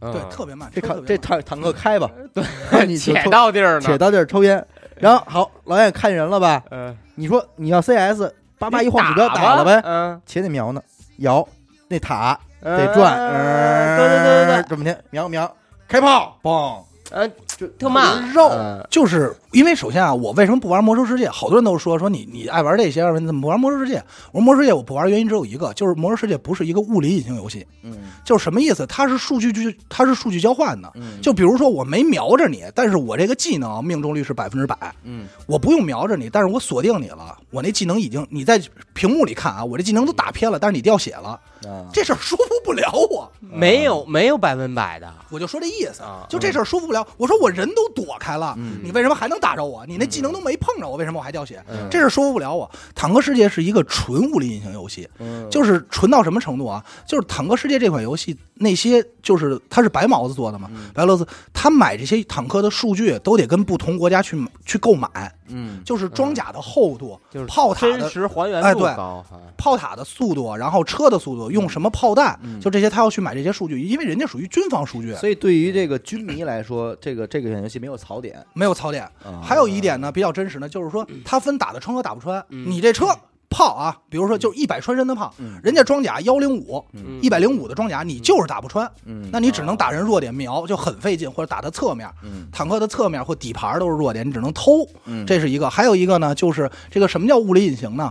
嗯
对，特别慢，
这
特
坦
别
这
慢
坦坦克开吧，对你就
*laughs* 且
抽
到地儿呢，
且到地儿抽
*laughs*
烟，然后好老远看人了吧？
嗯，
你说你要 CS，叭叭一晃鼠标
打
打了
吧
呗，
嗯，
且得瞄呢，摇那塔
嗯
得转，
嗯
呃
对对对对对，
这么天瞄瞄，开炮，
嘣。
呃，
就
特慢
肉
嗯
就是因为首先啊，我为什么不玩魔兽世界？好多人都说说你你爱玩这些，你怎么不玩魔兽世界？我说魔兽世界我不玩的原因只有一个，就是魔兽世界不是一个物理引擎游戏，
嗯
就是什么意思？它是数据聚，它是数据交换的。
嗯
就比如说我没瞄着你，但是我这个技能命中率是百分之百，
嗯
我不用瞄着你，但是我锁定你了，我那技能已经你在屏幕里看啊，我这技能都打偏了，但是你掉血了，
啊，
这事儿说服不了我，
没有没有百分百的，
我就说这意思
啊，
就这事儿说服不了。我说我人都躲开了，
嗯
你为什么还能打着我？你那技能都没碰着我，为什么我还掉血？
嗯
这事儿说服不了我。坦克世界是一个纯物理引擎游戏，
嗯
就是纯到什么程度啊？就是坦克世界这款游戏，那些就是它是白毛子做的嘛，
嗯
白俄罗斯，他买这些坦克的数据都得跟不同国家去买去购买，
嗯
就是装甲的厚度、
就是
炮塔
真
的
实还原
哎
度
对
高，哈
炮塔的速度，然后车的速度，用什么炮弹，
嗯
就这些，他要去买这些数据，因为人家属于军方数据，
所以对于这个军迷来说，这个这个游戏没有槽点，
没有槽点。
啊嗯
还有一点呢，比较真实呢，就是说它分打得穿和打不穿。
嗯
你这车炮啊，比如说就一百穿身的炮，
嗯
人家装甲幺零五、
嗯
一百零五的装甲，你就是打不穿，
嗯
那你只能打人弱点瞄，就很费劲，或者打他侧面。
嗯
坦克的侧面或底盘都是弱点，你只能偷，
嗯
这是一个。还有一个呢，就是这个什么叫物理隐形呢？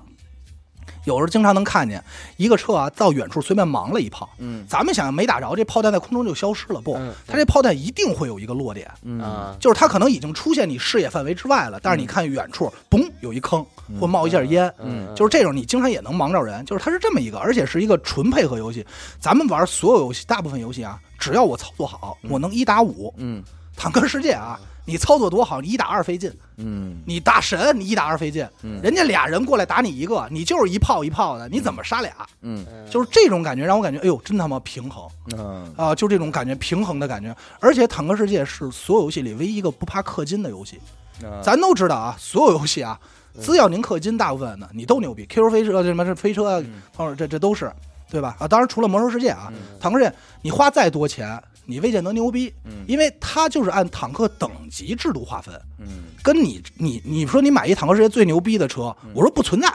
有时候经常能看见一个车啊，到远处随便盲了一炮，
嗯
咱们想没打着，这炮弹在空中就消失了。不
嗯，
它这炮弹一定会有一个落点，
嗯
啊，
就是它可能已经出现你视野范围之外了，但是你看远处，嘣，有一坑或冒一下烟，
嗯
就是这种你经常也能盲着人，就是它是这么一个，而且是一个纯配合游戏。咱们玩所有游戏，大部分游戏啊，只要我操作好，我能一打五。
嗯
坦克世界啊，你操作多好，你一打二费劲，
嗯
你打神你一打二费劲，
嗯
人家俩人过来打你一个，你就是一炮一炮的，你怎么杀俩？
嗯
就是这种感觉让我感觉，哎呦，真他妈平衡
嗯
啊、就这种感觉平衡的感觉。而且《坦克世界》是所有游戏里唯一一个不怕氪金的游戏。
嗯
嗯
咱都知道啊，所有游戏啊，只要您氪金，大部分的你都牛逼。QQ 飞车这什么这飞车啊，
嗯
或者这这都是对吧？啊，当然除了魔兽世界啊，坦克世界你花再多钱，你未见得牛逼，
嗯
因为它就是按坦克等级制度划分。
嗯
跟你你你说你买一坦克世界最牛逼的车，
嗯
我说不存在，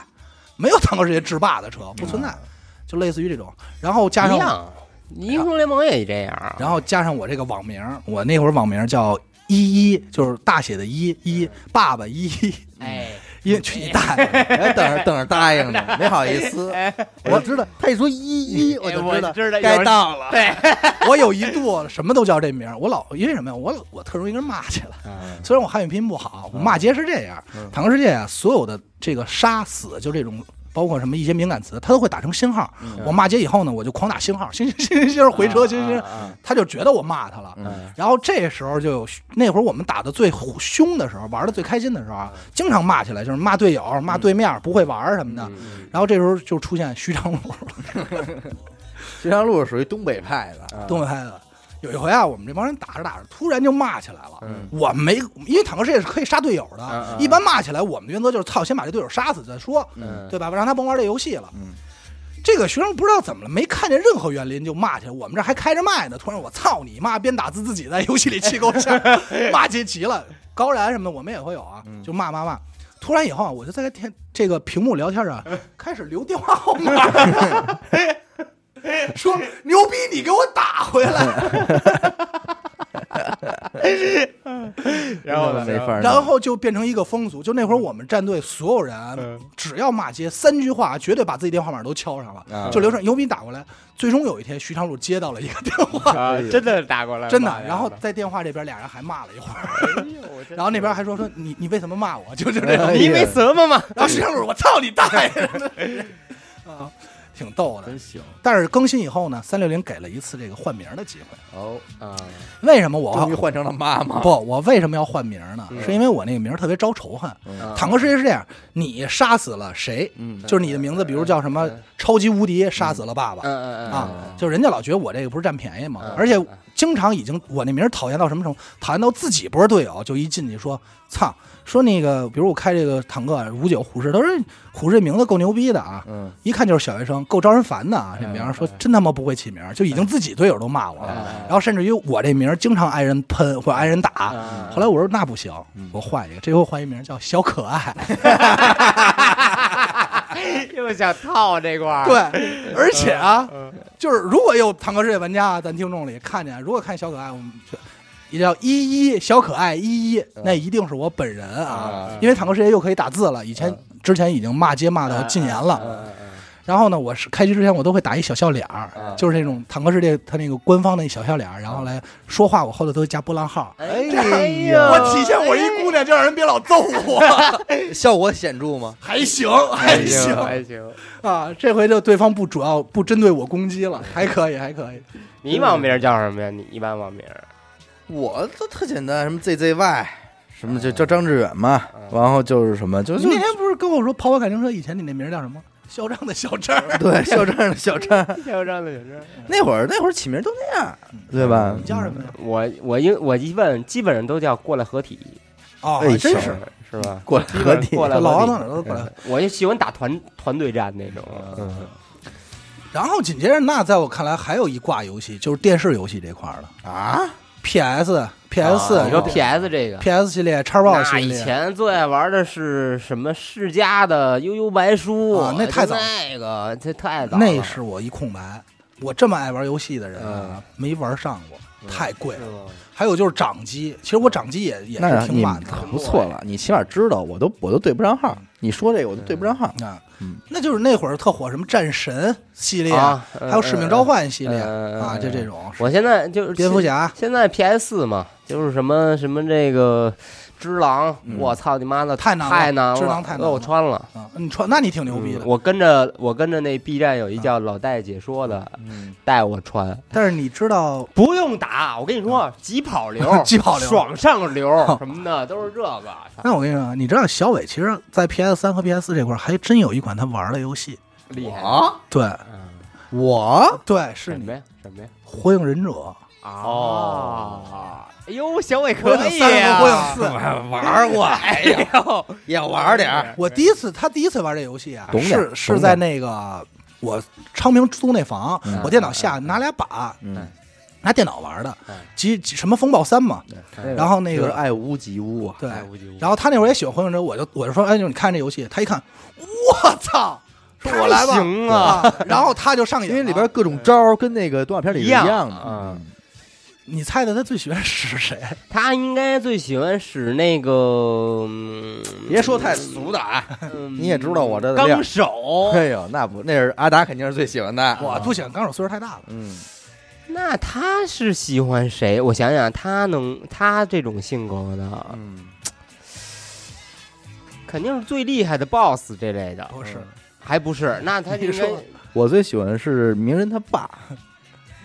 没有坦克世界制霸的车不存在，就类似于这种。然后加
一
上
样，英雄联盟也这样啊。
然后加上我这个网名，我那会儿网名叫一一，就是大写的一
嗯
一爸爸一一。
哎，
因为去你大爷！
哎，等着等着答应呢，没好意思。哎我知道，他一说一一，我就
嗯我
道
知道有
该
人
到了。
对，
我有一度什么都叫这名儿，我老因为什么呀？我我特容易跟人骂起来。虽然我汉语拼音不好，我骂街是这样。坦克世界啊，所有的这个杀死就这种，包括什么一些敏感词，它都会打成星号。我骂街以后呢，我就狂打星号，星星星星星回车，星星，他就觉得我骂他
嗯
了。然后这时候就有那会儿我们打的最凶的时候，玩的最开心的时候啊，经常骂起来，就是骂队友、骂对面不会玩儿什么的。然后这时候就出现徐长鲁。
徐长路属于东北派的，
东北派的。有一回啊，我们这帮人打着打着，突然就骂起来了。我没，因为坦克世界是可以杀队友的。
嗯嗯嗯
一般骂起来，我们的原则就是操，先把这队友杀死再说，
嗯
对吧？让他甭玩这游戏了。
嗯
这个学生不知道怎么了，没看见任何原因就骂起来。我们这还开着麦呢，突然我操你妈！边打字自己在游戏里气够呛，骂街急了。高燃什么的我们也会有啊，
嗯
就骂骂骂。突然以后啊，我就在天这个屏幕聊天
*laughs*
啊，开始留电话号码。说牛逼，你给我打回来。
然后呢
没法。弄
然后就变成一个风俗，就那会儿我们战队所有人，只要骂街三句话，绝对把自己电话号码都敲上了，
啊
就留上牛逼打过来。最终有一天，徐长鲁接到了一个电话，
啊，真的打过来了，
哎真
妈
的，
呀
然后在电话这边俩人还骂了一会儿，
哎呦我真
然后那边还说说你你为什么骂我， *laughs* 就是这种。
哎呀
你没什么嘛，
然后徐长鲁，我操你大爷！啊，挺逗的
真。行
但是更新以后呢，三六零给了一次这个换名的机会。
哦，
啊，
为什么我
终于换成了妈妈。嗯
不，我为什么要换名儿呢？是因为我那个名儿特别招仇恨。坦克世界是这样，你杀死了谁，
嗯
就是你的名字，比如叫什么超级无敌，杀死了爸爸、
嗯
啊，就人家老觉得我这个不是占便宜嘛，
嗯
而且经常已经我那名儿讨厌到什么程度？讨厌到自己不是队友，就一进去说操，说那个，比如我开这个坦克五九虎式，他说哎虎式这名字够牛逼的啊。
嗯，
一看就是小学生，够招人烦的啊！这名儿说真他妈不会起名儿，就已
嗯
经自己队友都骂我
嗯
了，
啊
然后甚至于我这名儿经常挨人喷或者挨人打，
啊
后来我说那不行，我换一个，这回我换一名叫小可爱。
*laughs* 又想套这块儿，
*laughs* 对，而且啊，就是如果有坦克世界玩家啊，咱听众里看见，如果看小可爱，我们就也叫一一小可爱一一，那一定是我本人嗯啊，嗯因为坦克世界又可以打字了，以前、之前已经骂街骂到禁言了。然后呢，我是开机之前我都会打一小笑脸儿，就是那种坦克世界它那个官方的小笑脸儿，然后来说话，我后头都会加波浪号。
哎
哎呦
呀，
我体现我一姑
娘，就让人别老揍我，
效果显著吗？
还行
还行哎还行，
啊！这回就对方不主要不针对我攻击了，还可以，还可以。
你网名叫什么呀？你一般网名
我这特简单，什么 ZZY，什么就叫张志远嘛，然后就是什么，就
你
是
那天不是跟我说跑跑感情车以前你那名儿叫什么？嚣张的小张儿，
对小张的小张，
嚣张的小张。
那会儿那会儿起名都那样，对吧
*laughs* 你？叫什么呀？
我我一我一问，基本上都叫过来合体，
哦
哎
真
小
是
是吧？
过来和你
过来
老王
合
那
体
哪儿都过来。
我就喜欢打团团队战那种，嗯
然后紧接着，那在我看来还有一挂游戏，就是电视游戏这块儿的
啊，
PS、PS
哦
啊你说 PS 这个
PS 系列、叉 box
那
系
以
列，
前最爱玩的是什么世嘉的悠悠白书
啊那太早
就那个这太早了，
那是我一空白。我这么爱玩游戏的人啊，没玩上过，太贵了。还有就是掌机，其实我掌机也也
那
是
你
挺晚的。嗯
可不错了，你起码知道，我都我都对不上号，你说这个我都对不上号，
啊
嗯，
那就是那会儿特火什么战神系列，
啊
还有使命召唤系列
嗯嗯嗯
啊，
嗯
就这种
我现在就是
蝙蝠侠啊
现在 PS 四嘛，就是什么什么这个只狼
嗯，
我操你妈的，
太难了
太难了，
只狼太难了
我穿了。
啊，你穿那你挺牛逼的
嗯，我跟着我跟着那 B 站有一叫老戴解说的，
嗯，
带我穿，
但是你知道
不用打，我跟你说，急跑流
啊 *laughs* ，急跑流
爽
*laughs*
上流什么的都是这个。
那我跟你说，啊，你知道小伟其实，在 PS 三和 PS 四这块儿还真有一款他玩儿的游戏。
厉害
我
对，
嗯
我
对，是
什
你
么
《
呀？什么呀？
火影忍者》
哦，哎呦，小伟
火
可
影
以啊
三
呀，
和火影
*laughs*
四。
*laughs*
玩过，哎呦，也玩点儿。
我第一次，他第一次玩这游戏啊，
懂点
是
懂
是在那个我昌平租那房，我电脑下拿俩把，
嗯，
拿电脑玩的
嗯，
几几什么风暴三嘛，
嗯
然后那
就是
个
爱屋及乌啊，
对，
哎无极无
然后他那会儿也喜欢火影忍者，我就我就说，哎，你看这游戏，他一看，我操，说我来吧，
太行啊
然后他就上
*laughs*
瘾
因
了，
为里边各种
嗯
招儿跟那个动画片里是
一样
样的。
啊
嗯
嗯，
你猜猜他最喜欢使谁？啊
他应该最喜欢使那个，嗯
别说太俗的啊，
嗯
你也知道我这料
钢手，
哎呦，那不，那是阿达肯定是最喜欢的。
我不喜欢纲手，岁数太大了。
嗯，
*laughs* 那他是喜欢谁？我想想，他能他这种性格的，
嗯，
肯定是最厉害的 BOSS 这类的，
不是，
还不是？那他
你
应该
说
我最喜欢的是鸣人他爸，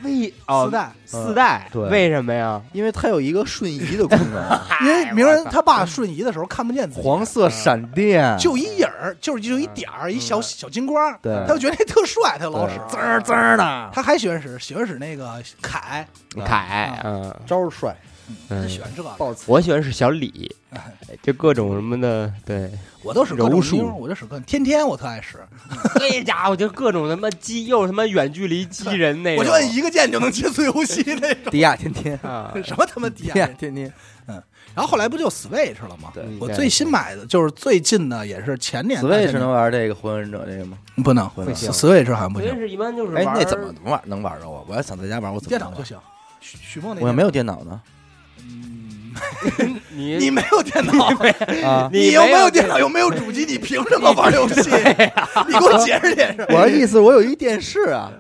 为
四
哦
代，
四代，
嗯对
为什
*laughs*
么呀？
因为他有一个瞬移的功
*laughs*
能，
因为鸣人他爸瞬移的时候看不见自己，
黄色闪电，
就一影儿，就是就一点儿，一小小金光儿，
对
他就觉得那特帅，他老使
对
滋
滋
儿
儿
滋
滋
儿
儿
的。他还喜欢使，喜欢使那个凯，
凯，嗯
招儿帅，
他
嗯
喜，欢这个。
爆刺。
我喜欢是小李，
嗯
就各种什么的，对，
我都使各种
柔术
妞儿，我就使各种，天天我特爱使，
*laughs* 这家伙就各种他妈击，又他妈远距离击人那
我
种，
就摁一个键就能结束游戏那种。
迪亚天天，
啊，
什么他妈底
迪
下
亚？天天，
然后后来不就 Switch 了吗？
对
我最新买的就是最近的，也是前年。大前
Switch
年
能玩这个火影忍者这个吗？
不能
不行
？Switch 好像不
所以
行，
是一般就是
哎，
玩
那怎么能玩能玩着啊？我要想在家玩，我怎么
电脑
能
就
玩
行。许许梦那
我也
电
没
脑
有电脑
*laughs*
呢
你
你没有电脑，
啊！
你
你
又没
没有
有电脑，又没有主机，你凭什么玩游戏？ *laughs* 你给我解释解释。
我的意思，我有一电视啊，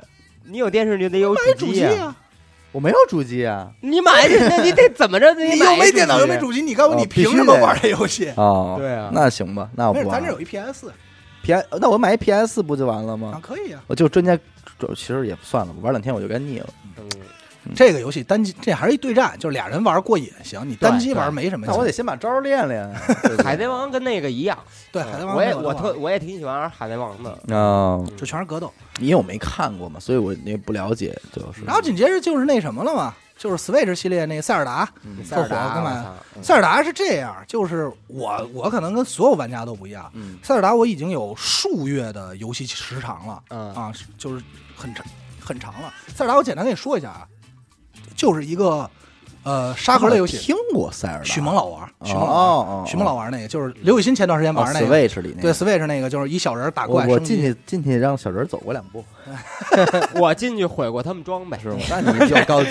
你有电视你就得有
买主机
啊，
啊！
我没有主机啊。
你买去，那你得怎么着？
你
你
又
买
没
一
电脑，
主
又
机
没主机，你告诉我
哦
你凭
必须
什么
得
玩这游戏？
哦，
对啊
那行吧，那我
没
不
事，
玩
咱这
了。嗯
有一 PS
P，S，那我买一 P S 不就完了
啊，
吗？
可以啊。
我就专家，就其实也算了，我玩两天我就该腻了。
嗯
这个游戏单机，这还是一对战，就是俩人玩过瘾，行。你单机玩没什么
那
劲。
我得先把招儿练
*laughs*
练。
海贼王跟那个一样，
对海贼王，
我也
那
我
都
特
玩
我也挺喜欢玩海贼王的。
啊，
这全是格斗。
因为我没看过嘛，所以我也不了解，就是
嗯然后紧接着就是那什么了嘛，就是 Switch 系列那个塞尔达。
嗯
塞尔达
特火干嘛呀
我操嗯
塞尔达是这样，就是我我可能跟所有玩家都不一样。
嗯
塞尔达我已经有数月的游戏时长了，
嗯
啊，是就是很长很长了。塞尔达我简单跟你说一下啊，就是一个呃沙盒类游戏，
听过塞尔达，
许萌老玩，许萌老玩，
哦，
许萌老玩那个，就是刘雨欣前段时间玩那
哦
个，
Switch 里那
对
个。
Switch 那个，就是一小人打
我
怪，
我
升级
进去进去让小人走过两步，
我进去毁过他们装备，
是吗？那你比较 *laughs* 高级。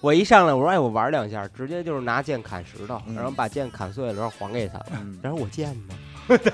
我一上来我说哎我玩两下，直接就是拿剑砍石头，
嗯
然后把剑砍碎了，然后还给他。然后我剑呢？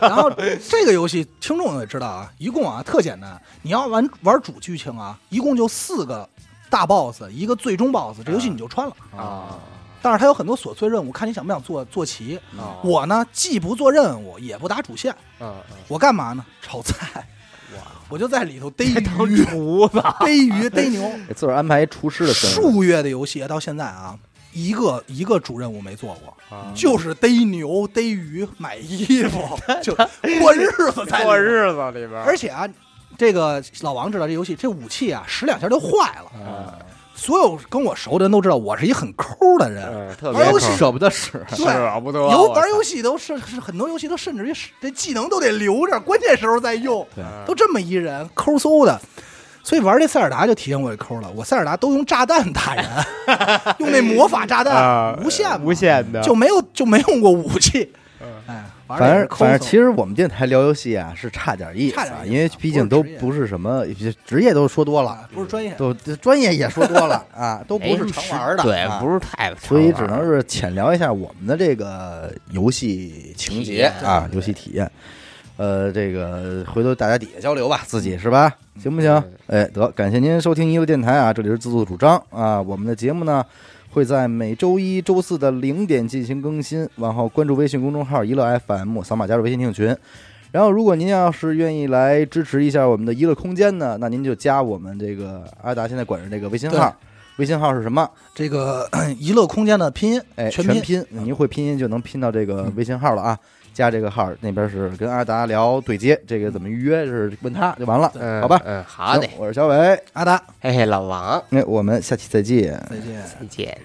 然后这个游戏听众也知道啊，一共啊特简单，你要玩玩主剧情啊，一共就四个大 boss，一个最终 boss，这游戏你就穿了。
啊
但是它有很多琐碎任务，看你想不想做做齐。
啊
我呢，既不做任务，也不打主线，
嗯嗯，
我干嘛呢？炒菜，
我
我就在里头逮
当
鱼、
厨子，啊
逮鱼、逮牛。
给自个儿安排一厨师的身份。
数月的游戏到现在啊，一个一个主任务没做过，
啊
就是逮牛、逮鱼、买衣
*laughs*
服，就过日子才
过日子里边
而
儿。
且啊，这个老王知道这游戏这武器啊，使两下就坏了。
啊
所有跟我熟的人都知道，我是一很抠的人。
嗯，特
哎
玩
别
游戏
坑
舍不得使，
对
舍不得
游
我操
玩游戏都是是很多游戏都甚至于是这技能都得留着，关键时候再用，
嗯
都这么一人抠搜的。所以玩这塞尔达就体现我这抠了。我塞尔达都用炸弹打
*laughs*
人，用那魔法炸弹，
啊
无限嘛
无限的，
就没有就没用过武器。哎，玩
反正反正其
实
实我们电台聊游戏啊是差点意思
差
啊，
点意思
因为毕竟都不是什么职业都说多了，
不是专业，
都这专业也说多 *laughs* 了啊，都不
没
是
什么
常
时
玩的，
哎对，
啊
不是太，
所以只能是浅聊一下我们的这个游戏情
体
节
验
啊，游戏体验。呃，这个回头大家底下交流吧，自己是吧？
嗯
行不行？哎，得，感谢您收听一路电台啊，这里是自作主张啊。我们的节目呢，会在每周一周四的零点进行更新。然后关注微信公众号“一乐 FM”，扫码加入微信听友群。然后，如果您要是愿意来支持一下我们的一乐空间呢，那您就加我们这个阿达现在管着这个微信号，微信号是什么？
这个 *clears throat* 娱乐空间的拼音，
哎，
全
全
拼嗯
您会拼音就能拼到这个微信号了啊。加这个号那边是跟阿达聊对接，这个怎么预约是问他就完了，
嗯，
好吧？
嗯，好的
行，我是小伟，
呃阿达，
嘿嘿，老王，
哎，我们下期再见。
再见。
再见。